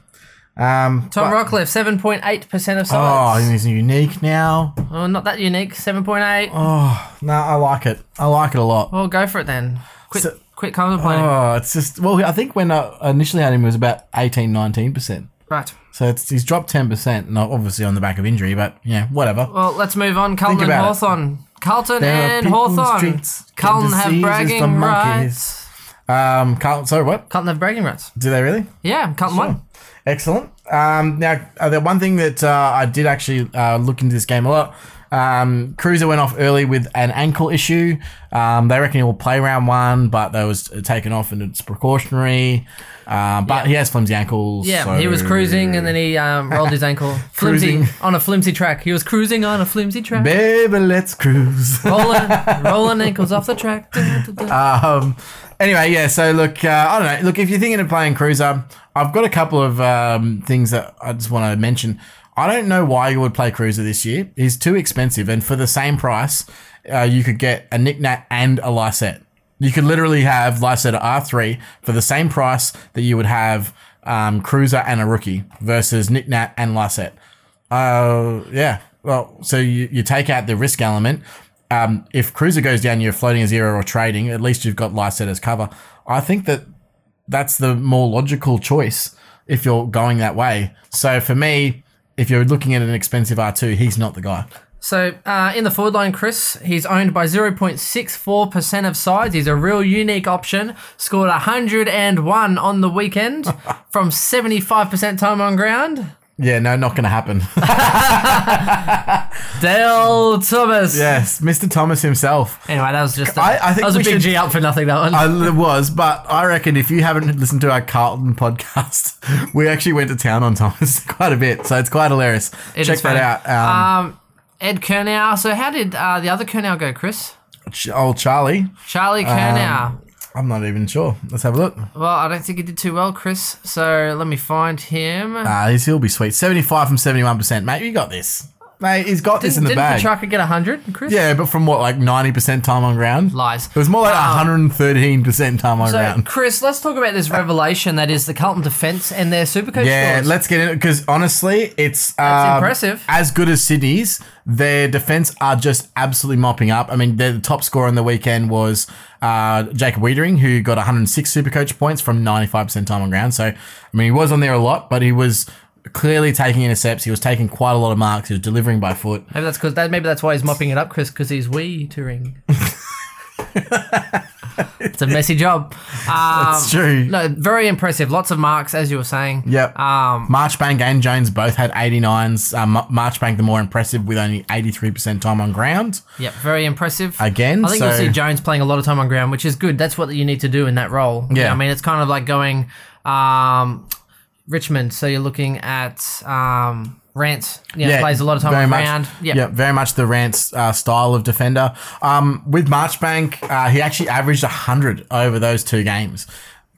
C: Um,
B: Tom
C: but-
B: Rockcliffe, seven point eight percent of
C: Oh,
B: sides.
C: he's unique now.
B: Oh, not that unique. Seven point eight.
C: Oh. No, I like it. I like it a lot.
B: Well, go for it then. Quit,
C: So-
B: quit contemplating.
C: Oh, it's just, well, I think when I initially had him, it was about 18, 19%.
B: right.
C: So it's, he's dropped ten percent, not obviously on the back of injury, but yeah, whatever.
B: Well, let's move on. Carlton and
C: about it.
B: Hawthorn. Carlton
C: There are
B: and
C: people in the
B: Hawthorn.
C: streets,
B: Carlton
C: diseases
B: have
C: for
B: bragging
C: monkeys.
B: rights.
C: Um, Carlton. Sorry, what?
B: Carlton have bragging rights.
C: Do they really?
B: Yeah, Carlton won.
C: Excellent. Um, now, uh, the one thing that uh, I did actually uh, look into this game a lot Um, Cruiser went off early with an ankle issue. Um, they reckon he will play round one, but that was taken off and it's precautionary. Um, but he has flimsy ankles.
B: Yeah,
C: so-
B: he was cruising and then he um, rolled his ankle. flimsy
C: Cruising.
B: on a flimsy track. He was cruising on a flimsy track.
C: Baby, let's cruise.
B: rolling, rolling ankles off the track. Da, da, da.
C: Um, anyway, yeah. So look, uh, I don't know. Look, if you're thinking of playing Cruiser, I've got a couple of um, things that I just want to mention. I don't know why you would play Cruiser this year. He's too expensive, and for the same price, uh, you could get a Knickknack and a Lysette. You could literally have Lysette R3 for the same price that you would have um, Cruiser and a rookie versus Knickknack and Lysette. Uh, yeah. Well, so you, you take out the risk element. Um, if Cruiser goes down, you're floating a zero or trading. At least you've got Lyset as cover. I think that that's the more logical choice if you're going that way. So for me, if you're looking at an expensive R2, he's not the guy.
B: So uh, in the forward line, Chris, he's owned by 0.64% of sides. He's a real unique option. Scored 101 on the weekend from 75% time on ground.
C: Yeah, no, not going to happen.
B: Dale Thomas.
C: yes, Mr. Thomas himself.
B: Anyway, that was just a,
C: I- I think
B: that was a
C: we
B: big
C: should-
B: G up for nothing. That one.
C: I it was, but I reckon if you haven't listened to our Carlton podcast, we actually went to town on Thomas quite a bit. So it's quite hilarious.
B: It
C: Check
B: is funny.
C: that out. Um,
B: Um, Ed Kernow. So how did uh, the other Kernow go, Chris?
C: Ch- old Charlie.
B: Charlie Kernow.
C: Um, I'm not even sure. Let's have a look.
B: well, I don't think he did too well, Chris. So let me find him.
C: Ah, he's he'll be sweet. 75 from 71 percent, mate. You got this, mate. He's got this in
B: didn't
C: the
B: didn't
C: bag.
B: Petrarca get 100, Chris?
C: yeah, but from what like 90 percent time on ground.
B: Lies. Oh.
C: It was more like 113 percent time on
B: So,
C: ground.
B: Chris, let's talk about this revelation that is the Carlton defence and their Supercoach
C: Yeah,
B: scores.
C: let's get in it because honestly, it's um,
B: impressive.
C: As good as Sydney's, their defense are just absolutely mopping up. I mean, their top scorer on the weekend was uh, Jake Wiedering, who got 106 Supercoach points from 95% time on ground. So, I mean, he was on there a lot, but he was clearly taking intercepts. He was taking quite a lot of marks. He was delivering by foot.
B: maybe that's because that, maybe that's why he's mopping it up, Chris, because he's wee touring. it's a messy job. Um,
C: It's true.
B: no, very impressive. Lots of marks, as you were saying.
C: Yep.
B: Um,
C: Marchbank and Jones both had 89s. Um, Marchbank, the more impressive, with only 83% time on ground.
B: Yep. Very impressive.
C: Again,
B: I think
C: so-
B: you'll see Jones playing a lot of time on ground, which is good. That's what you need to do in that role. You
C: Yeah.
B: know, I mean, it's kind of like going um, Richmond. So you're looking at um, Rance. You know, plays a lot of time
C: very
B: on
C: much-
B: ground.
C: Yeah. very much the Rance uh, style of defender. Um, with Marchbank, uh, he actually averaged 100 over those two games.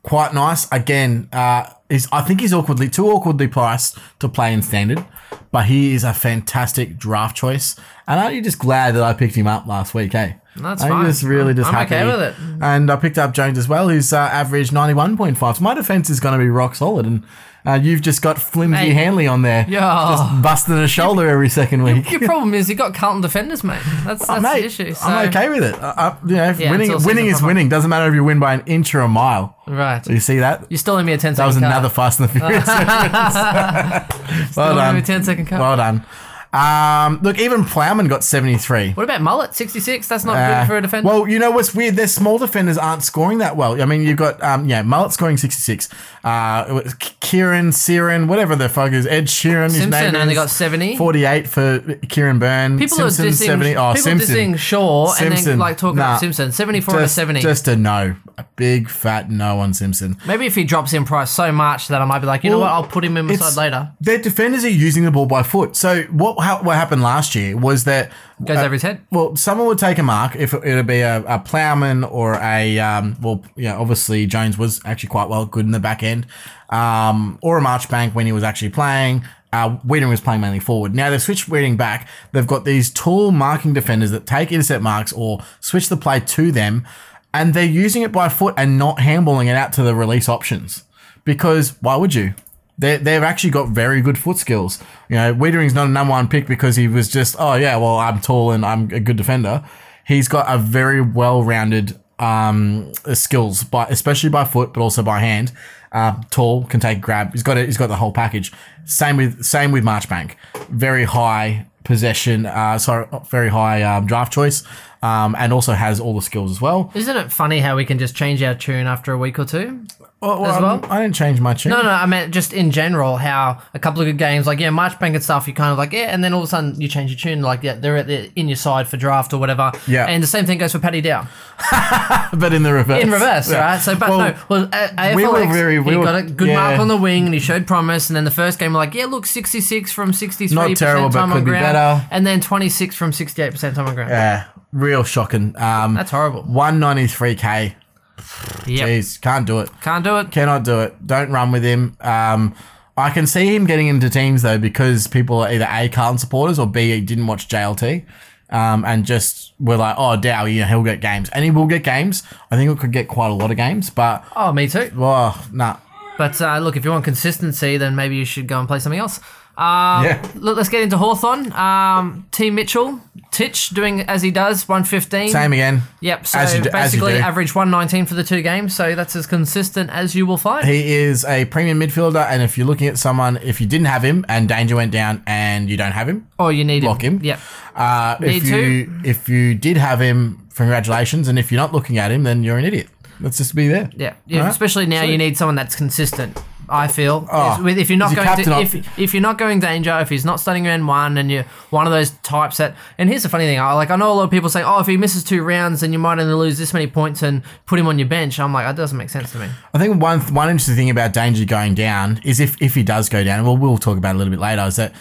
C: Quite nice. Again, uh, is I think he's awkwardly too awkwardly priced to play in standard, but he is a fantastic draft choice. And aren't you just glad that I picked him up last week, eh?
B: That's
C: I'm
B: fine.
C: just really
B: I'm-
C: just
B: I'm
C: happy
B: okay with it.
C: and I picked up Jones as well, who's uh, averaged 91.5. So my defense is going to be rock solid. And uh, you've just got flimsy
B: Mate.
C: Hanley on there.
B: Yeah.
C: Just busting a shoulder every second week.
B: Your problem is you got Carlton defenders, mate. That's, that's
C: Oh, Mate,
B: the issue. So,
C: I'm okay with it. I, I, you know,
B: Yeah, it's all
C: winning, winning
B: season
C: is
B: proper.
C: winning. Doesn't matter if you win by an inch or a mile.
B: Right.
C: You see that?
B: You're still in me a 10
C: That was
B: cut.
C: another Fast and the Furious. well
B: Uh. Still in me a
C: done.
B: 10 second cut.
C: Well done. Um, look, even Plowman got 73.
B: What about Mullet? 66? That's not
C: Uh,
B: good for a defender.
C: Well, you know what's weird? Their small defenders aren't scoring that well. I mean, you've got um, yeah, Mullet scoring sixty six. Uh, it was K- Kieran, Siren, whatever the fuck is Ed Sheeran. his
B: Simpson
C: name
B: only
C: is.
B: got 70.
C: Forty eight for Kieran Byrne.
B: people
C: Simpson
B: are dissing,
C: seventy. Oh,
B: people
C: Simpson.
B: dissing Shaw and then
C: Simpson.
B: like talking
C: Nah.
B: about Simpson. 74 out of
C: Just-
B: 70.
C: Just a no, a big fat no on Simpson.
B: Maybe if he drops in price so much that I might be like, you know
C: Well,
B: what? I'll put him in my side
C: It's-
B: later.
C: Their defenders are using the ball by foot. So what ha- what happened last year was that
B: Goes over his head.
C: Well, someone would take a mark if it would be a, a plowman or a um, well, yeah, obviously Jones was actually quite well good in the back end, um, or a Marchbank when he was actually playing. Uh, Weeding was playing mainly forward. Now they've switched Weeding back. They've got these tall marking defenders that take intercept marks or switch the play to them, and they're using it by foot and not handballing it out to the release options. Because why would you? They, they've actually got very good foot skills. You know, Wiedering's not a number one pick because he was just, oh, yeah, well, I'm tall and I'm a good defender. He's got a very well rounded um, skills, by, especially by foot, but also by hand. Um, tall, can take grab. He's got it. He's got the whole package. Same with same with Marchbank. Very high possession. Uh, sorry, very high um, draft choice, um, and also has all the skills as well.
B: Isn't it funny how we can just change our tune after a week or two?
C: Well, well,
B: as well?
C: I didn't change my tune.
B: No, no, I meant just in general how a couple of good games, like, yeah, March Bank and stuff, you kind of like, yeah, and then all of a sudden you change your tune, like, yeah, they're, at the in your side for draft or whatever.
C: Yeah.
B: And the same thing goes for Paddy Dow.
C: but in the reverse.
B: In reverse,
C: Yeah.
B: right? So, but
C: Well,
B: no, well, a- AFLX,
C: we were very- we
B: he
C: were-
B: got a good
C: yeah.
B: mark on the wing and he showed promise. And then the first game, we're like, yeah, look, 66 from 63
C: Not terrible,
B: percent
C: but
B: time on
C: could be
B: ground,
C: better.
B: and then 26 from 68 percent time on ground.
C: Yeah, real shocking. Um,
B: That's horrible.
C: 193k.
B: Yep.
C: Jeez, can't do it.
B: Can't do it.
C: Cannot do it. Don't run with him. Um, I can see him getting into teams though because people are either A Carlton supporters or B didn't watch JLT. Um, and just were like, oh, Dow, you know, he'll get games. And he will get games. I think it could get quite a lot of games, but,
B: Oh, me too.
C: oh, nah.
B: But uh, look, if you want consistency, then maybe you should go and play something else. Um,
C: Yeah.
B: look, let's get into Hawthorn. Um, Team Mitchell, Titch doing as he does, 115.
C: Same again.
B: Yep, so
C: As you do- as you
B: basically
C: do.
B: average 119 for the two games, so that's as consistent as you will find.
C: He is a premium midfielder, and if you're looking at someone, if you didn't have him and Danger went down and you don't have him,
B: or you need
C: Block him.
B: Yep.
C: uh,
B: Need
C: if you if you did have him, congratulations. And if you're not looking at him, then you're an idiot. Let's just be there.
B: Yeah, yeah
C: Alright?
B: especially now you need someone that's consistent. I feel
C: Oh,
B: With- if you're not
C: is your
B: going
C: captain
B: to,
C: up?
B: if, if you're not going danger, if he's not starting round one, and you're one of those types that. And here's the funny thing, I like I know a lot of people say, oh, if he misses two rounds, then you might only lose this many points and put him on your bench. I'm like, that doesn't make sense to me.
C: I think one one interesting thing about Danger going down is if if he does go down, and well, we'll talk about it a little bit later, is that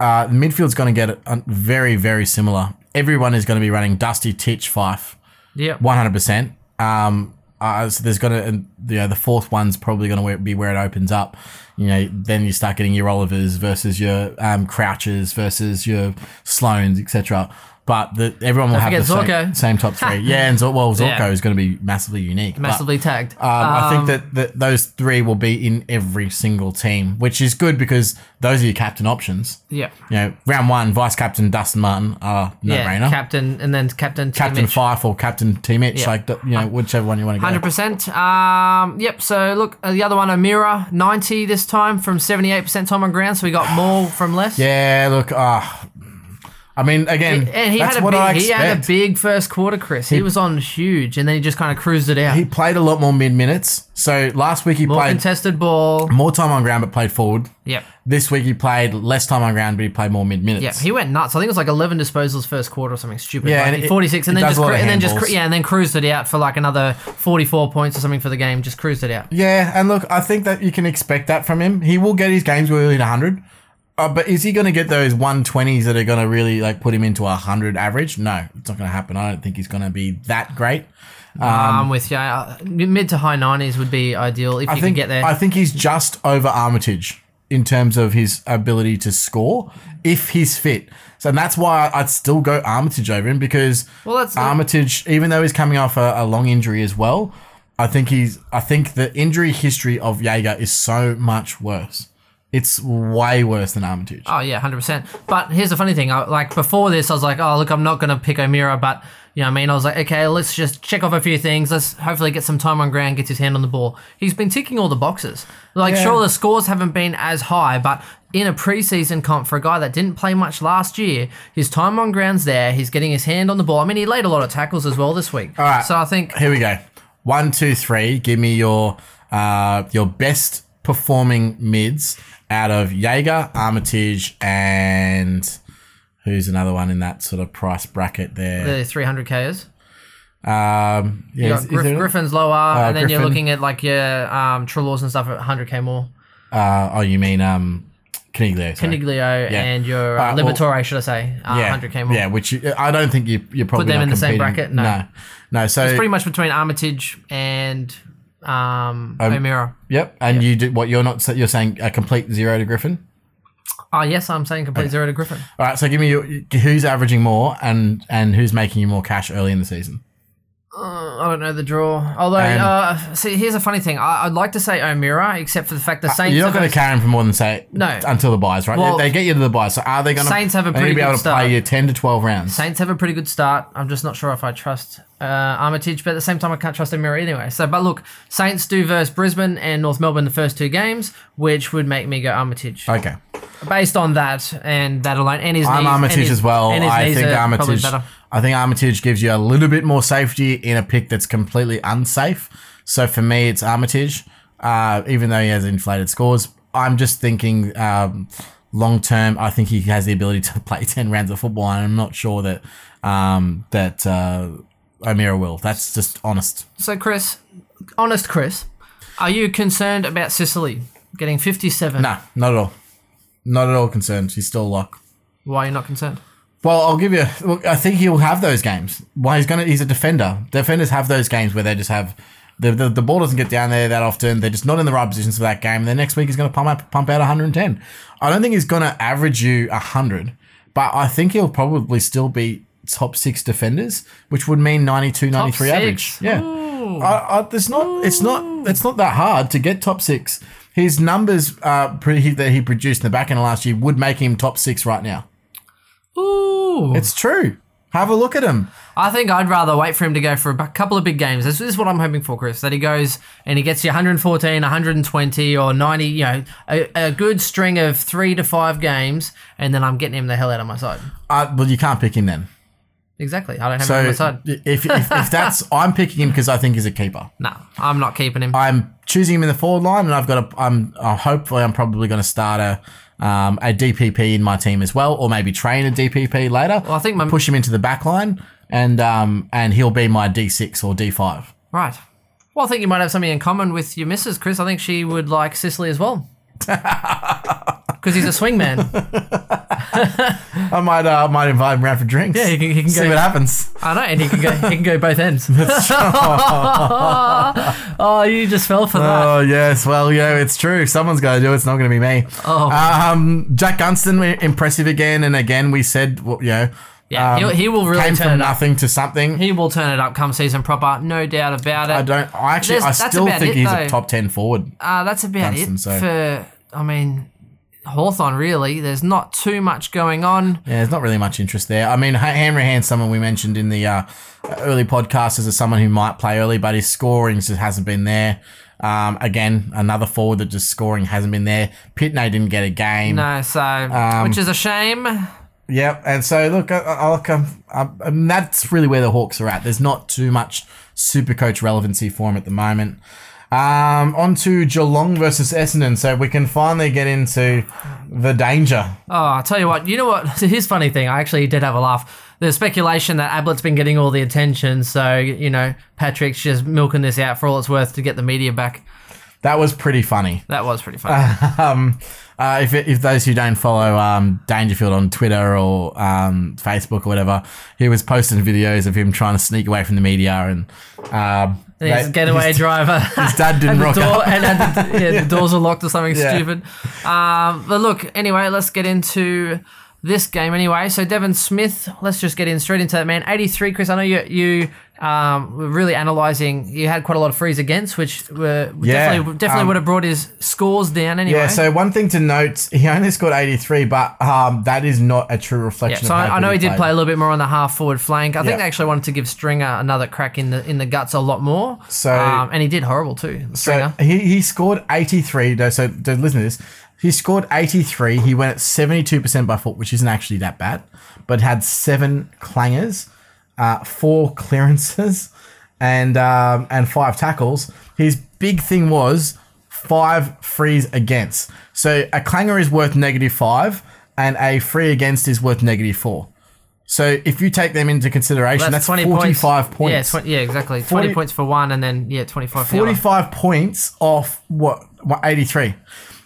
C: uh, the midfield's going to get uh, very very similar. Everyone is going to be running Dusty Titch Fife.
B: Yeah,
C: One hundred percent. Um, uh, so there's gonna, and, you know, the fourth one's probably gonna be where it opens up. You know, then you start getting your Olivers versus your um, Crouches versus your Sloans, etc. But the, everyone will have
B: forget
C: the same,
B: Zorko.
C: same top three. yeah, and Zor- well, Zorko
B: Yeah.
C: is going to be massively unique. but,
B: massively tagged.
C: um, I think that, that those three will be in every single team, which is good because those are your captain options.
B: yeah,
C: You know, round one, vice captain Dustin Martin, uh, no
B: yeah,
C: brainer.
B: captain, and then captain,
C: Captain
B: Mitch.
C: Fife or Captain Team Itch,
B: Yeah.
C: like you know, whichever one you want to go.
B: Hundred percent. Um, yep. So look, uh, the other one, Amira, ninety this time from seventy-eight percent time on ground. So we got more from less.
C: Yeah, look, ah, I mean, again,
B: Mm. And he
C: that's
B: had a
C: what I
B: big, he
C: expect. He,
B: had a big first quarter, Chris. He, was on huge, and then he just kind of cruised it out.
C: played a lot more mid minutes. So last week he
B: More
C: played
B: contested ball.
C: more time on ground, but played forward.
B: Yep.
C: This week he played less time on ground, but he played more mid minutes.
B: Yeah, he went nuts. I think it was like eleven disposals first quarter or something stupid.
C: Yeah,
B: Yeah,
C: and
B: like
C: it-
B: 46,
C: it
B: and then
C: does
B: just
C: a lot
B: cru-
C: of
B: and then just
C: handballs.
B: cru- yeah, and then cruised it out for like another forty-four points or something for the game. Just cruised it out.
C: Yeah, and look, I think that you can expect that from him. He will get his games where he'll hit 100. Uh, but is he going to get those 120s that are going to really like put him into a 100 average? No, it's not going to happen. I don't think he's going to be that great. Um,
B: I'm with you. Uh, mid to high nineties would be ideal if
C: I
B: you
C: think
B: can get there.
C: I think he's just over Armitage in terms of his ability to score if he's fit. So and that's why I'd still go Armitage over him because
B: Well, that's-
C: Armitage, even though he's coming off a, a long injury as well, I think he's. I think the injury history of Jaeger is so much worse. It's way worse than Armitage.
B: Oh yeah, hundred percent. But here's the funny thing. I, like before this, I was like, oh look, I'm not gonna pick O'Meara, but you know, what I mean, I was like, okay, let's just check off a few things. Let's hopefully get some time on ground, gets his hand on the ball. He's been ticking all the boxes. Like,
C: Yeah.
B: sure, the scores haven't been as high, but in a preseason comp for a guy that didn't play much last year, his time on ground's there. He's getting his hand on the ball. I mean, he laid a lot of tackles as well this week. All
C: right.
B: So I think
C: Here we go. One, two, three. Give me your uh, your best performing mids out of Jaeger, Armitage, and who's another one in that sort of price bracket there?
B: the 300 Ks.
C: Um, yeah,
B: You
C: is-
B: got
C: is
B: Griff-
C: there- Uh,
B: Griffin's lower, and then you're
C: Griffin.
B: looking at like your um, Trelaws and stuff at 100k more.
C: uh, oh, you mean um, Caniglio? sorry.
B: Caniglio and your uh,
C: Uh, well-
B: Liberatore, should I say, uh,
C: Yeah,
B: 100k more.
C: Yeah, which you, I don't think you you're probably
B: them
C: not
B: in the same
C: competing-
B: bracket? No.
C: no, No, So
B: Pretty much between Armitage and um, O'Meara.
C: yep. And you do what you're not. sa- You're saying a complete zero to Griffin.
B: Oh, yes, I'm saying complete zero to Griffin.
C: All right, so give me your, who's averaging more and and who's making you more cash early in the season.
B: Uh, I don't know the draw. Although,
C: And-
B: uh, see, here's a funny thing. I, I'd like to say O'Meara, except for the fact the Saints,
C: Uh, You're not
B: have
C: going to
B: a,
C: carry him for more than say
B: No.
C: until the buys, right? They-
B: Well,
C: they, get you to the buys. So are they going to
B: Saints have a pretty
C: be able
B: good
C: to
B: start.
C: play you ten to twelve rounds?
B: Saints have a pretty good start. I'm just not sure if I trust uh, Armitage, but at the same time, I can't trust O'Meara anyway. So, but look, Saints do verse Brisbane and North Melbourne the first two games, which would make me go Armitage.
C: Okay,
B: based on that and that alone, and his
C: I'm
B: knees, and
C: Armitage
B: his-
C: as well.
B: and his
C: I
B: knees
C: think
B: are probably
C: Armitage.
B: better.
C: I think Armitage gives you a little bit more safety in a pick that's completely unsafe. So for me, it's Armitage. uh, even though he has inflated scores. I'm just thinking um, long term. I think he has the ability to play ten rounds of football, and I'm not sure that um, that uh, O'Meara will. That's just honest.
B: So, Chris, honest Chris, are you concerned about Sicily getting 57?
C: No, not at all. Not at all concerned. He's still a lock.
B: Why are you not concerned?
C: Well, I'll give you. Look, I think he'll have those games. Why he's gonna? He's a defender. Defenders have those games where they just have the, the the ball doesn't get down there that often. They're just not in the right positions for that game. And then next week he's gonna pump up, pump out 110. I don't think he's gonna average you 100, but I think he'll probably still be top six defenders, which would mean 92, 93
B: six.
C: average. Yeah, I, I, it's not. It's not. It's not that hard to get top six. His numbers uh, pre- that he produced in the back end of last year would make him top six right now.
B: Ooh.
C: It's true. Have a look at him.
B: I think I'd rather wait for him to go for a bu- couple of big games. This, this is what I'm hoping for, Chris, that he goes and he gets you 114, 120, or 90, you know, a, a good string of three to five games, and then I'm getting him the hell out of my side.
C: Uh, well, you can't pick him then.
B: Exactly. I don't have
C: So
B: him on my side.
C: if, if, if that's, I'm picking him because I think he's a keeper.
B: No, I'm not keeping him.
C: I'm choosing him in the forward line, and I've got a. I'm uh, hopefully I'm probably going to start a um, a DPP in my team as well, or maybe train a DPP later.
B: Well, I think my-
C: push him into the back line, and um and he'll be my D6 or D5.
B: Right. Well, I think you might have something in common with your missus, Chris. I think she would like Sicily as well. Because he's a swingman.
C: I might uh, I might invite him round for drinks.
B: Yeah, he can- he can
C: see
B: go-
C: what happens.
B: I know, and he can go. He can go both ends. oh, you just fell for that.
C: Oh yes, well yeah, it's true. Someone's got to do it. It's not going to be me.
B: Oh.
C: um, Jack Gunston i- impressive again and again. We said well, you know,
B: Yeah,
C: um,
B: he'll- he will really
C: came
B: turn
C: from
B: it up.
C: nothing to something.
B: He will turn it up come season proper, no doubt about it.
C: I don't. I actually,
B: There's-
C: I
B: that's
C: still
B: about
C: think
B: it,
C: he's
B: though.
C: a top ten forward.
B: Uh, that's about
C: Dunstan,
B: it
C: so-
B: for. I mean, Hawthorn. Really, there's not too much going on.
C: Yeah, there's not really much interest there. I mean, Ha- Hanrahan's someone we mentioned in the uh, early podcast as someone who might play early, but his scoring just hasn't been there. Um, again, another forward that just scoring hasn't been there. Pitney didn't get a game.
B: No, so
C: Um,
B: which is a shame.
C: Yep, and so look, I, I, look, I'm, I'm, and that's really where the Hawks are at. There's not too much super coach relevancy for them at the moment. Um, on to Geelong versus Essendon, so we can finally get into the danger.
B: Oh, I tell you what. You know what? So here's a funny thing. I actually did have a laugh. There's speculation that Ablett's been getting all the attention, so you know Patrick's just milking this out for all it's worth to get the media back.
C: That was pretty funny.
B: That was pretty funny.
C: um, uh, if, if those who don't follow um, Dangerfield on Twitter or um, Facebook or whatever, he was posting videos of him trying to sneak away from the media and um,
B: And he's a
C: they-
B: getaway
C: his-
B: driver.
C: his dad didn't
B: and the
C: rock
B: door,
C: up.
B: And had the, yeah, the doors are locked or something
C: Yeah.
B: stupid. Um, but look, anyway, let's get into this game anyway. So Devin Smith, let's just get in straight into that man. 83, Chris. I know you you um, were really analysing. You had quite a lot of frees against, which were
C: Yeah,
B: definitely definitely
C: um,
B: would have brought his scores down anyway.
C: Yeah, so one thing to note, he only scored 83, but um, that is not a true
B: Yeah,
C: reflection
B: so
C: of how
B: I, I
C: good
B: know he did
C: played.
B: play a little bit more on the half forward flank. I think
C: Yeah.
B: they actually wanted to give Stringer another crack in the in the guts a lot more.
C: So-
B: um, and he did horrible too. Stringer.
C: So he, he scored 83. though, So, so listen to this. He scored 83. He went at 72% by foot, which isn't actually that bad, but had seven clangers, uh, four clearances, and um, and five tackles. His big thing was five frees against. So a clanger is worth negative five, and a free against is worth negative four. So if you take them into consideration, that's, 45 points.
B: Yeah, twen- yeah, exactly.
C: 40
B: Twenty points for one, and then yeah, twenty-five. for the other.
C: 45 points off what, what 83.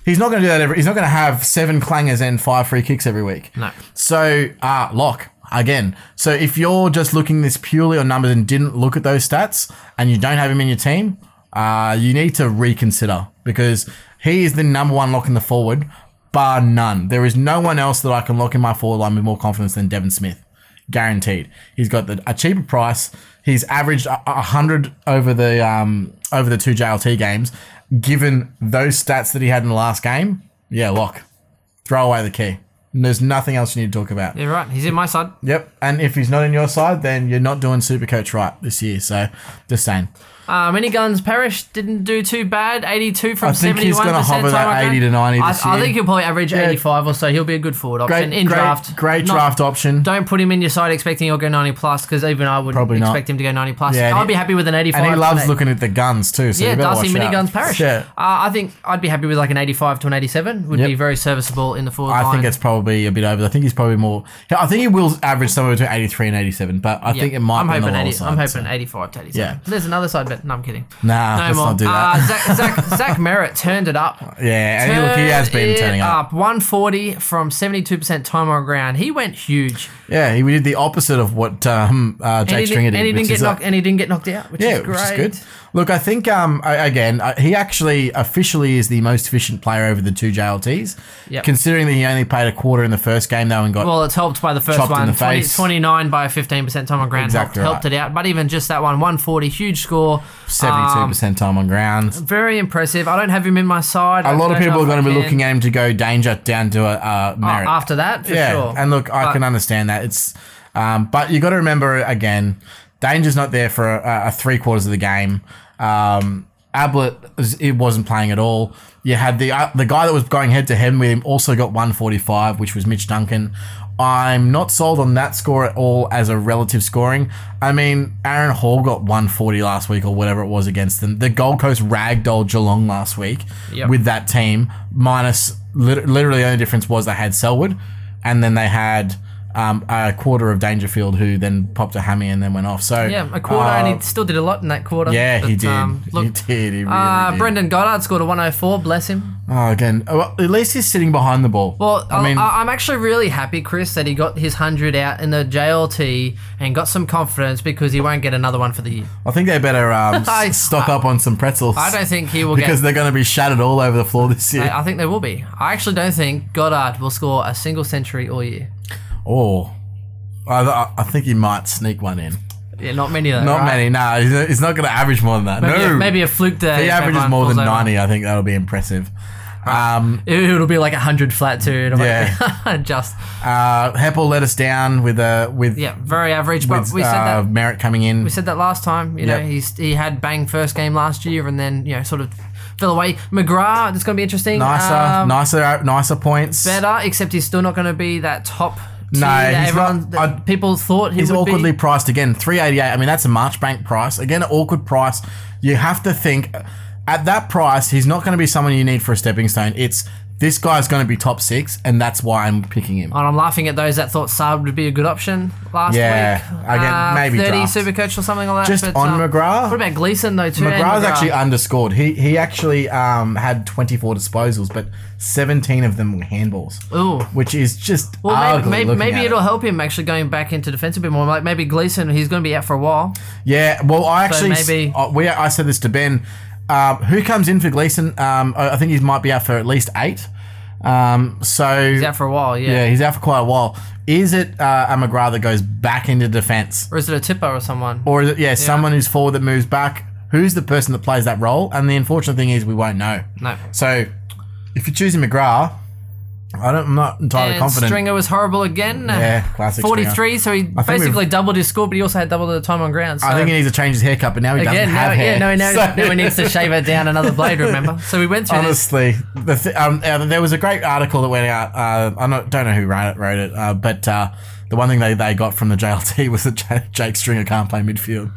C: He's not going to do that every. He's not going to have seven clangers and five free kicks every week.
B: No.
C: So uh, lock again. So if you're just looking this purely on numbers and didn't look at those stats, and you don't have him in your team, uh, you need to reconsider because he is the number one lock in the forward, bar none. There is no one else that I can lock in my forward line with more confidence than Devin Smith guaranteed. He's got the, a cheaper price. He's averaged a, a hundred over the um, over the two JLT games. Given those stats that he had in the last game, yeah, lock, throw away the key. And there's nothing else you need to talk about.
B: Yeah, right. He's in my side.
C: Yep. And if he's not in your side, then you're not doing Supercoach right this year. So just saying.
B: Uh, many guns perished didn't do too bad. 82 from
C: I think
B: 71.
C: he's gonna hover that 80 to 90
B: I,
C: this
B: I
C: year.
B: think he'll probably average
C: Yeah.
B: 85 or so. He'll be a good forward option
C: Great,
B: in
C: great,
B: draft.
C: great
B: Not-
C: draft option.
B: Don't put him in your side expecting he'll go 90 plus because even I wouldn't
C: Probably not.
B: expect him to go 90 plus.
C: Yeah, and
B: I'd
C: he-
B: be happy with an 85.
C: And he loves
B: today.
C: looking at the guns too. So
B: Yeah,
C: you better
B: Darcy
C: watch out.
B: Miniguns Parish.
C: Yeah.
B: Uh, I think I'd be happy with like an 85 to an 87. Would
C: Yep.
B: be very serviceable in the forward
C: I
B: line.
C: think it's probably a bit over. I think he's probably more. I think he will average somewhere between 83 and 87, but I
B: Yeah.
C: think it might
B: I'm
C: be on the
B: hoping
C: lower
B: 80,
C: side,
B: I'm hoping
C: so.
B: 85 to 87.
C: Yeah.
B: There's another side bet. No, I'm kidding.
C: Nah,
B: no
C: let's
B: more.
C: not do
B: Uh,
C: that.
B: Zach, Zach, Zach Merritt turned it up.
C: Yeah, and he, look, he has been
B: Turned
C: turning
B: it
C: up.
B: 140 from 72% time on ground. He went huge.
C: Yeah, he we did the opposite of what um, uh,
B: And
C: Jake
B: he, didn't-
C: Stringer did.
B: and he
C: which
B: didn't get
C: is, uh,
B: knocked. And he didn't get knocked out, which
C: yeah,
B: is great.
C: which is good. Look, I think um, I- again I, he actually officially is the most efficient player over the two JLTs.
B: Yep.
C: Considering that he only played a quarter in the first game though and got
B: Well, it's helped by the first
C: Chopped in
B: one.
C: the
B: 20
C: face.
B: 29 by 15% time on ground
C: Exactly
B: helped, helped
C: right.
B: it out. But even just that one, 140, huge score.
C: seventy-two
B: um,
C: percent time on ground.
B: Very impressive. I don't have him in my side.
C: A lot of people are going to be looking
B: at
C: at him to go danger down to a uh, merit.
B: Oh, after that, for
C: yeah,
B: sure.
C: and look, I
B: But-
C: can understand that. It's, um, but you got to remember again, danger's not there for a, a three quarters of the game. Um, Ablett, is- it wasn't playing at all. You had the uh, the guy that was going head to head with him also got 145, which was Mitch Duncan. I'm not sold on that score at all as a relative scoring. I mean, Aaron Hall got 140 last week or whatever it was against them. The Gold Coast ragdolled Geelong last week
B: Yep.
C: with that team. Minus lit- literally, the only difference was they had Selwood, and then they had um, a quarter of Dangerfield, who then popped a hammy and then went off. So
B: Yeah, a quarter,
C: uh,
B: and he still did a lot in that quarter.
C: yeah, he
B: But,
C: did.
B: um, look,
C: he did. He really
B: uh,
C: did.
B: Brendan Goddard scored a 104. Bless him.
C: Oh, again, oh, well, at least he's sitting behind the ball.
B: Well, uh,
C: I mean,
B: I, am actually really happy, Chris, that he got his 100 out in the JLT and got some confidence because he won't get another one for the year.
C: I think they better um, s-
B: I-
C: stock up on some pretzels.
B: I don't think he will
C: because
B: get.
C: they're going to be shattered all over the floor this year.
B: I I think they will be. I actually don't think Goddard will score a single century all year.
C: oh, I, I- I think he might sneak one in.
B: Yeah, not many though.
C: Not
B: right?
C: many. No, nah, he's, he's not going to average more than that.
B: Maybe, a,
C: no,
B: maybe a fluke day.
C: If he
B: if
C: averages
B: everyone
C: more than
B: falls over.
C: 90, I think that'll be impressive. Um,
B: It- It'll be like 100 flat too. It'll
C: Yeah.
B: Be just.
C: uh, Heppel let us down with a with,
B: Yeah, very average. But
C: with
B: we said
C: uh,
B: that.
C: Merritt coming in.
B: We said that last time. You know,
C: Yep.
B: he's he had bang first game last year, and then you know sort of fell away. McGrath, it's going to be interesting.
C: nicer,
B: Um,
C: nicer, uh, nicer points.
B: better, except he's still not going to be that top. tier
C: No,
B: that
C: he's
B: everyone
C: not-
B: that
C: I'd-
B: people thought he
C: He's
B: would
C: awkwardly
B: be.
C: priced again, 388. I mean, that's a Marchbank price. Again, an awkward price. You have to think at that price, he's not going to be someone you need for a stepping stone. It's this guy's going to be top six, and that's why I'm picking him.
B: And I'm laughing at those that thought Saab would be a good option last
C: Yeah,
B: week. Uh,
C: again, maybe
B: 30
C: draft.
B: Supercoach or something like that.
C: Just
B: but,
C: on
B: um,
C: McGrath?
B: What about Gleason though too? And
C: McGrath's
B: McGrath.
C: actually underscored. He he actually um, had 24 disposals, but 17 of them were handballs.
B: Ooh.
C: Which is just
B: Well,
C: ugly
B: maybe,
C: looking
B: maybe,
C: at
B: maybe
C: it.
B: it'll help him actually going back into defense a bit more. Like maybe Gleason, he's going to be out for a while.
C: Yeah, well, I actually
B: maybe-
C: uh, we I said this to Ben. Um, who comes in for Gleason? Um, I I think he might be out for at least eight. Um, so
B: He's out for a while, yeah.
C: yeah, he's out for quite a while. Is it uh, a McGrath that goes back into defence,
B: Or is it a tipper or someone?
C: or is it yeah, someone who's forward that moves back? Who's the person that plays that role? And the unfortunate thing is we won't know.
B: no.
C: So if you're choosing McGrath, I don't, I'm not entirely
B: And
C: confident.
B: Stringer was horrible again.
C: Yeah, classic
B: 43, so he
C: I think
B: basically doubled his score, but he also had double the time on ground. So.
C: I think he needs to change his haircut, but now he
B: Again,
C: doesn't have
B: now,
C: hair.
B: yeah, no, no,
C: So-
B: now he needs to shave it down another blade. Remember, so we went through this.
C: Honestly, the th- um, uh, there was a great article that went out. Uh, I not, don't know who wrote it, wrote it uh, but uh, the one thing they, they got from the JLT was that J- Jake Stringer can't play midfield,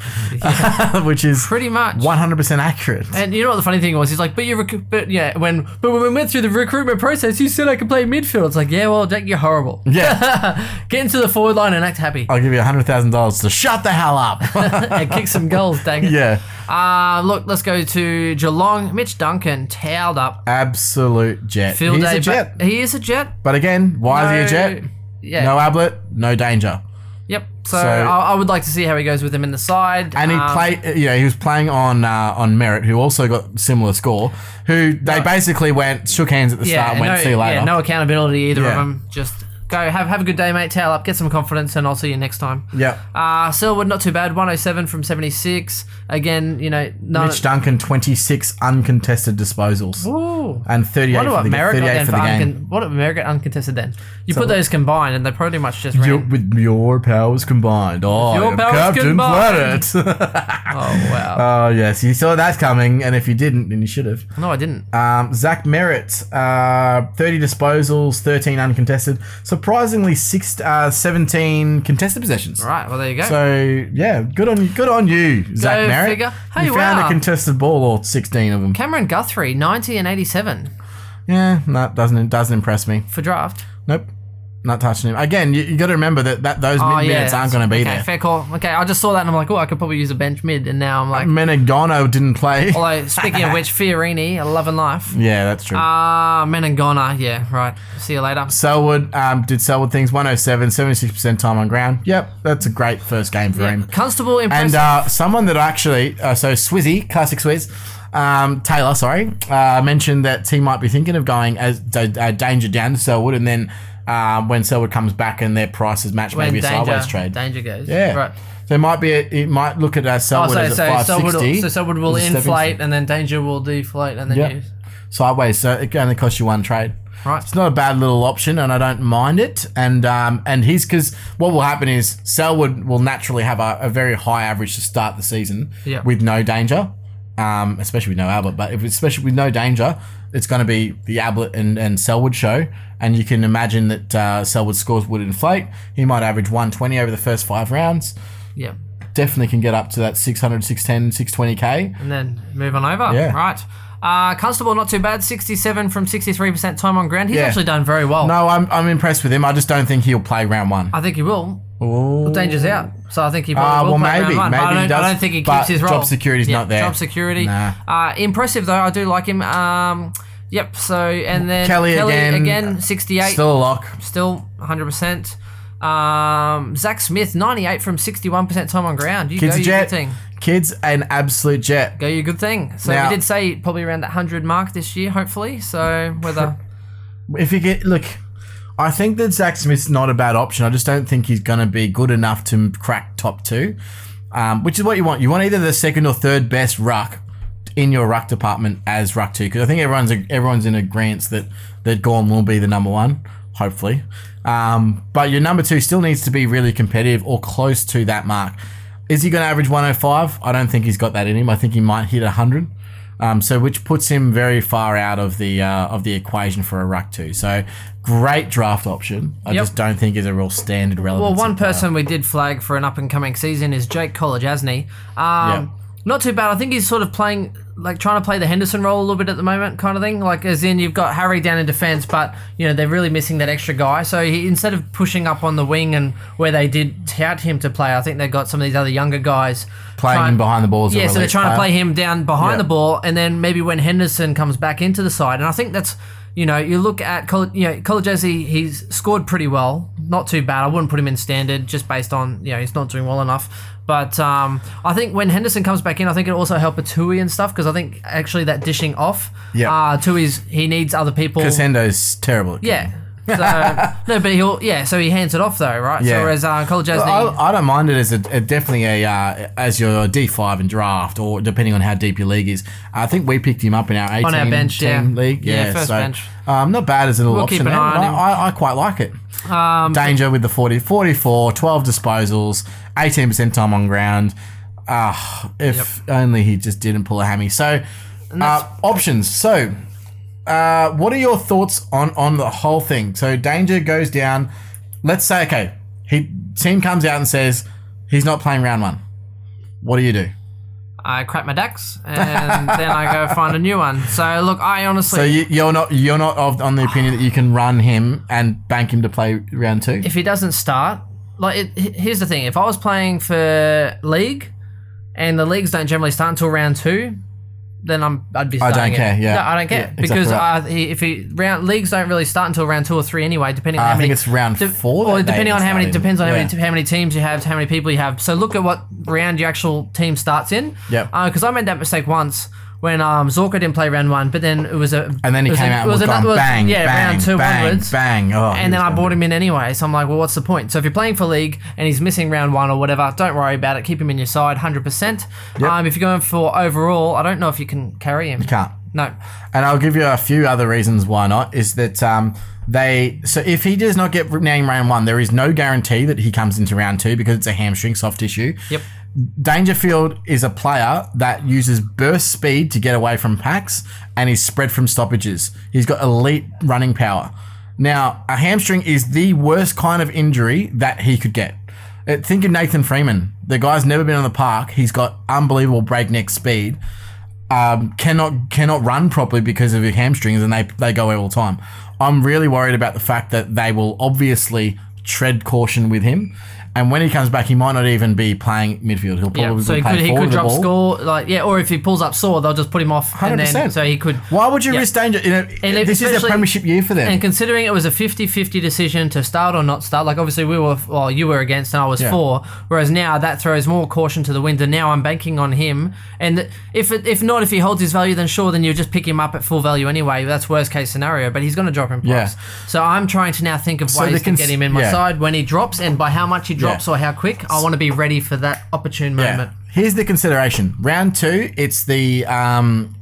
C: which is
B: Pretty much.
C: 100% accurate.
B: And you know what the funny thing was? He's like, but you, rec- but yeah, when but when we went through the recruitment process, you said I could play midfield. It's like, yeah, well, Jack, you're horrible.
C: yeah,
B: Get into the forward line and act happy
C: I'll give you $100,000 to shut the hell up.
B: and kick some goals, dang it.
C: yeah,
B: Uh, look, let's go to Geelong. Mitch Duncan towed up.
C: absolute jet.
B: Field
C: He's
B: day,
C: a
B: but-
C: jet.
B: He is a jet.
C: But again, why is he a
B: No-
C: jet?
B: Yeah.
C: No Ablett, no danger.
B: Yep. So,
C: So-
B: I, I would like to see how he goes with him in the side.
C: And he
B: Um,
C: played, you know, he was playing on uh, on Merritt, who also got similar score. Who they basically went, shook hands at the start, and went,
B: no,
C: see you later.
B: Yeah, no accountability either
C: Yeah.
B: of them. Just go have have a good day, mate. Tail up, get some confidence, and I'll see you next time.
C: Yeah.
B: Uh, Selwood, not too bad. 107 from 76. Again, you know, none.
C: Mitch Duncan, 26 uncontested disposals.
B: Ooh.
C: And 38
B: What
C: for
B: about
C: the,
B: Merrick
C: 38
B: then
C: for
B: for
C: the game.
B: uncon- what about Merrick at uncontested then? You put those combined, and they pretty much just ran.
C: Your- with your powers combined. Oh,
B: Your powers
C: Captain
B: combined.
C: Planet.
B: Oh wow!
C: oh, yes. You saw that coming, and if you didn't, then you should have.
B: No, I didn't.
C: Um, Zach Merritt, uh, 30 disposals, 13 uncontested. Surprisingly, six, uh, 17 contested possessions.
B: Right. Well, there you go.
C: So yeah, good on you. Good on you, Zach Merritt.
B: figure. Hey,
C: you found
B: wow.
C: a contested ball, or sixteen of them.
B: Cameron Guthrie, 90 and 87
C: Yeah, no, doesn't doesn't impress me.
B: for draft.
C: Nope, not touching him. Again, you, you got to remember that, that those mid minutes aren't going to be
B: Oh, okay,
C: there.
B: Fair call. Okay, I just saw that and I'm like, oh, I could probably use a bench mid, and now I'm like,
C: Mm. Menegono didn't play.
B: although speaking of which, Fiorini, I love and life.
C: yeah, that's true.
B: Ah, uh, Menangona, yeah, right. See you later.
C: Selwood um, did Selwood things 107, 76% time on ground. Yep, that's a great first game for him.
B: Constable
C: And
B: impressive.
C: uh, someone that actually, uh, so Swizzy, classic Swizz, um, Taylor, sorry, uh, mentioned that he might be thinking of going as d- uh, Danger down to Selwood, and then um, when Selwood comes back and their price is matched,
B: when
C: maybe a
B: danger,
C: sideways trade.
B: Danger goes.
C: Yeah,
B: Right.
C: So it might be, a, it might look at uh,
B: Oh,
C: Selwood
B: so,
C: as a
B: so,
C: five
B: Selwood will,
C: sixty.
B: so Selwood will inflate and then Danger will deflate and then
C: Yep.
B: you.
C: sideways. So it only costs you one trade.
B: Right.
C: It's not a bad little option, and I don't mind it. And um, and he's because what will happen is Selwood will naturally have a, a very high average to start the season
B: Yeah.
C: with no danger, um, especially with no Ablett. But if especially with no danger, it's going to be the Ablett and, and Selwood show. And you can imagine that uh, Selwood's scores would inflate. He might average 120 over the first five rounds.
B: Yeah.
C: Definitely can get up to that 600, 610, 620k.
B: and then move on over.
C: Yeah.
B: Right. Uh, Constable, not too bad. 67 from 63% time on ground. He's
C: Yeah.
B: actually done very well.
C: No, I'm, I'm impressed with him. I just don't think he'll play round one.
B: I think he will. Danger's out. So I think he
C: Ah,
B: probably will
C: well,
B: play
C: maybe.
B: round one. but
C: Maybe
B: I,
C: he
B: don't, I
C: does,
B: don't think he keeps
C: but
B: his
C: job
B: role.
C: security's not there.
B: Job security.
C: Nah.
B: Uh, impressive, though. I do like him. Um, yep. So, and then
C: Kelly again. uh,
B: again 68.
C: Still a lock.
B: still 100%. Um, Zach Smith, 98 from 61% time on ground. You
C: Kids
B: go,
C: a
B: you
C: jet.
B: good thing.
C: Kids an absolute jet.
B: Go, you good thing. So
C: Now-
B: we did say probably around that 100 mark this year, hopefully. So whether.
C: If you get look, I think that Zach Smith's not a bad option. I just don't think he's going to be good enough to crack top two, um, which is what you want. You want either the second or third best ruck in your ruck department as ruck two, because I think everyone's everyone's in agreement that that Gorm will be the number one, hopefully. Um, but your number two still needs to be really competitive or close to that mark. Is he going to average 105? I don't think he's got that in him. I think he might hit 100. Um, so which puts him very far out of the uh, of the equation for a ruck two. So great draft option. I
B: Yep.
C: just don't think is a real standard relevant.
B: Well, one person we did flag for an up and coming season is Jake Kolajasny. Um, Not too bad. I think he's sort of playing, like trying to play the Henderson role a little bit at the moment, kind of thing. Like, as in, you've got Harry down in defence, but, you know, they're really missing that extra guy. So he, instead of pushing up on the wing and where they did tout him to play, I think they've got some of these other younger guys
C: playing
B: try-
C: him behind the ball. as a
B: Yeah, so they're
C: release
B: trying to
C: player.
B: play him down behind
C: Yeah.
B: the ball, and then maybe when Henderson comes back into the side, and I think that's you know you look at Col- you know Colagesi, he's scored pretty well, not too bad. I wouldn't put him in standard just based on you know he's not doing well enough. But um, I think when Henderson comes back in, I think it also help Tui and stuff because I think actually that dishing off,
C: Yeah.
B: uh, Tui's he needs other people.
C: Sendo's terrible. at
B: Yeah. So no, but he'll yeah. So he hands it off though, right?
C: Yeah.
B: So whereas uh, Colagesi,
C: I, I don't mind it as a, a- definitely a uh, as your D five and draft, or depending on how deep your league is. I think we picked him up in our eighteen
B: our bench,
C: team
B: yeah.
C: league.
B: Yeah,
C: Yeah,
B: first
C: so,
B: bench.
C: Um, not bad as a little
B: We'll
C: option.
B: keep an
C: there,
B: eye on
C: but
B: him. Um,
C: I, I, I quite like it. Danger with the 40, 44, 12 disposals, eighteen percent time on ground. Ah, if only he just didn't pull a hammy. So uh, options. So uh, what are your thoughts on on the whole thing? So danger goes down. Let's say okay, he team comes out and says he's not playing round one. What do you do?
B: I crap my decks and then I go find a new one. So look, I honestly,
C: So you, you're not you're not of on the opinion that you can run him and bank him to play round two.
B: if he doesn't start, like it, h- here's the thing: if I was playing for league, and the leagues don't generally start until round two, then I'm I'd be.
C: don't
B: starting it.
C: care, yeah.
B: no, I don't care
C: Yeah, exactly
B: because
C: right.
B: uh, he- if he round leagues don't really start until round two or three anyway, depending. on
C: Uh, I
B: how
C: think
B: many,
C: it's round four
B: Or
C: that they
B: depending on how many
C: started.
B: depends on how
C: Yeah.
B: many t- how many teams you have, how many people you have. So look at what round your actual team starts in. Uh,
C: Yep.
B: Because I made that mistake once when um, Zorka didn't play round one, but then it was a
C: And then
B: it
C: he
B: was
C: came
B: a-
C: out
B: it
C: and was
B: ano-
C: gone
B: it was-
C: bang,
B: yeah,
C: bang,
B: round two
C: bang,
B: onwards,
C: bang. Oh, he
B: and then
C: was
B: I brought
C: gone.
B: him in anyway. So I'm like, well, what's the point? So if you're playing for league and he's missing round one or whatever, don't worry about it. Keep him in your side, hundred percent. Um, if you're going for overall, I don't know if you can carry him. You
C: Can't.
B: No.
C: And I'll give you a few other reasons why not. Is that um, they so if he does not get named round one, there is no guarantee that he comes into round two because it's a hamstring soft tissue.
B: Yep.
C: Dangerfield is a player that uses burst speed to get away from packs and is spread from stoppages. He's got elite running power. Now, a hamstring is the worst kind of injury that he could get. Uh, Think of Nathan Freeman. The guy's never been on the park. He's got unbelievable breakneck speed um, cannot cannot run properly because of your hamstrings, and they they go away all the time. I'm really worried about the fact that they will obviously tread caution with him, and when he comes back, he might not even be playing midfield. He'll probably
B: Yeah. So
C: be
B: he
C: playing
B: could he
C: forward
B: could
C: of the
B: drop
C: ball.
B: score like yeah, or if he pulls up sore, they'll just put him off and then
C: 100%.
B: so he could.
C: Why would you
B: Yeah.
C: risk danger? You know,
B: And if-
C: this is their
B: especially-
C: premiership year for them.
B: And considering it was a 50-50 decision to start or not start, like obviously we were, well, you were against and I was
C: Yeah.
B: for. Whereas now that throws more caution to the wind, and now I'm banking on him. And if it, if not, if he holds his value, then sure, then you just pick him up at full value anyway. That's worst case scenario. But he's going to drop in price. So I'm trying to now think of
C: So
B: ways
C: the
B: to
C: cons-
B: get him in my
C: yeah.
B: side when he drops, and by how much he drops
C: Yeah.
B: or how quick. I want to be ready for that opportune moment.
C: Here's the consideration. Round two, it's the um,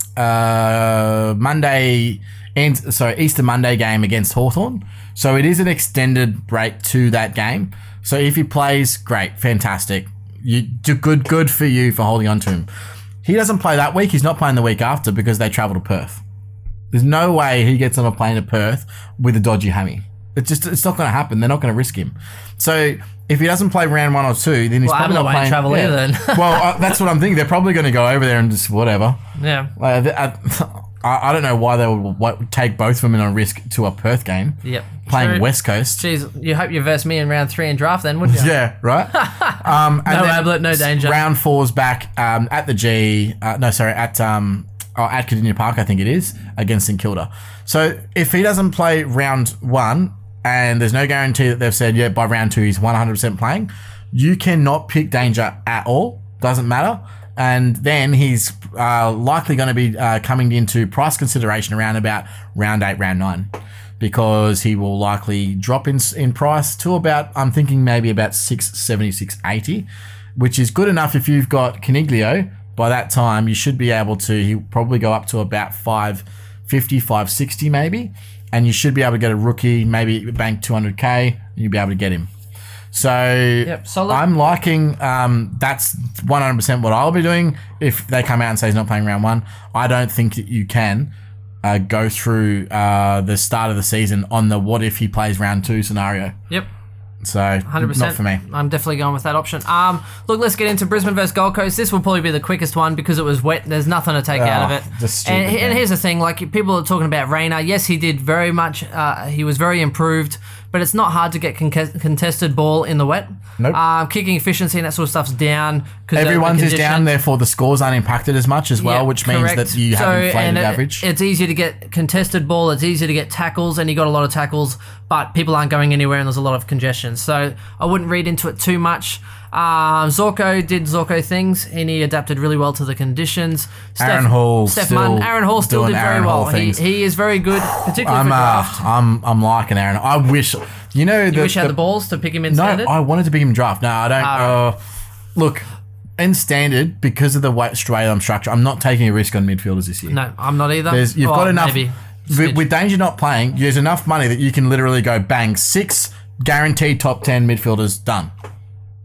C: uh, Monday and sorry, Easter Monday game against Hawthorn. So it is an extended break to that game. So if he plays, great, fantastic. You do good good for you for holding on to him. He doesn't play that week, he's not playing the week after because they travel to Perth. There's no way he gets on a plane to Perth with a dodgy hammy. It's just it's not going to happen. They're not going to risk him. So if he doesn't play round one or two, then he's
B: Well,
C: probably
B: I'm
C: not
B: not
C: playing.
B: wanting to travel either then.
C: well, uh, that's what I'm thinking. They're probably going to go over there and just whatever.
B: Yeah.
C: Like, th- I, I, I don't know why they would wa- take both of them in a risk to a Perth game.
B: Yep.
C: Playing
B: True.
C: West Coast.
B: Jeez, you hope you verse me in round three and draft then, wouldn't you?
C: Yeah, right. Um, and
B: No
C: then
B: Ablett, no danger.
C: Round four's back um, at the G. Uh, no, sorry, at um, oh, at Cadinia Park, I think it is against St Kilda. So if he doesn't play round one, and there's no guarantee that they've said yeah by round two he's 100% playing, you cannot pick danger at all. Doesn't matter. And then he's uh, likely going to be uh, coming into price consideration around about round eight, round nine, because he will likely drop in in price to about I'm thinking maybe about six seventy six eighty which is good enough if you've got Caniglio. By that time, you should be able to. He'll probably go up to about 550, 560 maybe, and you should be able to get a rookie, maybe bank 200k, and you'll be able to get him. So
B: solid.
C: I'm liking. Um, that's 100% what I'll be doing if they come out and say he's not playing round one. I don't think that you can uh, go through uh, the start of the season on the what if he plays round two scenario.
B: Yep.
C: So
B: Hundred
C: not
B: percent
C: for me.
B: I'm definitely going with that option. Um, look, let's get into Brisbane versus Gold Coast. This will probably be the quickest one because it was wet. There's nothing to take out
C: Ah,
B: of
C: the
B: it.
C: stupid
B: And, and
C: game.
B: here's the thing: like people are talking about Rayner. Yes, he did very much. Uh, he was very improved, but it's not hard to get con- contested ball in the wet.
C: Nope.
B: Um, kicking efficiency and that sort of stuff's down because
C: Everyone's is down, therefore the scores aren't impacted as much as
B: Yeah,
C: well, which means
B: correct.
C: that you
B: So,
C: have inflated
B: and it-
C: average.
B: It's easier to get contested ball. It's easier to get tackles, and you got a lot of tackles, but people aren't going anywhere, and there's a lot of congestion. So I wouldn't read into it too much. Um, Zorko did Zorko things, and he adapted really well to the conditions.
C: Aaron Hall
B: Steph
C: still
B: Munn, Aaron Hall still
C: doing
B: did very
C: Aaron Hall
B: well. He,
C: things.
B: he is very good, particularly
C: I'm,
B: for
C: uh,
B: draft.
C: I'm, I'm liking Aaron. I wish, you know, the,
B: Wish you had the balls to pick him in
C: No,
B: standard. Ah,
C: I wanted to pick him draft. No, I don't. uh, look, in standard, because of the way, way I'm structured, I'm not taking a risk on midfielders this year.
B: no, I'm not either. Oh,
C: There's, you've
B: Well,
C: got enough.
B: maybe.
C: With, with Danger not playing, there's enough money that you can literally go bang six guaranteed top ten midfielders done.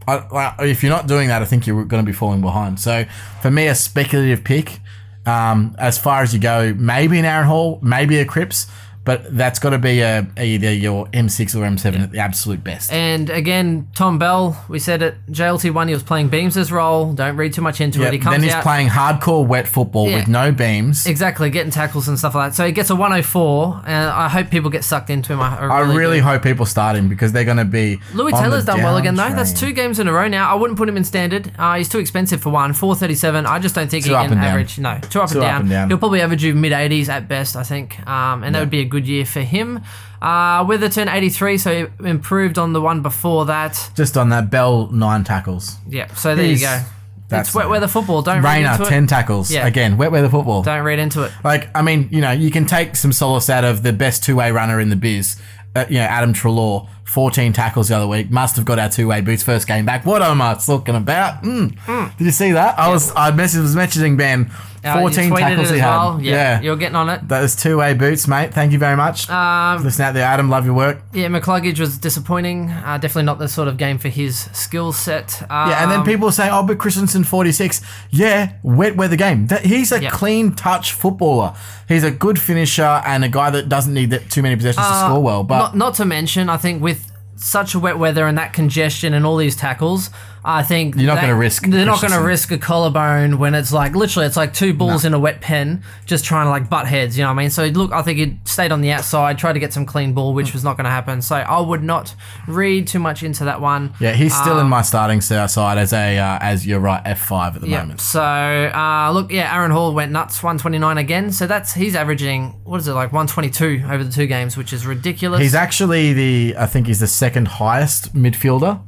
C: I, I- if you're not doing that, I think you're going to be falling behind. So for me, a speculative pick, um, as far as you go, maybe an Aaron Hall, maybe a Cripps, but that's got to be a, either your M6 or M7 at the absolute best.
B: And again, Tom Bell, we said it. JLT one, he was playing Beams' role. Don't read too much into
C: Yeah,
B: it. He comes
C: then he's
B: out
C: playing hardcore wet football
B: Yeah.
C: with no beams.
B: exactly getting tackles and stuff like that. So he gets a 104, and I hope people get sucked into him. I,
C: I
B: really, do.
C: really hope people start him because they're going to be.
B: Louis
C: on the
B: Taylor's done well again though.
C: downtrain.
B: That's two games in a row now. I wouldn't put him in standard. Uh, he's too expensive for one. Four thirty seven. I just don't think he
C: up
B: can
C: and down.
B: average. No, two up, and,
C: Two up
B: down.
C: and down.
B: He'll probably average you mid eighties at best, I think. Um, and that would be a good year for him. Uh, Witherton eighty three, so he improved on the one before that.
C: Just on that, Bell nine tackles.
B: Yeah. So there you
C: He's-
B: go.
C: That's
B: it's wet weather football. Don't read
C: Rainer,
B: into it.
C: ten tackles
B: Yeah.
C: again. Wet weather football.
B: Don't read into it.
C: Like, I mean, you know, you can take some solace out of the best two way runner in the biz. Uh, you know, Adam Trelaw, 14 tackles the other week. Must have got our two way boots first game back. What am I talking about? Mm. Did you see that? I was I messaged, was messaging Ben.
B: Uh, Hmm. you
C: 14
B: tweeted
C: tackles
B: it
C: he
B: as
C: had.
B: well. Yeah,
C: yeah.
B: you're getting on it.
C: Those two way boots, mate. Thank you very much.
B: Um,
C: Listen out there, Adam. Love your work.
B: yeah, McCluggage was disappointing. Uh, definitely not the sort of game for his skill set. Um,
C: Yeah, and then people say, "Oh, but Christensen 46." Yeah, wet weather game. That he's a
B: Yeah.
C: clean touch footballer. He's a good finisher and a guy that doesn't need that too many possessions to score well. But
B: Uh, not, not to mention, I think with such wet weather and that congestion and all these tackles, I think
C: You're not
B: they-
C: gonna risk
B: They're not going to
C: Christensen.
B: risk a collarbone when it's like literally it's like two balls in a wet pen, just trying to like butt heads. You know what I mean? So look, I think he stayed on the outside, tried to get some clean ball,
C: Hmm.
B: which was not going to happen. So I would not read too much into that one.
C: yeah, he's still
B: uh,
C: in my starting side as a uh, as you're right F five at the
B: Yeah.
C: moment.
B: So uh, look, yeah, Aaron Hall went nuts, 129 again. So that's he's averaging what is it like 122 over the two games, which is ridiculous.
C: He's actually the I think he's the second highest midfielder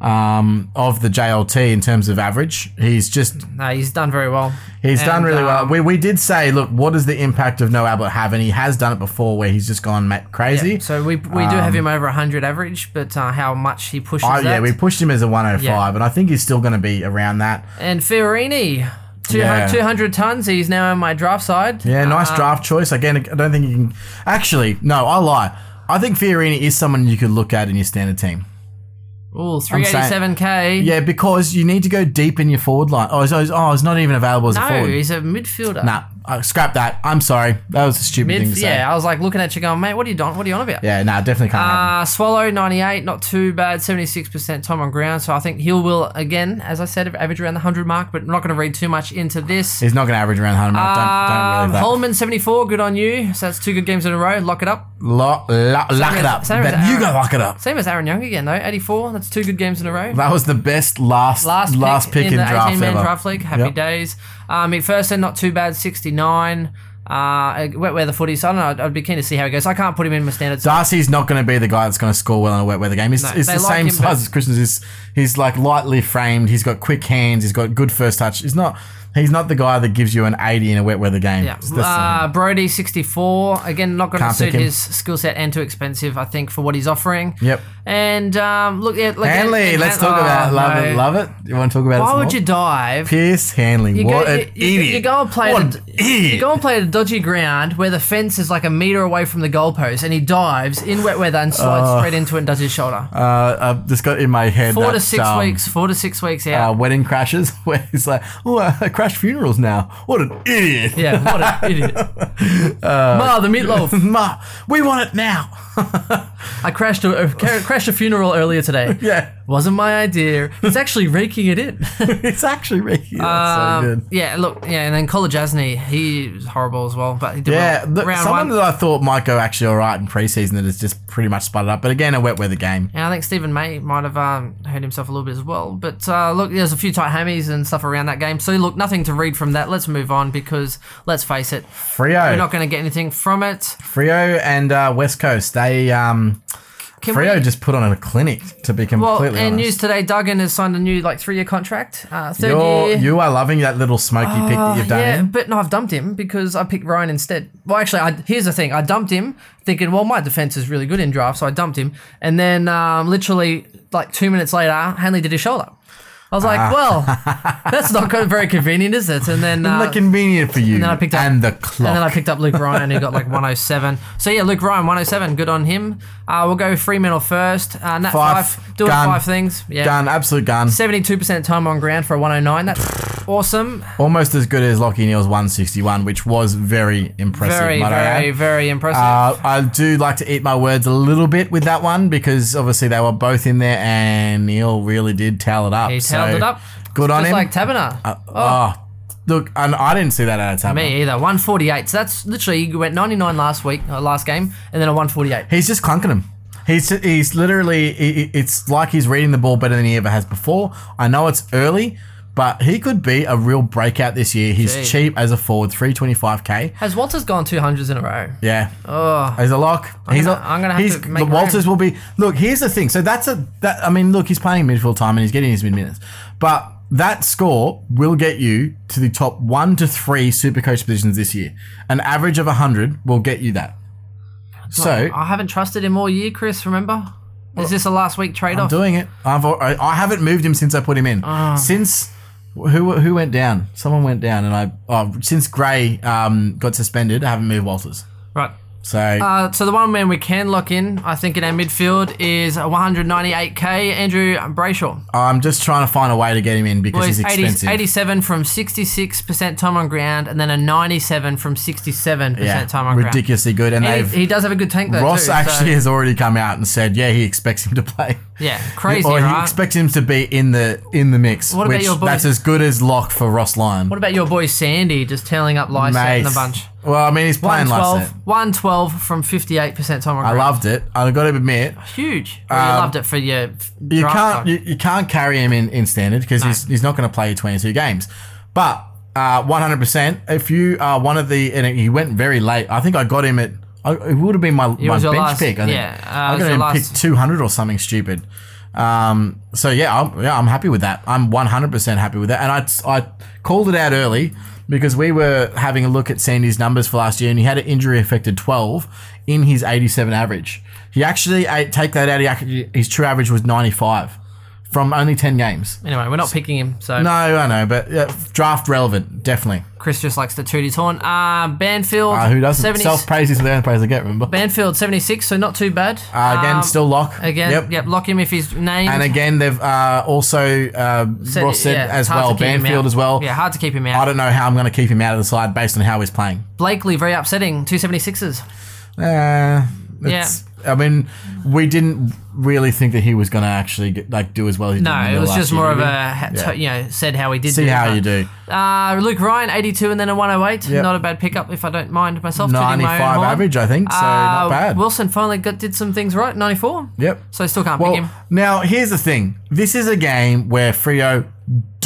C: um, of the JLT in terms of average. He's just
B: no, he's done very well.
C: He's done
B: And,
C: really well.
B: um,
C: We, we did say, look, what does the impact of no Ablett have? And he has done it before, where he's just gone ma- crazy.
B: Yeah, so we, we do have him over 100 average, but uh, how much he pushes
C: I,
B: that.
C: Um, Oh, yeah, we pushed him as a 105,
B: Yeah.
C: and I think he's still going to be around that.
B: and Fiorini, 200,
C: Yeah.
B: 200 tons. He's now on my draft side.
C: Yeah, nice
B: Uh,
C: draft choice. Again, I don't think you can. Actually, no, I lie. I think Fiorini is someone you could look at in your standard team.
B: Ooh,
C: saying-
B: 387k.
C: Yeah, because you need to go deep in your forward line. Oh, he's, oh, he's- oh, he's not even available as a
B: No,
C: forward.
B: he's a midfielder.
C: nah, uh, scrap that. I'm sorry. That was a stupid thing
B: Midf-
C: to say.
B: yeah, I was like looking at you going, mate, what are you on? What are you on about?
C: Yeah, nah, definitely can't. happen.
B: Uh, Swallow 98, not too bad, 76% time on ground. So I think Hill will, again, as I said, average around the 100 mark, but I'm not going to read too much into this.
C: He's not going to average around 100. mate. don't, don't
B: Um,
C: believe that.
B: Holman 74, good on you. So that's two good games in a row. Lock it up.
C: Lo- lo- lock
B: as-
C: it up.
B: same as
C: Ben, you
B: Aaron.
C: go lock it up.
B: Same as Aaron Young again, though. 84. That's two good games in a row.
C: That was the best last last
B: Last
C: pick,
B: pick,
C: in,
B: in, the
C: draft
B: 18 man
C: ever.
B: draft league. Happy
C: Yep.
B: days. Um, McPherson, not too bad. 69. Uh, wet weather footy. So I don't know. I'd, I'd be keen to see how it goes. I can't put him in my standard. side.
C: Darcy's not going to be the guy that's going to score well in a wet weather game. He's,
B: No,
C: he's
B: they
C: the
B: like
C: same
B: him, but-
C: size as Christians. He's, he's like lightly framed. He's got quick hands. He's got good first touch. He's not. He's not the guy that gives you an 80 in a wet weather game.
B: yeah.
C: It's the same.
B: Uh, Brody, 64. Again, not going to
C: Can't pick
B: suit
C: him.
B: his skill set and too expensive, I think, for what he's offering.
C: Yep.
B: And um, look, yeah, like,
C: Hanley,
B: and-
C: let's
B: and-
C: talk
B: oh,
C: about love
B: no.
C: it. Love it. You want to talk about it?
B: Why
C: some
B: would
C: more?
B: you dive?
C: Pierce Hanley.
B: You
C: what
B: go,
C: an
B: you, you-
C: idiot.
B: you go and play.
C: What
B: At
C: an
B: a,
C: idiot.
B: you go and play at a dodgy ground where the fence is like a meter away from the goalpost, and he dives in wet weather and slides straight into it and does his shoulder.
C: uh, I've just got in my head.
B: four to
C: that,
B: six
C: um,
B: weeks. Four to six weeks
C: uh,
B: out.
C: wedding crashes where he's like, oh, I crash funerals now. What an idiot.
B: yeah, what an idiot.
C: Uh,
B: Ma, the meatloaf.
C: Ma, we want it now.
B: I crashed a, a ca- crashed a funeral earlier today.
C: Yeah.
B: Wasn't my idea. It's actually raking it in.
C: it's actually Ricky. That's
B: Um,
C: so good.
B: yeah, look, yeah, and then Collar Jasny, he was horrible as well, but he did
C: Yeah,
B: well.
C: look,
B: round
C: someone
B: one.
C: that I thought might go actually all right in preseason that has just pretty much spotted up. But again, a wet weather game.
B: Yeah, I think Stephen May might have um, hurt himself a little bit as well. But uh, look, there's a few tight hammies and stuff around that game. So look, nothing to read from that. Let's move on because let's face it,
C: Frio,
B: we're not going to get anything from it.
C: Frio, and uh, West Coast. They um,
B: Can
C: Frio
B: we-
C: just put on a clinic to be
B: well,
C: completely
B: and news
C: honest.
B: today, Duggan has signed a new like three-year contract, uh, 3rd
C: You're,
B: year.
C: you are loving that little smoky pick that you've done.
B: Oh, yeah,
C: in.
B: but no, I've dumped him because I picked Ryan instead. Well, actually, I, here's the thing: I dumped him thinking, well, my defense is really good in draft, so I dumped him. And then, um, literally, like two minutes later, Hanley did his shoulder. I was
C: Ah.
B: like, well, that's not co- very convenient, is it? And then, uh,
C: Isn't that convenient for you? And
B: then I picked up-
C: and the
B: and
C: clock.
B: then I picked up Luke Ryan, who got like 107. So yeah, Luke Ryan 107, good on him. Uh, we'll go Fremantle first. Uh, Nat
C: Five,
B: five, doing
C: gun,
B: five things. Yeah.
C: Gun, absolute gun.
B: 72% time on ground for a 109. That's awesome.
C: Almost as good as Lockie Neal's 161, which was very impressive.
B: Very,
C: might I add.
B: very, very impressive.
C: Uh, I do like to eat my words a little bit with that one because obviously they were both in there and Neil really did towel it up.
B: He tailed
C: So,
B: it up.
C: Good on
B: Just
C: him.
B: like Taberna.
C: oh. look, and I didn't see that out of time.
B: Me either. 148. So that's literally, you went 99 last week, uh, last game, and then a 148.
C: He's just clunking him. He's he's literally. i- i- It's like he's reading the ball better than he ever has before. I know it's early. But he could be a real breakout this year. He's
B: Gee.
C: cheap as a forward, three twenty-five k.
B: Has Walters gone 200s in a row?
C: Yeah. He's a lock. He's
B: gonna-
C: a,
B: Oh. I'm gonna have
C: he's,
B: to make
C: the
B: my
C: Walters will be. Look, here's the thing. So that's a. That I mean, look, he's playing midfield time and he's getting his mid minutes, but That score will get you to the top one to three super coach positions this year. An average of 100 will get you that. So
B: I haven't trusted him all year, Chris. Remember, is this a last week trade
C: I'm
B: off?
C: doing it. I've al- I I haven't moved him since I put him in.
B: Ah.
C: Since who who went down? Someone went down, and I oh, since Gray um, got suspended, I haven't moved Walters.
B: Right.
C: So
B: Uh, so the one man we can lock in, I think, in our midfield is 198k Andrew Brayshaw.
C: I'm just trying to find a way to get him in because
B: Well,
C: he's
B: he's 80,
C: expensive.
B: 87 from 66% time on ground, and then a 97 from 67%
C: yeah,
B: time on ground.
C: ridiculously good. And
B: And
C: they've
B: He, he does have a good tank though.
C: Ross
B: too, so-
C: actually has already come out and said, yeah, he expects him to play.
B: yeah, crazy,
C: or he
B: right?
C: expects him to be in the in the mix,
B: What about
C: which
B: your boy-
C: that's as good as lock for Ross Lyon.
B: what about your boy Sandy just telling up Lyset in the bunch?
C: Well, I mean, he's playing last
B: 112,
C: set.
B: 112 from 58% time on
C: I
B: ground.
C: loved it. I've got to admit,
B: Huge. Well, you loved it for your
C: you
B: draft
C: can't
B: though.
C: you, you can't carry him in, in standard because he's, he's not going to play 22 games. But uh, 100%, if you are one of the and he went very late. I think I got him at I, it would have been my, my
B: was
C: bench
B: your last-
C: pick. I think.
B: yeah, uh,
C: I
B: it was
C: got
B: your
C: him
B: last-
C: pick 200 or something stupid. Um, so yeah, I'm, yeah, I'm happy with that. I'm 100% happy with that. And I I called it out early because we were having a look at Sandy's numbers for last year, and he had an injury affected 12 in his 87 average. He actually I, take that out. He actually, his true average was 95 from only 10 games.
B: Anyway, we're not picking him, so
C: No, I know, but uh, draft relevant, definitely.
B: Chris just likes to toot his horn. Uh, Banfield,
C: Uh, who doesn't?
B: 70
C: Self praise is the only praise I get. Remember.
B: Banfield seventy six, so not too bad.
C: Uh, again,
B: Um,
C: still lock.
B: again. Yep. lock him if he's named.
C: And again, they've uh, also uh, Ross said
B: yeah,
C: as
B: hard
C: well,
B: to keep him
C: Banfield
B: out.
C: as well.
B: Yeah, hard to keep him
C: I
B: out.
C: don't know how I'm going to keep him out of the side based on how he's playing.
B: Blakely, very upsetting. Two seventy sixes.
C: Uh, it's- I mean, we didn't really think that he was going to actually get, like do as well. As he
B: No,
C: did in the
B: it
C: middle
B: was
C: last
B: just
C: year,
B: more of
C: did we?
B: a ha-
C: Yeah.
B: to- you know said how he did.
C: see how
B: but-
C: you do.
B: Uh, Luke Ryan eighty two and then a one hundred eight.
C: Yep.
B: Not a bad pickup if I don't mind myself. tooting my own
C: 95
B: horn.
C: average, I think, so
B: Uh,
C: not bad.
B: Wilson finally got, did some things right. Ninety four.
C: Yep.
B: So still can't pick
C: Well,
B: him.
C: now here's the thing. This is a game where Frio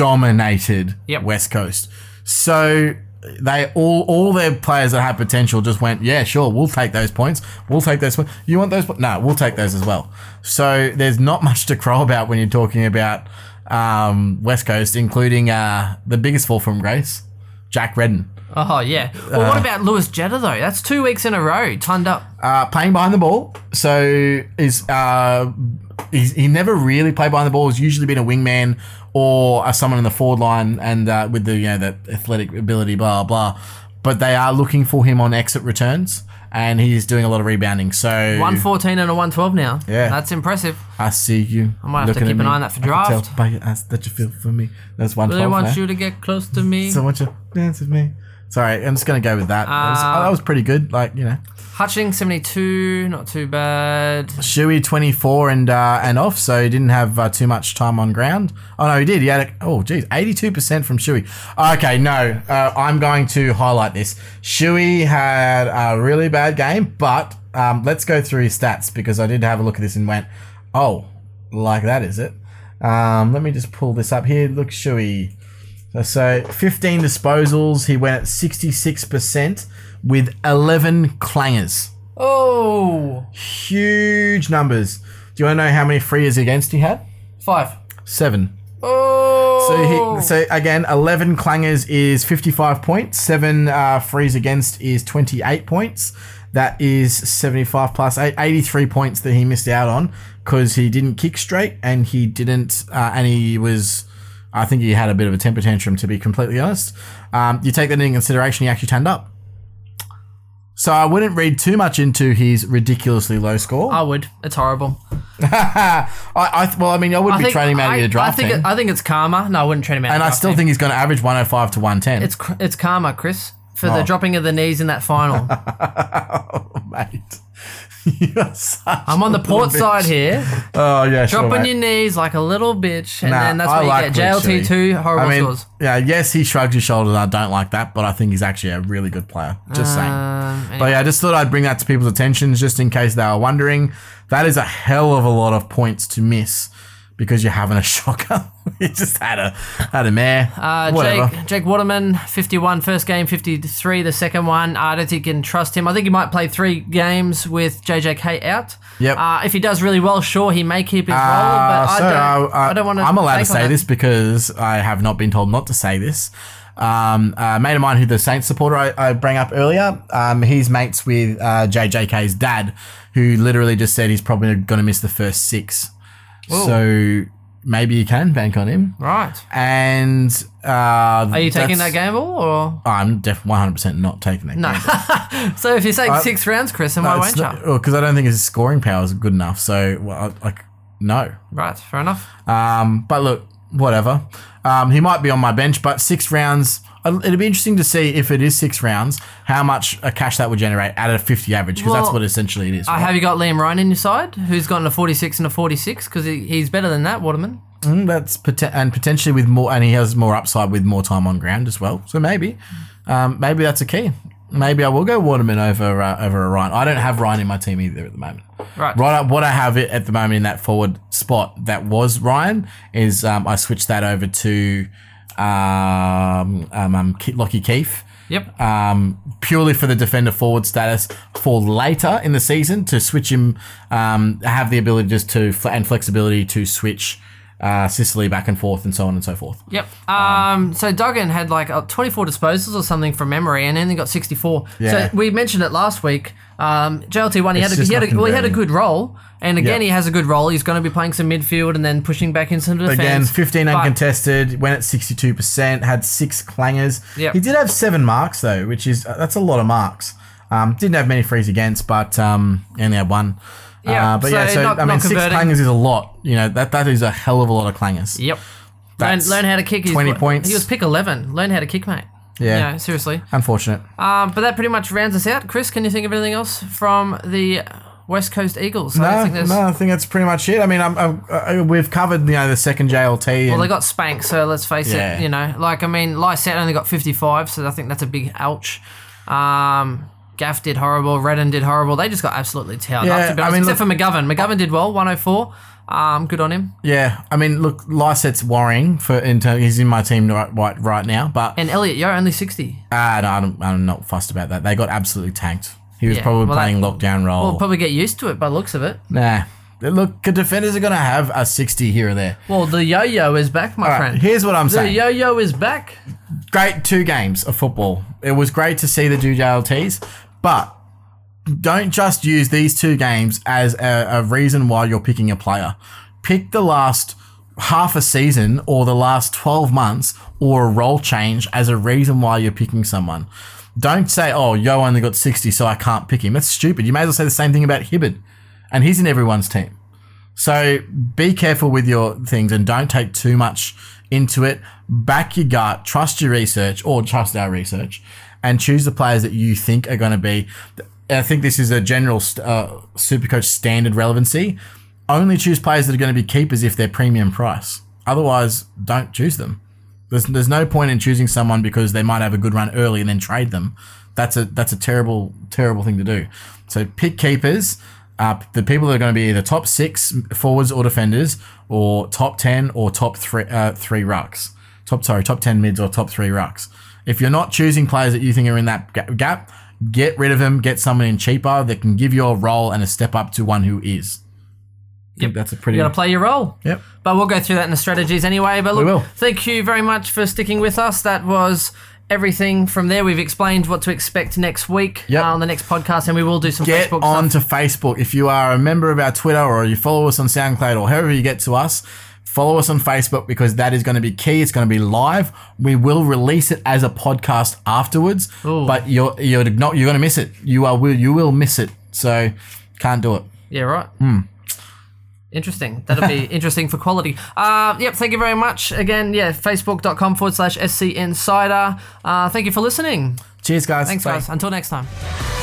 C: dominated
B: Yep.
C: West Coast. So they all all their players that had potential just went, yeah, sure, we'll take those points. We'll take those. po- You want those? po- No, we'll take those as well. So there's not much to crow about when you're talking about um, West Coast, including uh, the biggest fall from grace, Jack Redden,
B: Oh yeah. Well, what about Lewis Jetta though? That's two weeks in a row. Tunned up.
C: uh, playing behind the ball. So is uh, he's, he never really played behind the ball. He's usually been a wingman or uh, someone in the forward line and uh, with the you know that athletic ability, blah blah. But they are looking for him on exit returns, and he's doing a lot of rebounding. So
B: One fourteen and a one twelve now.
C: Yeah.
B: That's impressive.
C: I see you. I
B: might have to keep an eye on that for
C: Can
B: draft.
C: tell by your eyes that you feel for me. That's one.
B: Really
C: 12,
B: want
C: man.
B: you to get close to me.
C: eh? So I want you to dance with me. Sorry, I'm just gonna go with that. that, was,
B: Uh,
C: that was pretty good. Like you know,
B: Hutching seventy two, not too bad.
C: Shuey 24 and uh, and off, so he didn't have uh, too much time on ground. Oh no, he did. He had a, oh geez, 82% from Shuey. Okay, no, uh, I'm going to highlight this. Shuey had a really bad game, but um, let's go through his stats because I did have a look at this and went, oh, like that is it? Um, let me just pull this up here. Look, Shuey. So 15 disposals. He went at 66% with 11 clangers
B: Oh,
C: huge numbers. Do you want to know how many frees against he had?
B: five.
C: Seven. So
B: Oh,
C: he, so again, eleven clangers is fifty-five points. Seven uh, frees against is twenty-eight points. That is seventy-five plus eight, 83 points that he missed out on because he didn't kick straight and he didn't, uh, and he was. I think he had a bit of a temper tantrum, to be completely honest. Um, you take that into consideration, he actually turned up. So I wouldn't read too much into his ridiculously low score.
B: I would. It's horrible.
C: I, I th- well, I mean, I would
B: I
C: be trading him out of your
B: I
C: draft
B: think
C: team,
B: it, I think it's karma. No, I wouldn't trade him out.
C: and
B: of
C: I
B: draft
C: still
B: team.
C: think he's going to average 105 to 110.
B: it's cr- it's karma, Chris, for
C: Oh.
B: the dropping of the knees in that final.
C: mate. Oh, You're such
B: I'm on the
C: a little
B: port
C: bitch.
B: side here,
C: Oh yeah, sure,
B: dropping
C: mate.
B: your knees like a little bitch, and
C: Nah,
B: then that's
C: I
B: what you
C: like
B: get.
C: Luke
B: JLT two
C: Shuey.
B: horrible
C: I mean,
B: scores.
C: Yeah, yes, he shrugged his shoulders. I don't like that, but I think he's actually a really good player. Just saying.
B: Um,
C: But yeah, I just thought I'd bring that to people's attentions, just in case they were wondering. That is a hell of a lot of points to miss because you're having a shocker. you just had a had a mare.
B: Uh,
C: Whatever.
B: Jake, Jake Waterman, 51 first game, 53 the second one. I don't think you can trust him. I think he might play three games with JJK out.
C: Yep.
B: Uh, if he does really well, sure, he may keep his
C: Uh,
B: role, but
C: so,
B: I don't,
C: uh,
B: I don't want to.
C: I'm allowed to say this because I have not been told not to say this. Um, a mate of mine who the Saints supporter I, I bring up earlier, um, he's mates with uh, JJK's dad, who literally just said he's probably going to miss the first six. So maybe you can bank on him.
B: Right.
C: And uh,
B: Are you taking that gamble or.
C: I'm def 100% not taking that
B: No.
C: game.
B: so if you're saying
C: Uh,
B: six rounds, Chris, then why won't you?
C: Because I don't think his scoring power is good enough. So, well, I- like, no.
B: Right, fair enough.
C: Um, but look, whatever. Um, he might be on my bench, but six rounds. uh, It'd be interesting to see if it is six rounds, how much a cash that would generate at a 50 average, because that's
B: Well,
C: what essentially it is.
B: Uh,
C: right?
B: have you got Liam Ryan in your side, who's gotten a 46 and a 46? Because he, he's better than that, Waterman.
C: Mm, that's poten- and potentially with more, and he has more upside with more time on ground as well. So maybe, um, maybe that's a key. Maybe I will go Waterman over uh, over a Ryan. I don't have Ryan in my team either at the moment.
B: Right.
C: Right. up- What I have it at the moment in that forward spot that was Ryan is um, I switched that over to um, um, um Ke- Lockie Keefe.
B: Yep.
C: Um, purely for the defender forward status for later in the season to switch him, um, have the ability just to fl- and flexibility to switch uh, Sicily back and forth and so on and so forth.
B: Yep. Um, so Duggan had like uh, 24 disposals or something from memory, and only got 64.
C: Yeah.
B: So we mentioned it last week. Um, JLT one, he
C: It's
B: had a,
C: just
B: he had a,
C: not
B: well, he had a
C: converting.
B: good role, and again
C: Yep.
B: he has a good role. He's going to be playing some midfield and then pushing back into the defense.
C: Again, 15
B: But-
C: uncontested, went at 62%, had six clangers.
B: Yep.
C: He did have seven marks, though, which is uh, that's a lot of marks. Um, didn't have many frees against, but um, he only had one.
B: Yeah,
C: Uh, but
B: so
C: yeah, so
B: not-
C: I mean,
B: not
C: six
B: converting.
C: clangers is a lot. You know, that that is a hell of a lot of clangers.
B: Yep. Learn,
C: That's
B: learn how to kick. He's-
C: 20 points.
B: He was pick 11. Learn how to kick, mate.
C: Yeah.
B: No, seriously.
C: Unfortunate.
B: Um, but that pretty much rounds us out. Chris, can you think of anything else from the West Coast Eagles? I don't
C: No,
B: think there's-
C: no, I think that's pretty much it. I mean, I'm, I'm, uh, we've covered you know the second JLT.
B: Well,
C: and-
B: they got spanked, so let's face
C: Yeah.
B: it. You know, like I mean, Lysette only got fifty-five, so I think that's a big ouch. Um, Gaff did horrible. Redden did horrible. They just got absolutely towed
C: Yeah,
B: up. To be
C: I
B: honest,
C: mean,
B: except for McGovern. McGovern did well, one hundred four. Um, good on him.
C: yeah, I mean, look, Lysette's worrying for in term, he's in my team right right, right now, but
B: And Elliot, you're only sixty.
C: Ah, no, I'm, I'm not fussed about that. They got absolutely tanked. He was
B: Yeah,
C: probably
B: well, that-
C: playing lockdown role.
B: We'll probably get used to it by the looks of it.
C: nah. Look, defenders are going to have a 60 here or there.
B: Well, the yo-yo is back, my
C: All right,
B: friend.
C: here's what I'm
B: the
C: saying.
B: yo-yo is back.
C: great two games of football. It was great to see the two JLTs, but don't just use these two games as a, a reason why you're picking a player. Pick the last half a season or the last 12 months or a role change as a reason why you're picking someone. Don't say, oh, Yo only got 60, so I can't pick him. That's stupid. You may as well say the same thing about Hibbard, and he's in everyone's team. So be careful with your things and don't take too much into it. Back your gut, trust your research or trust our research and choose the players that you think are going to be. I think this is a general st- uh, Supercoach standard relevancy. Only choose players that are going to be keepers if they're premium price. Otherwise, don't choose them. There's, there's no point in choosing someone because they might have a good run early and then trade them. That's a that's a terrible terrible thing to do. So pick keepers, uh, the people that are going to be either top six forwards or defenders, or top ten or top three uh, three rucks. Top sorry top ten mids or top three rucks. If you're not choosing players that you think are in that ga- gap, get rid of them. Get someone in cheaper that can give you a role and a step up to one who is. I think that's a pretty.
B: You got to play your role.
C: Yep.
B: But we'll go through that in the strategies anyway. But look,
C: will.
B: thank you very much for sticking with us. That was everything from there. We've explained what to expect next week
C: Yep.
B: uh, on the next podcast, and we will do some
C: get
B: Facebook
C: on
B: stuff.
C: to Facebook. If you are a member of our Twitter or you follow us on SoundCloud or however you get to us, follow us on Facebook because that is going to be key. It's going to be live. We will release it as a podcast afterwards, but you're you're not you're going to miss it. You are will you will miss it. So can't do it.
B: Yeah, right.
C: Hmm.
B: Interesting. That'll be interesting for quality. Uh, yep, thank you very much. Again, yeah, facebook.com forward slash SC Insider. Uh, thank you for listening.
C: Cheers, guys.
B: Thanks,
C: Bye.
B: guys. Until next time.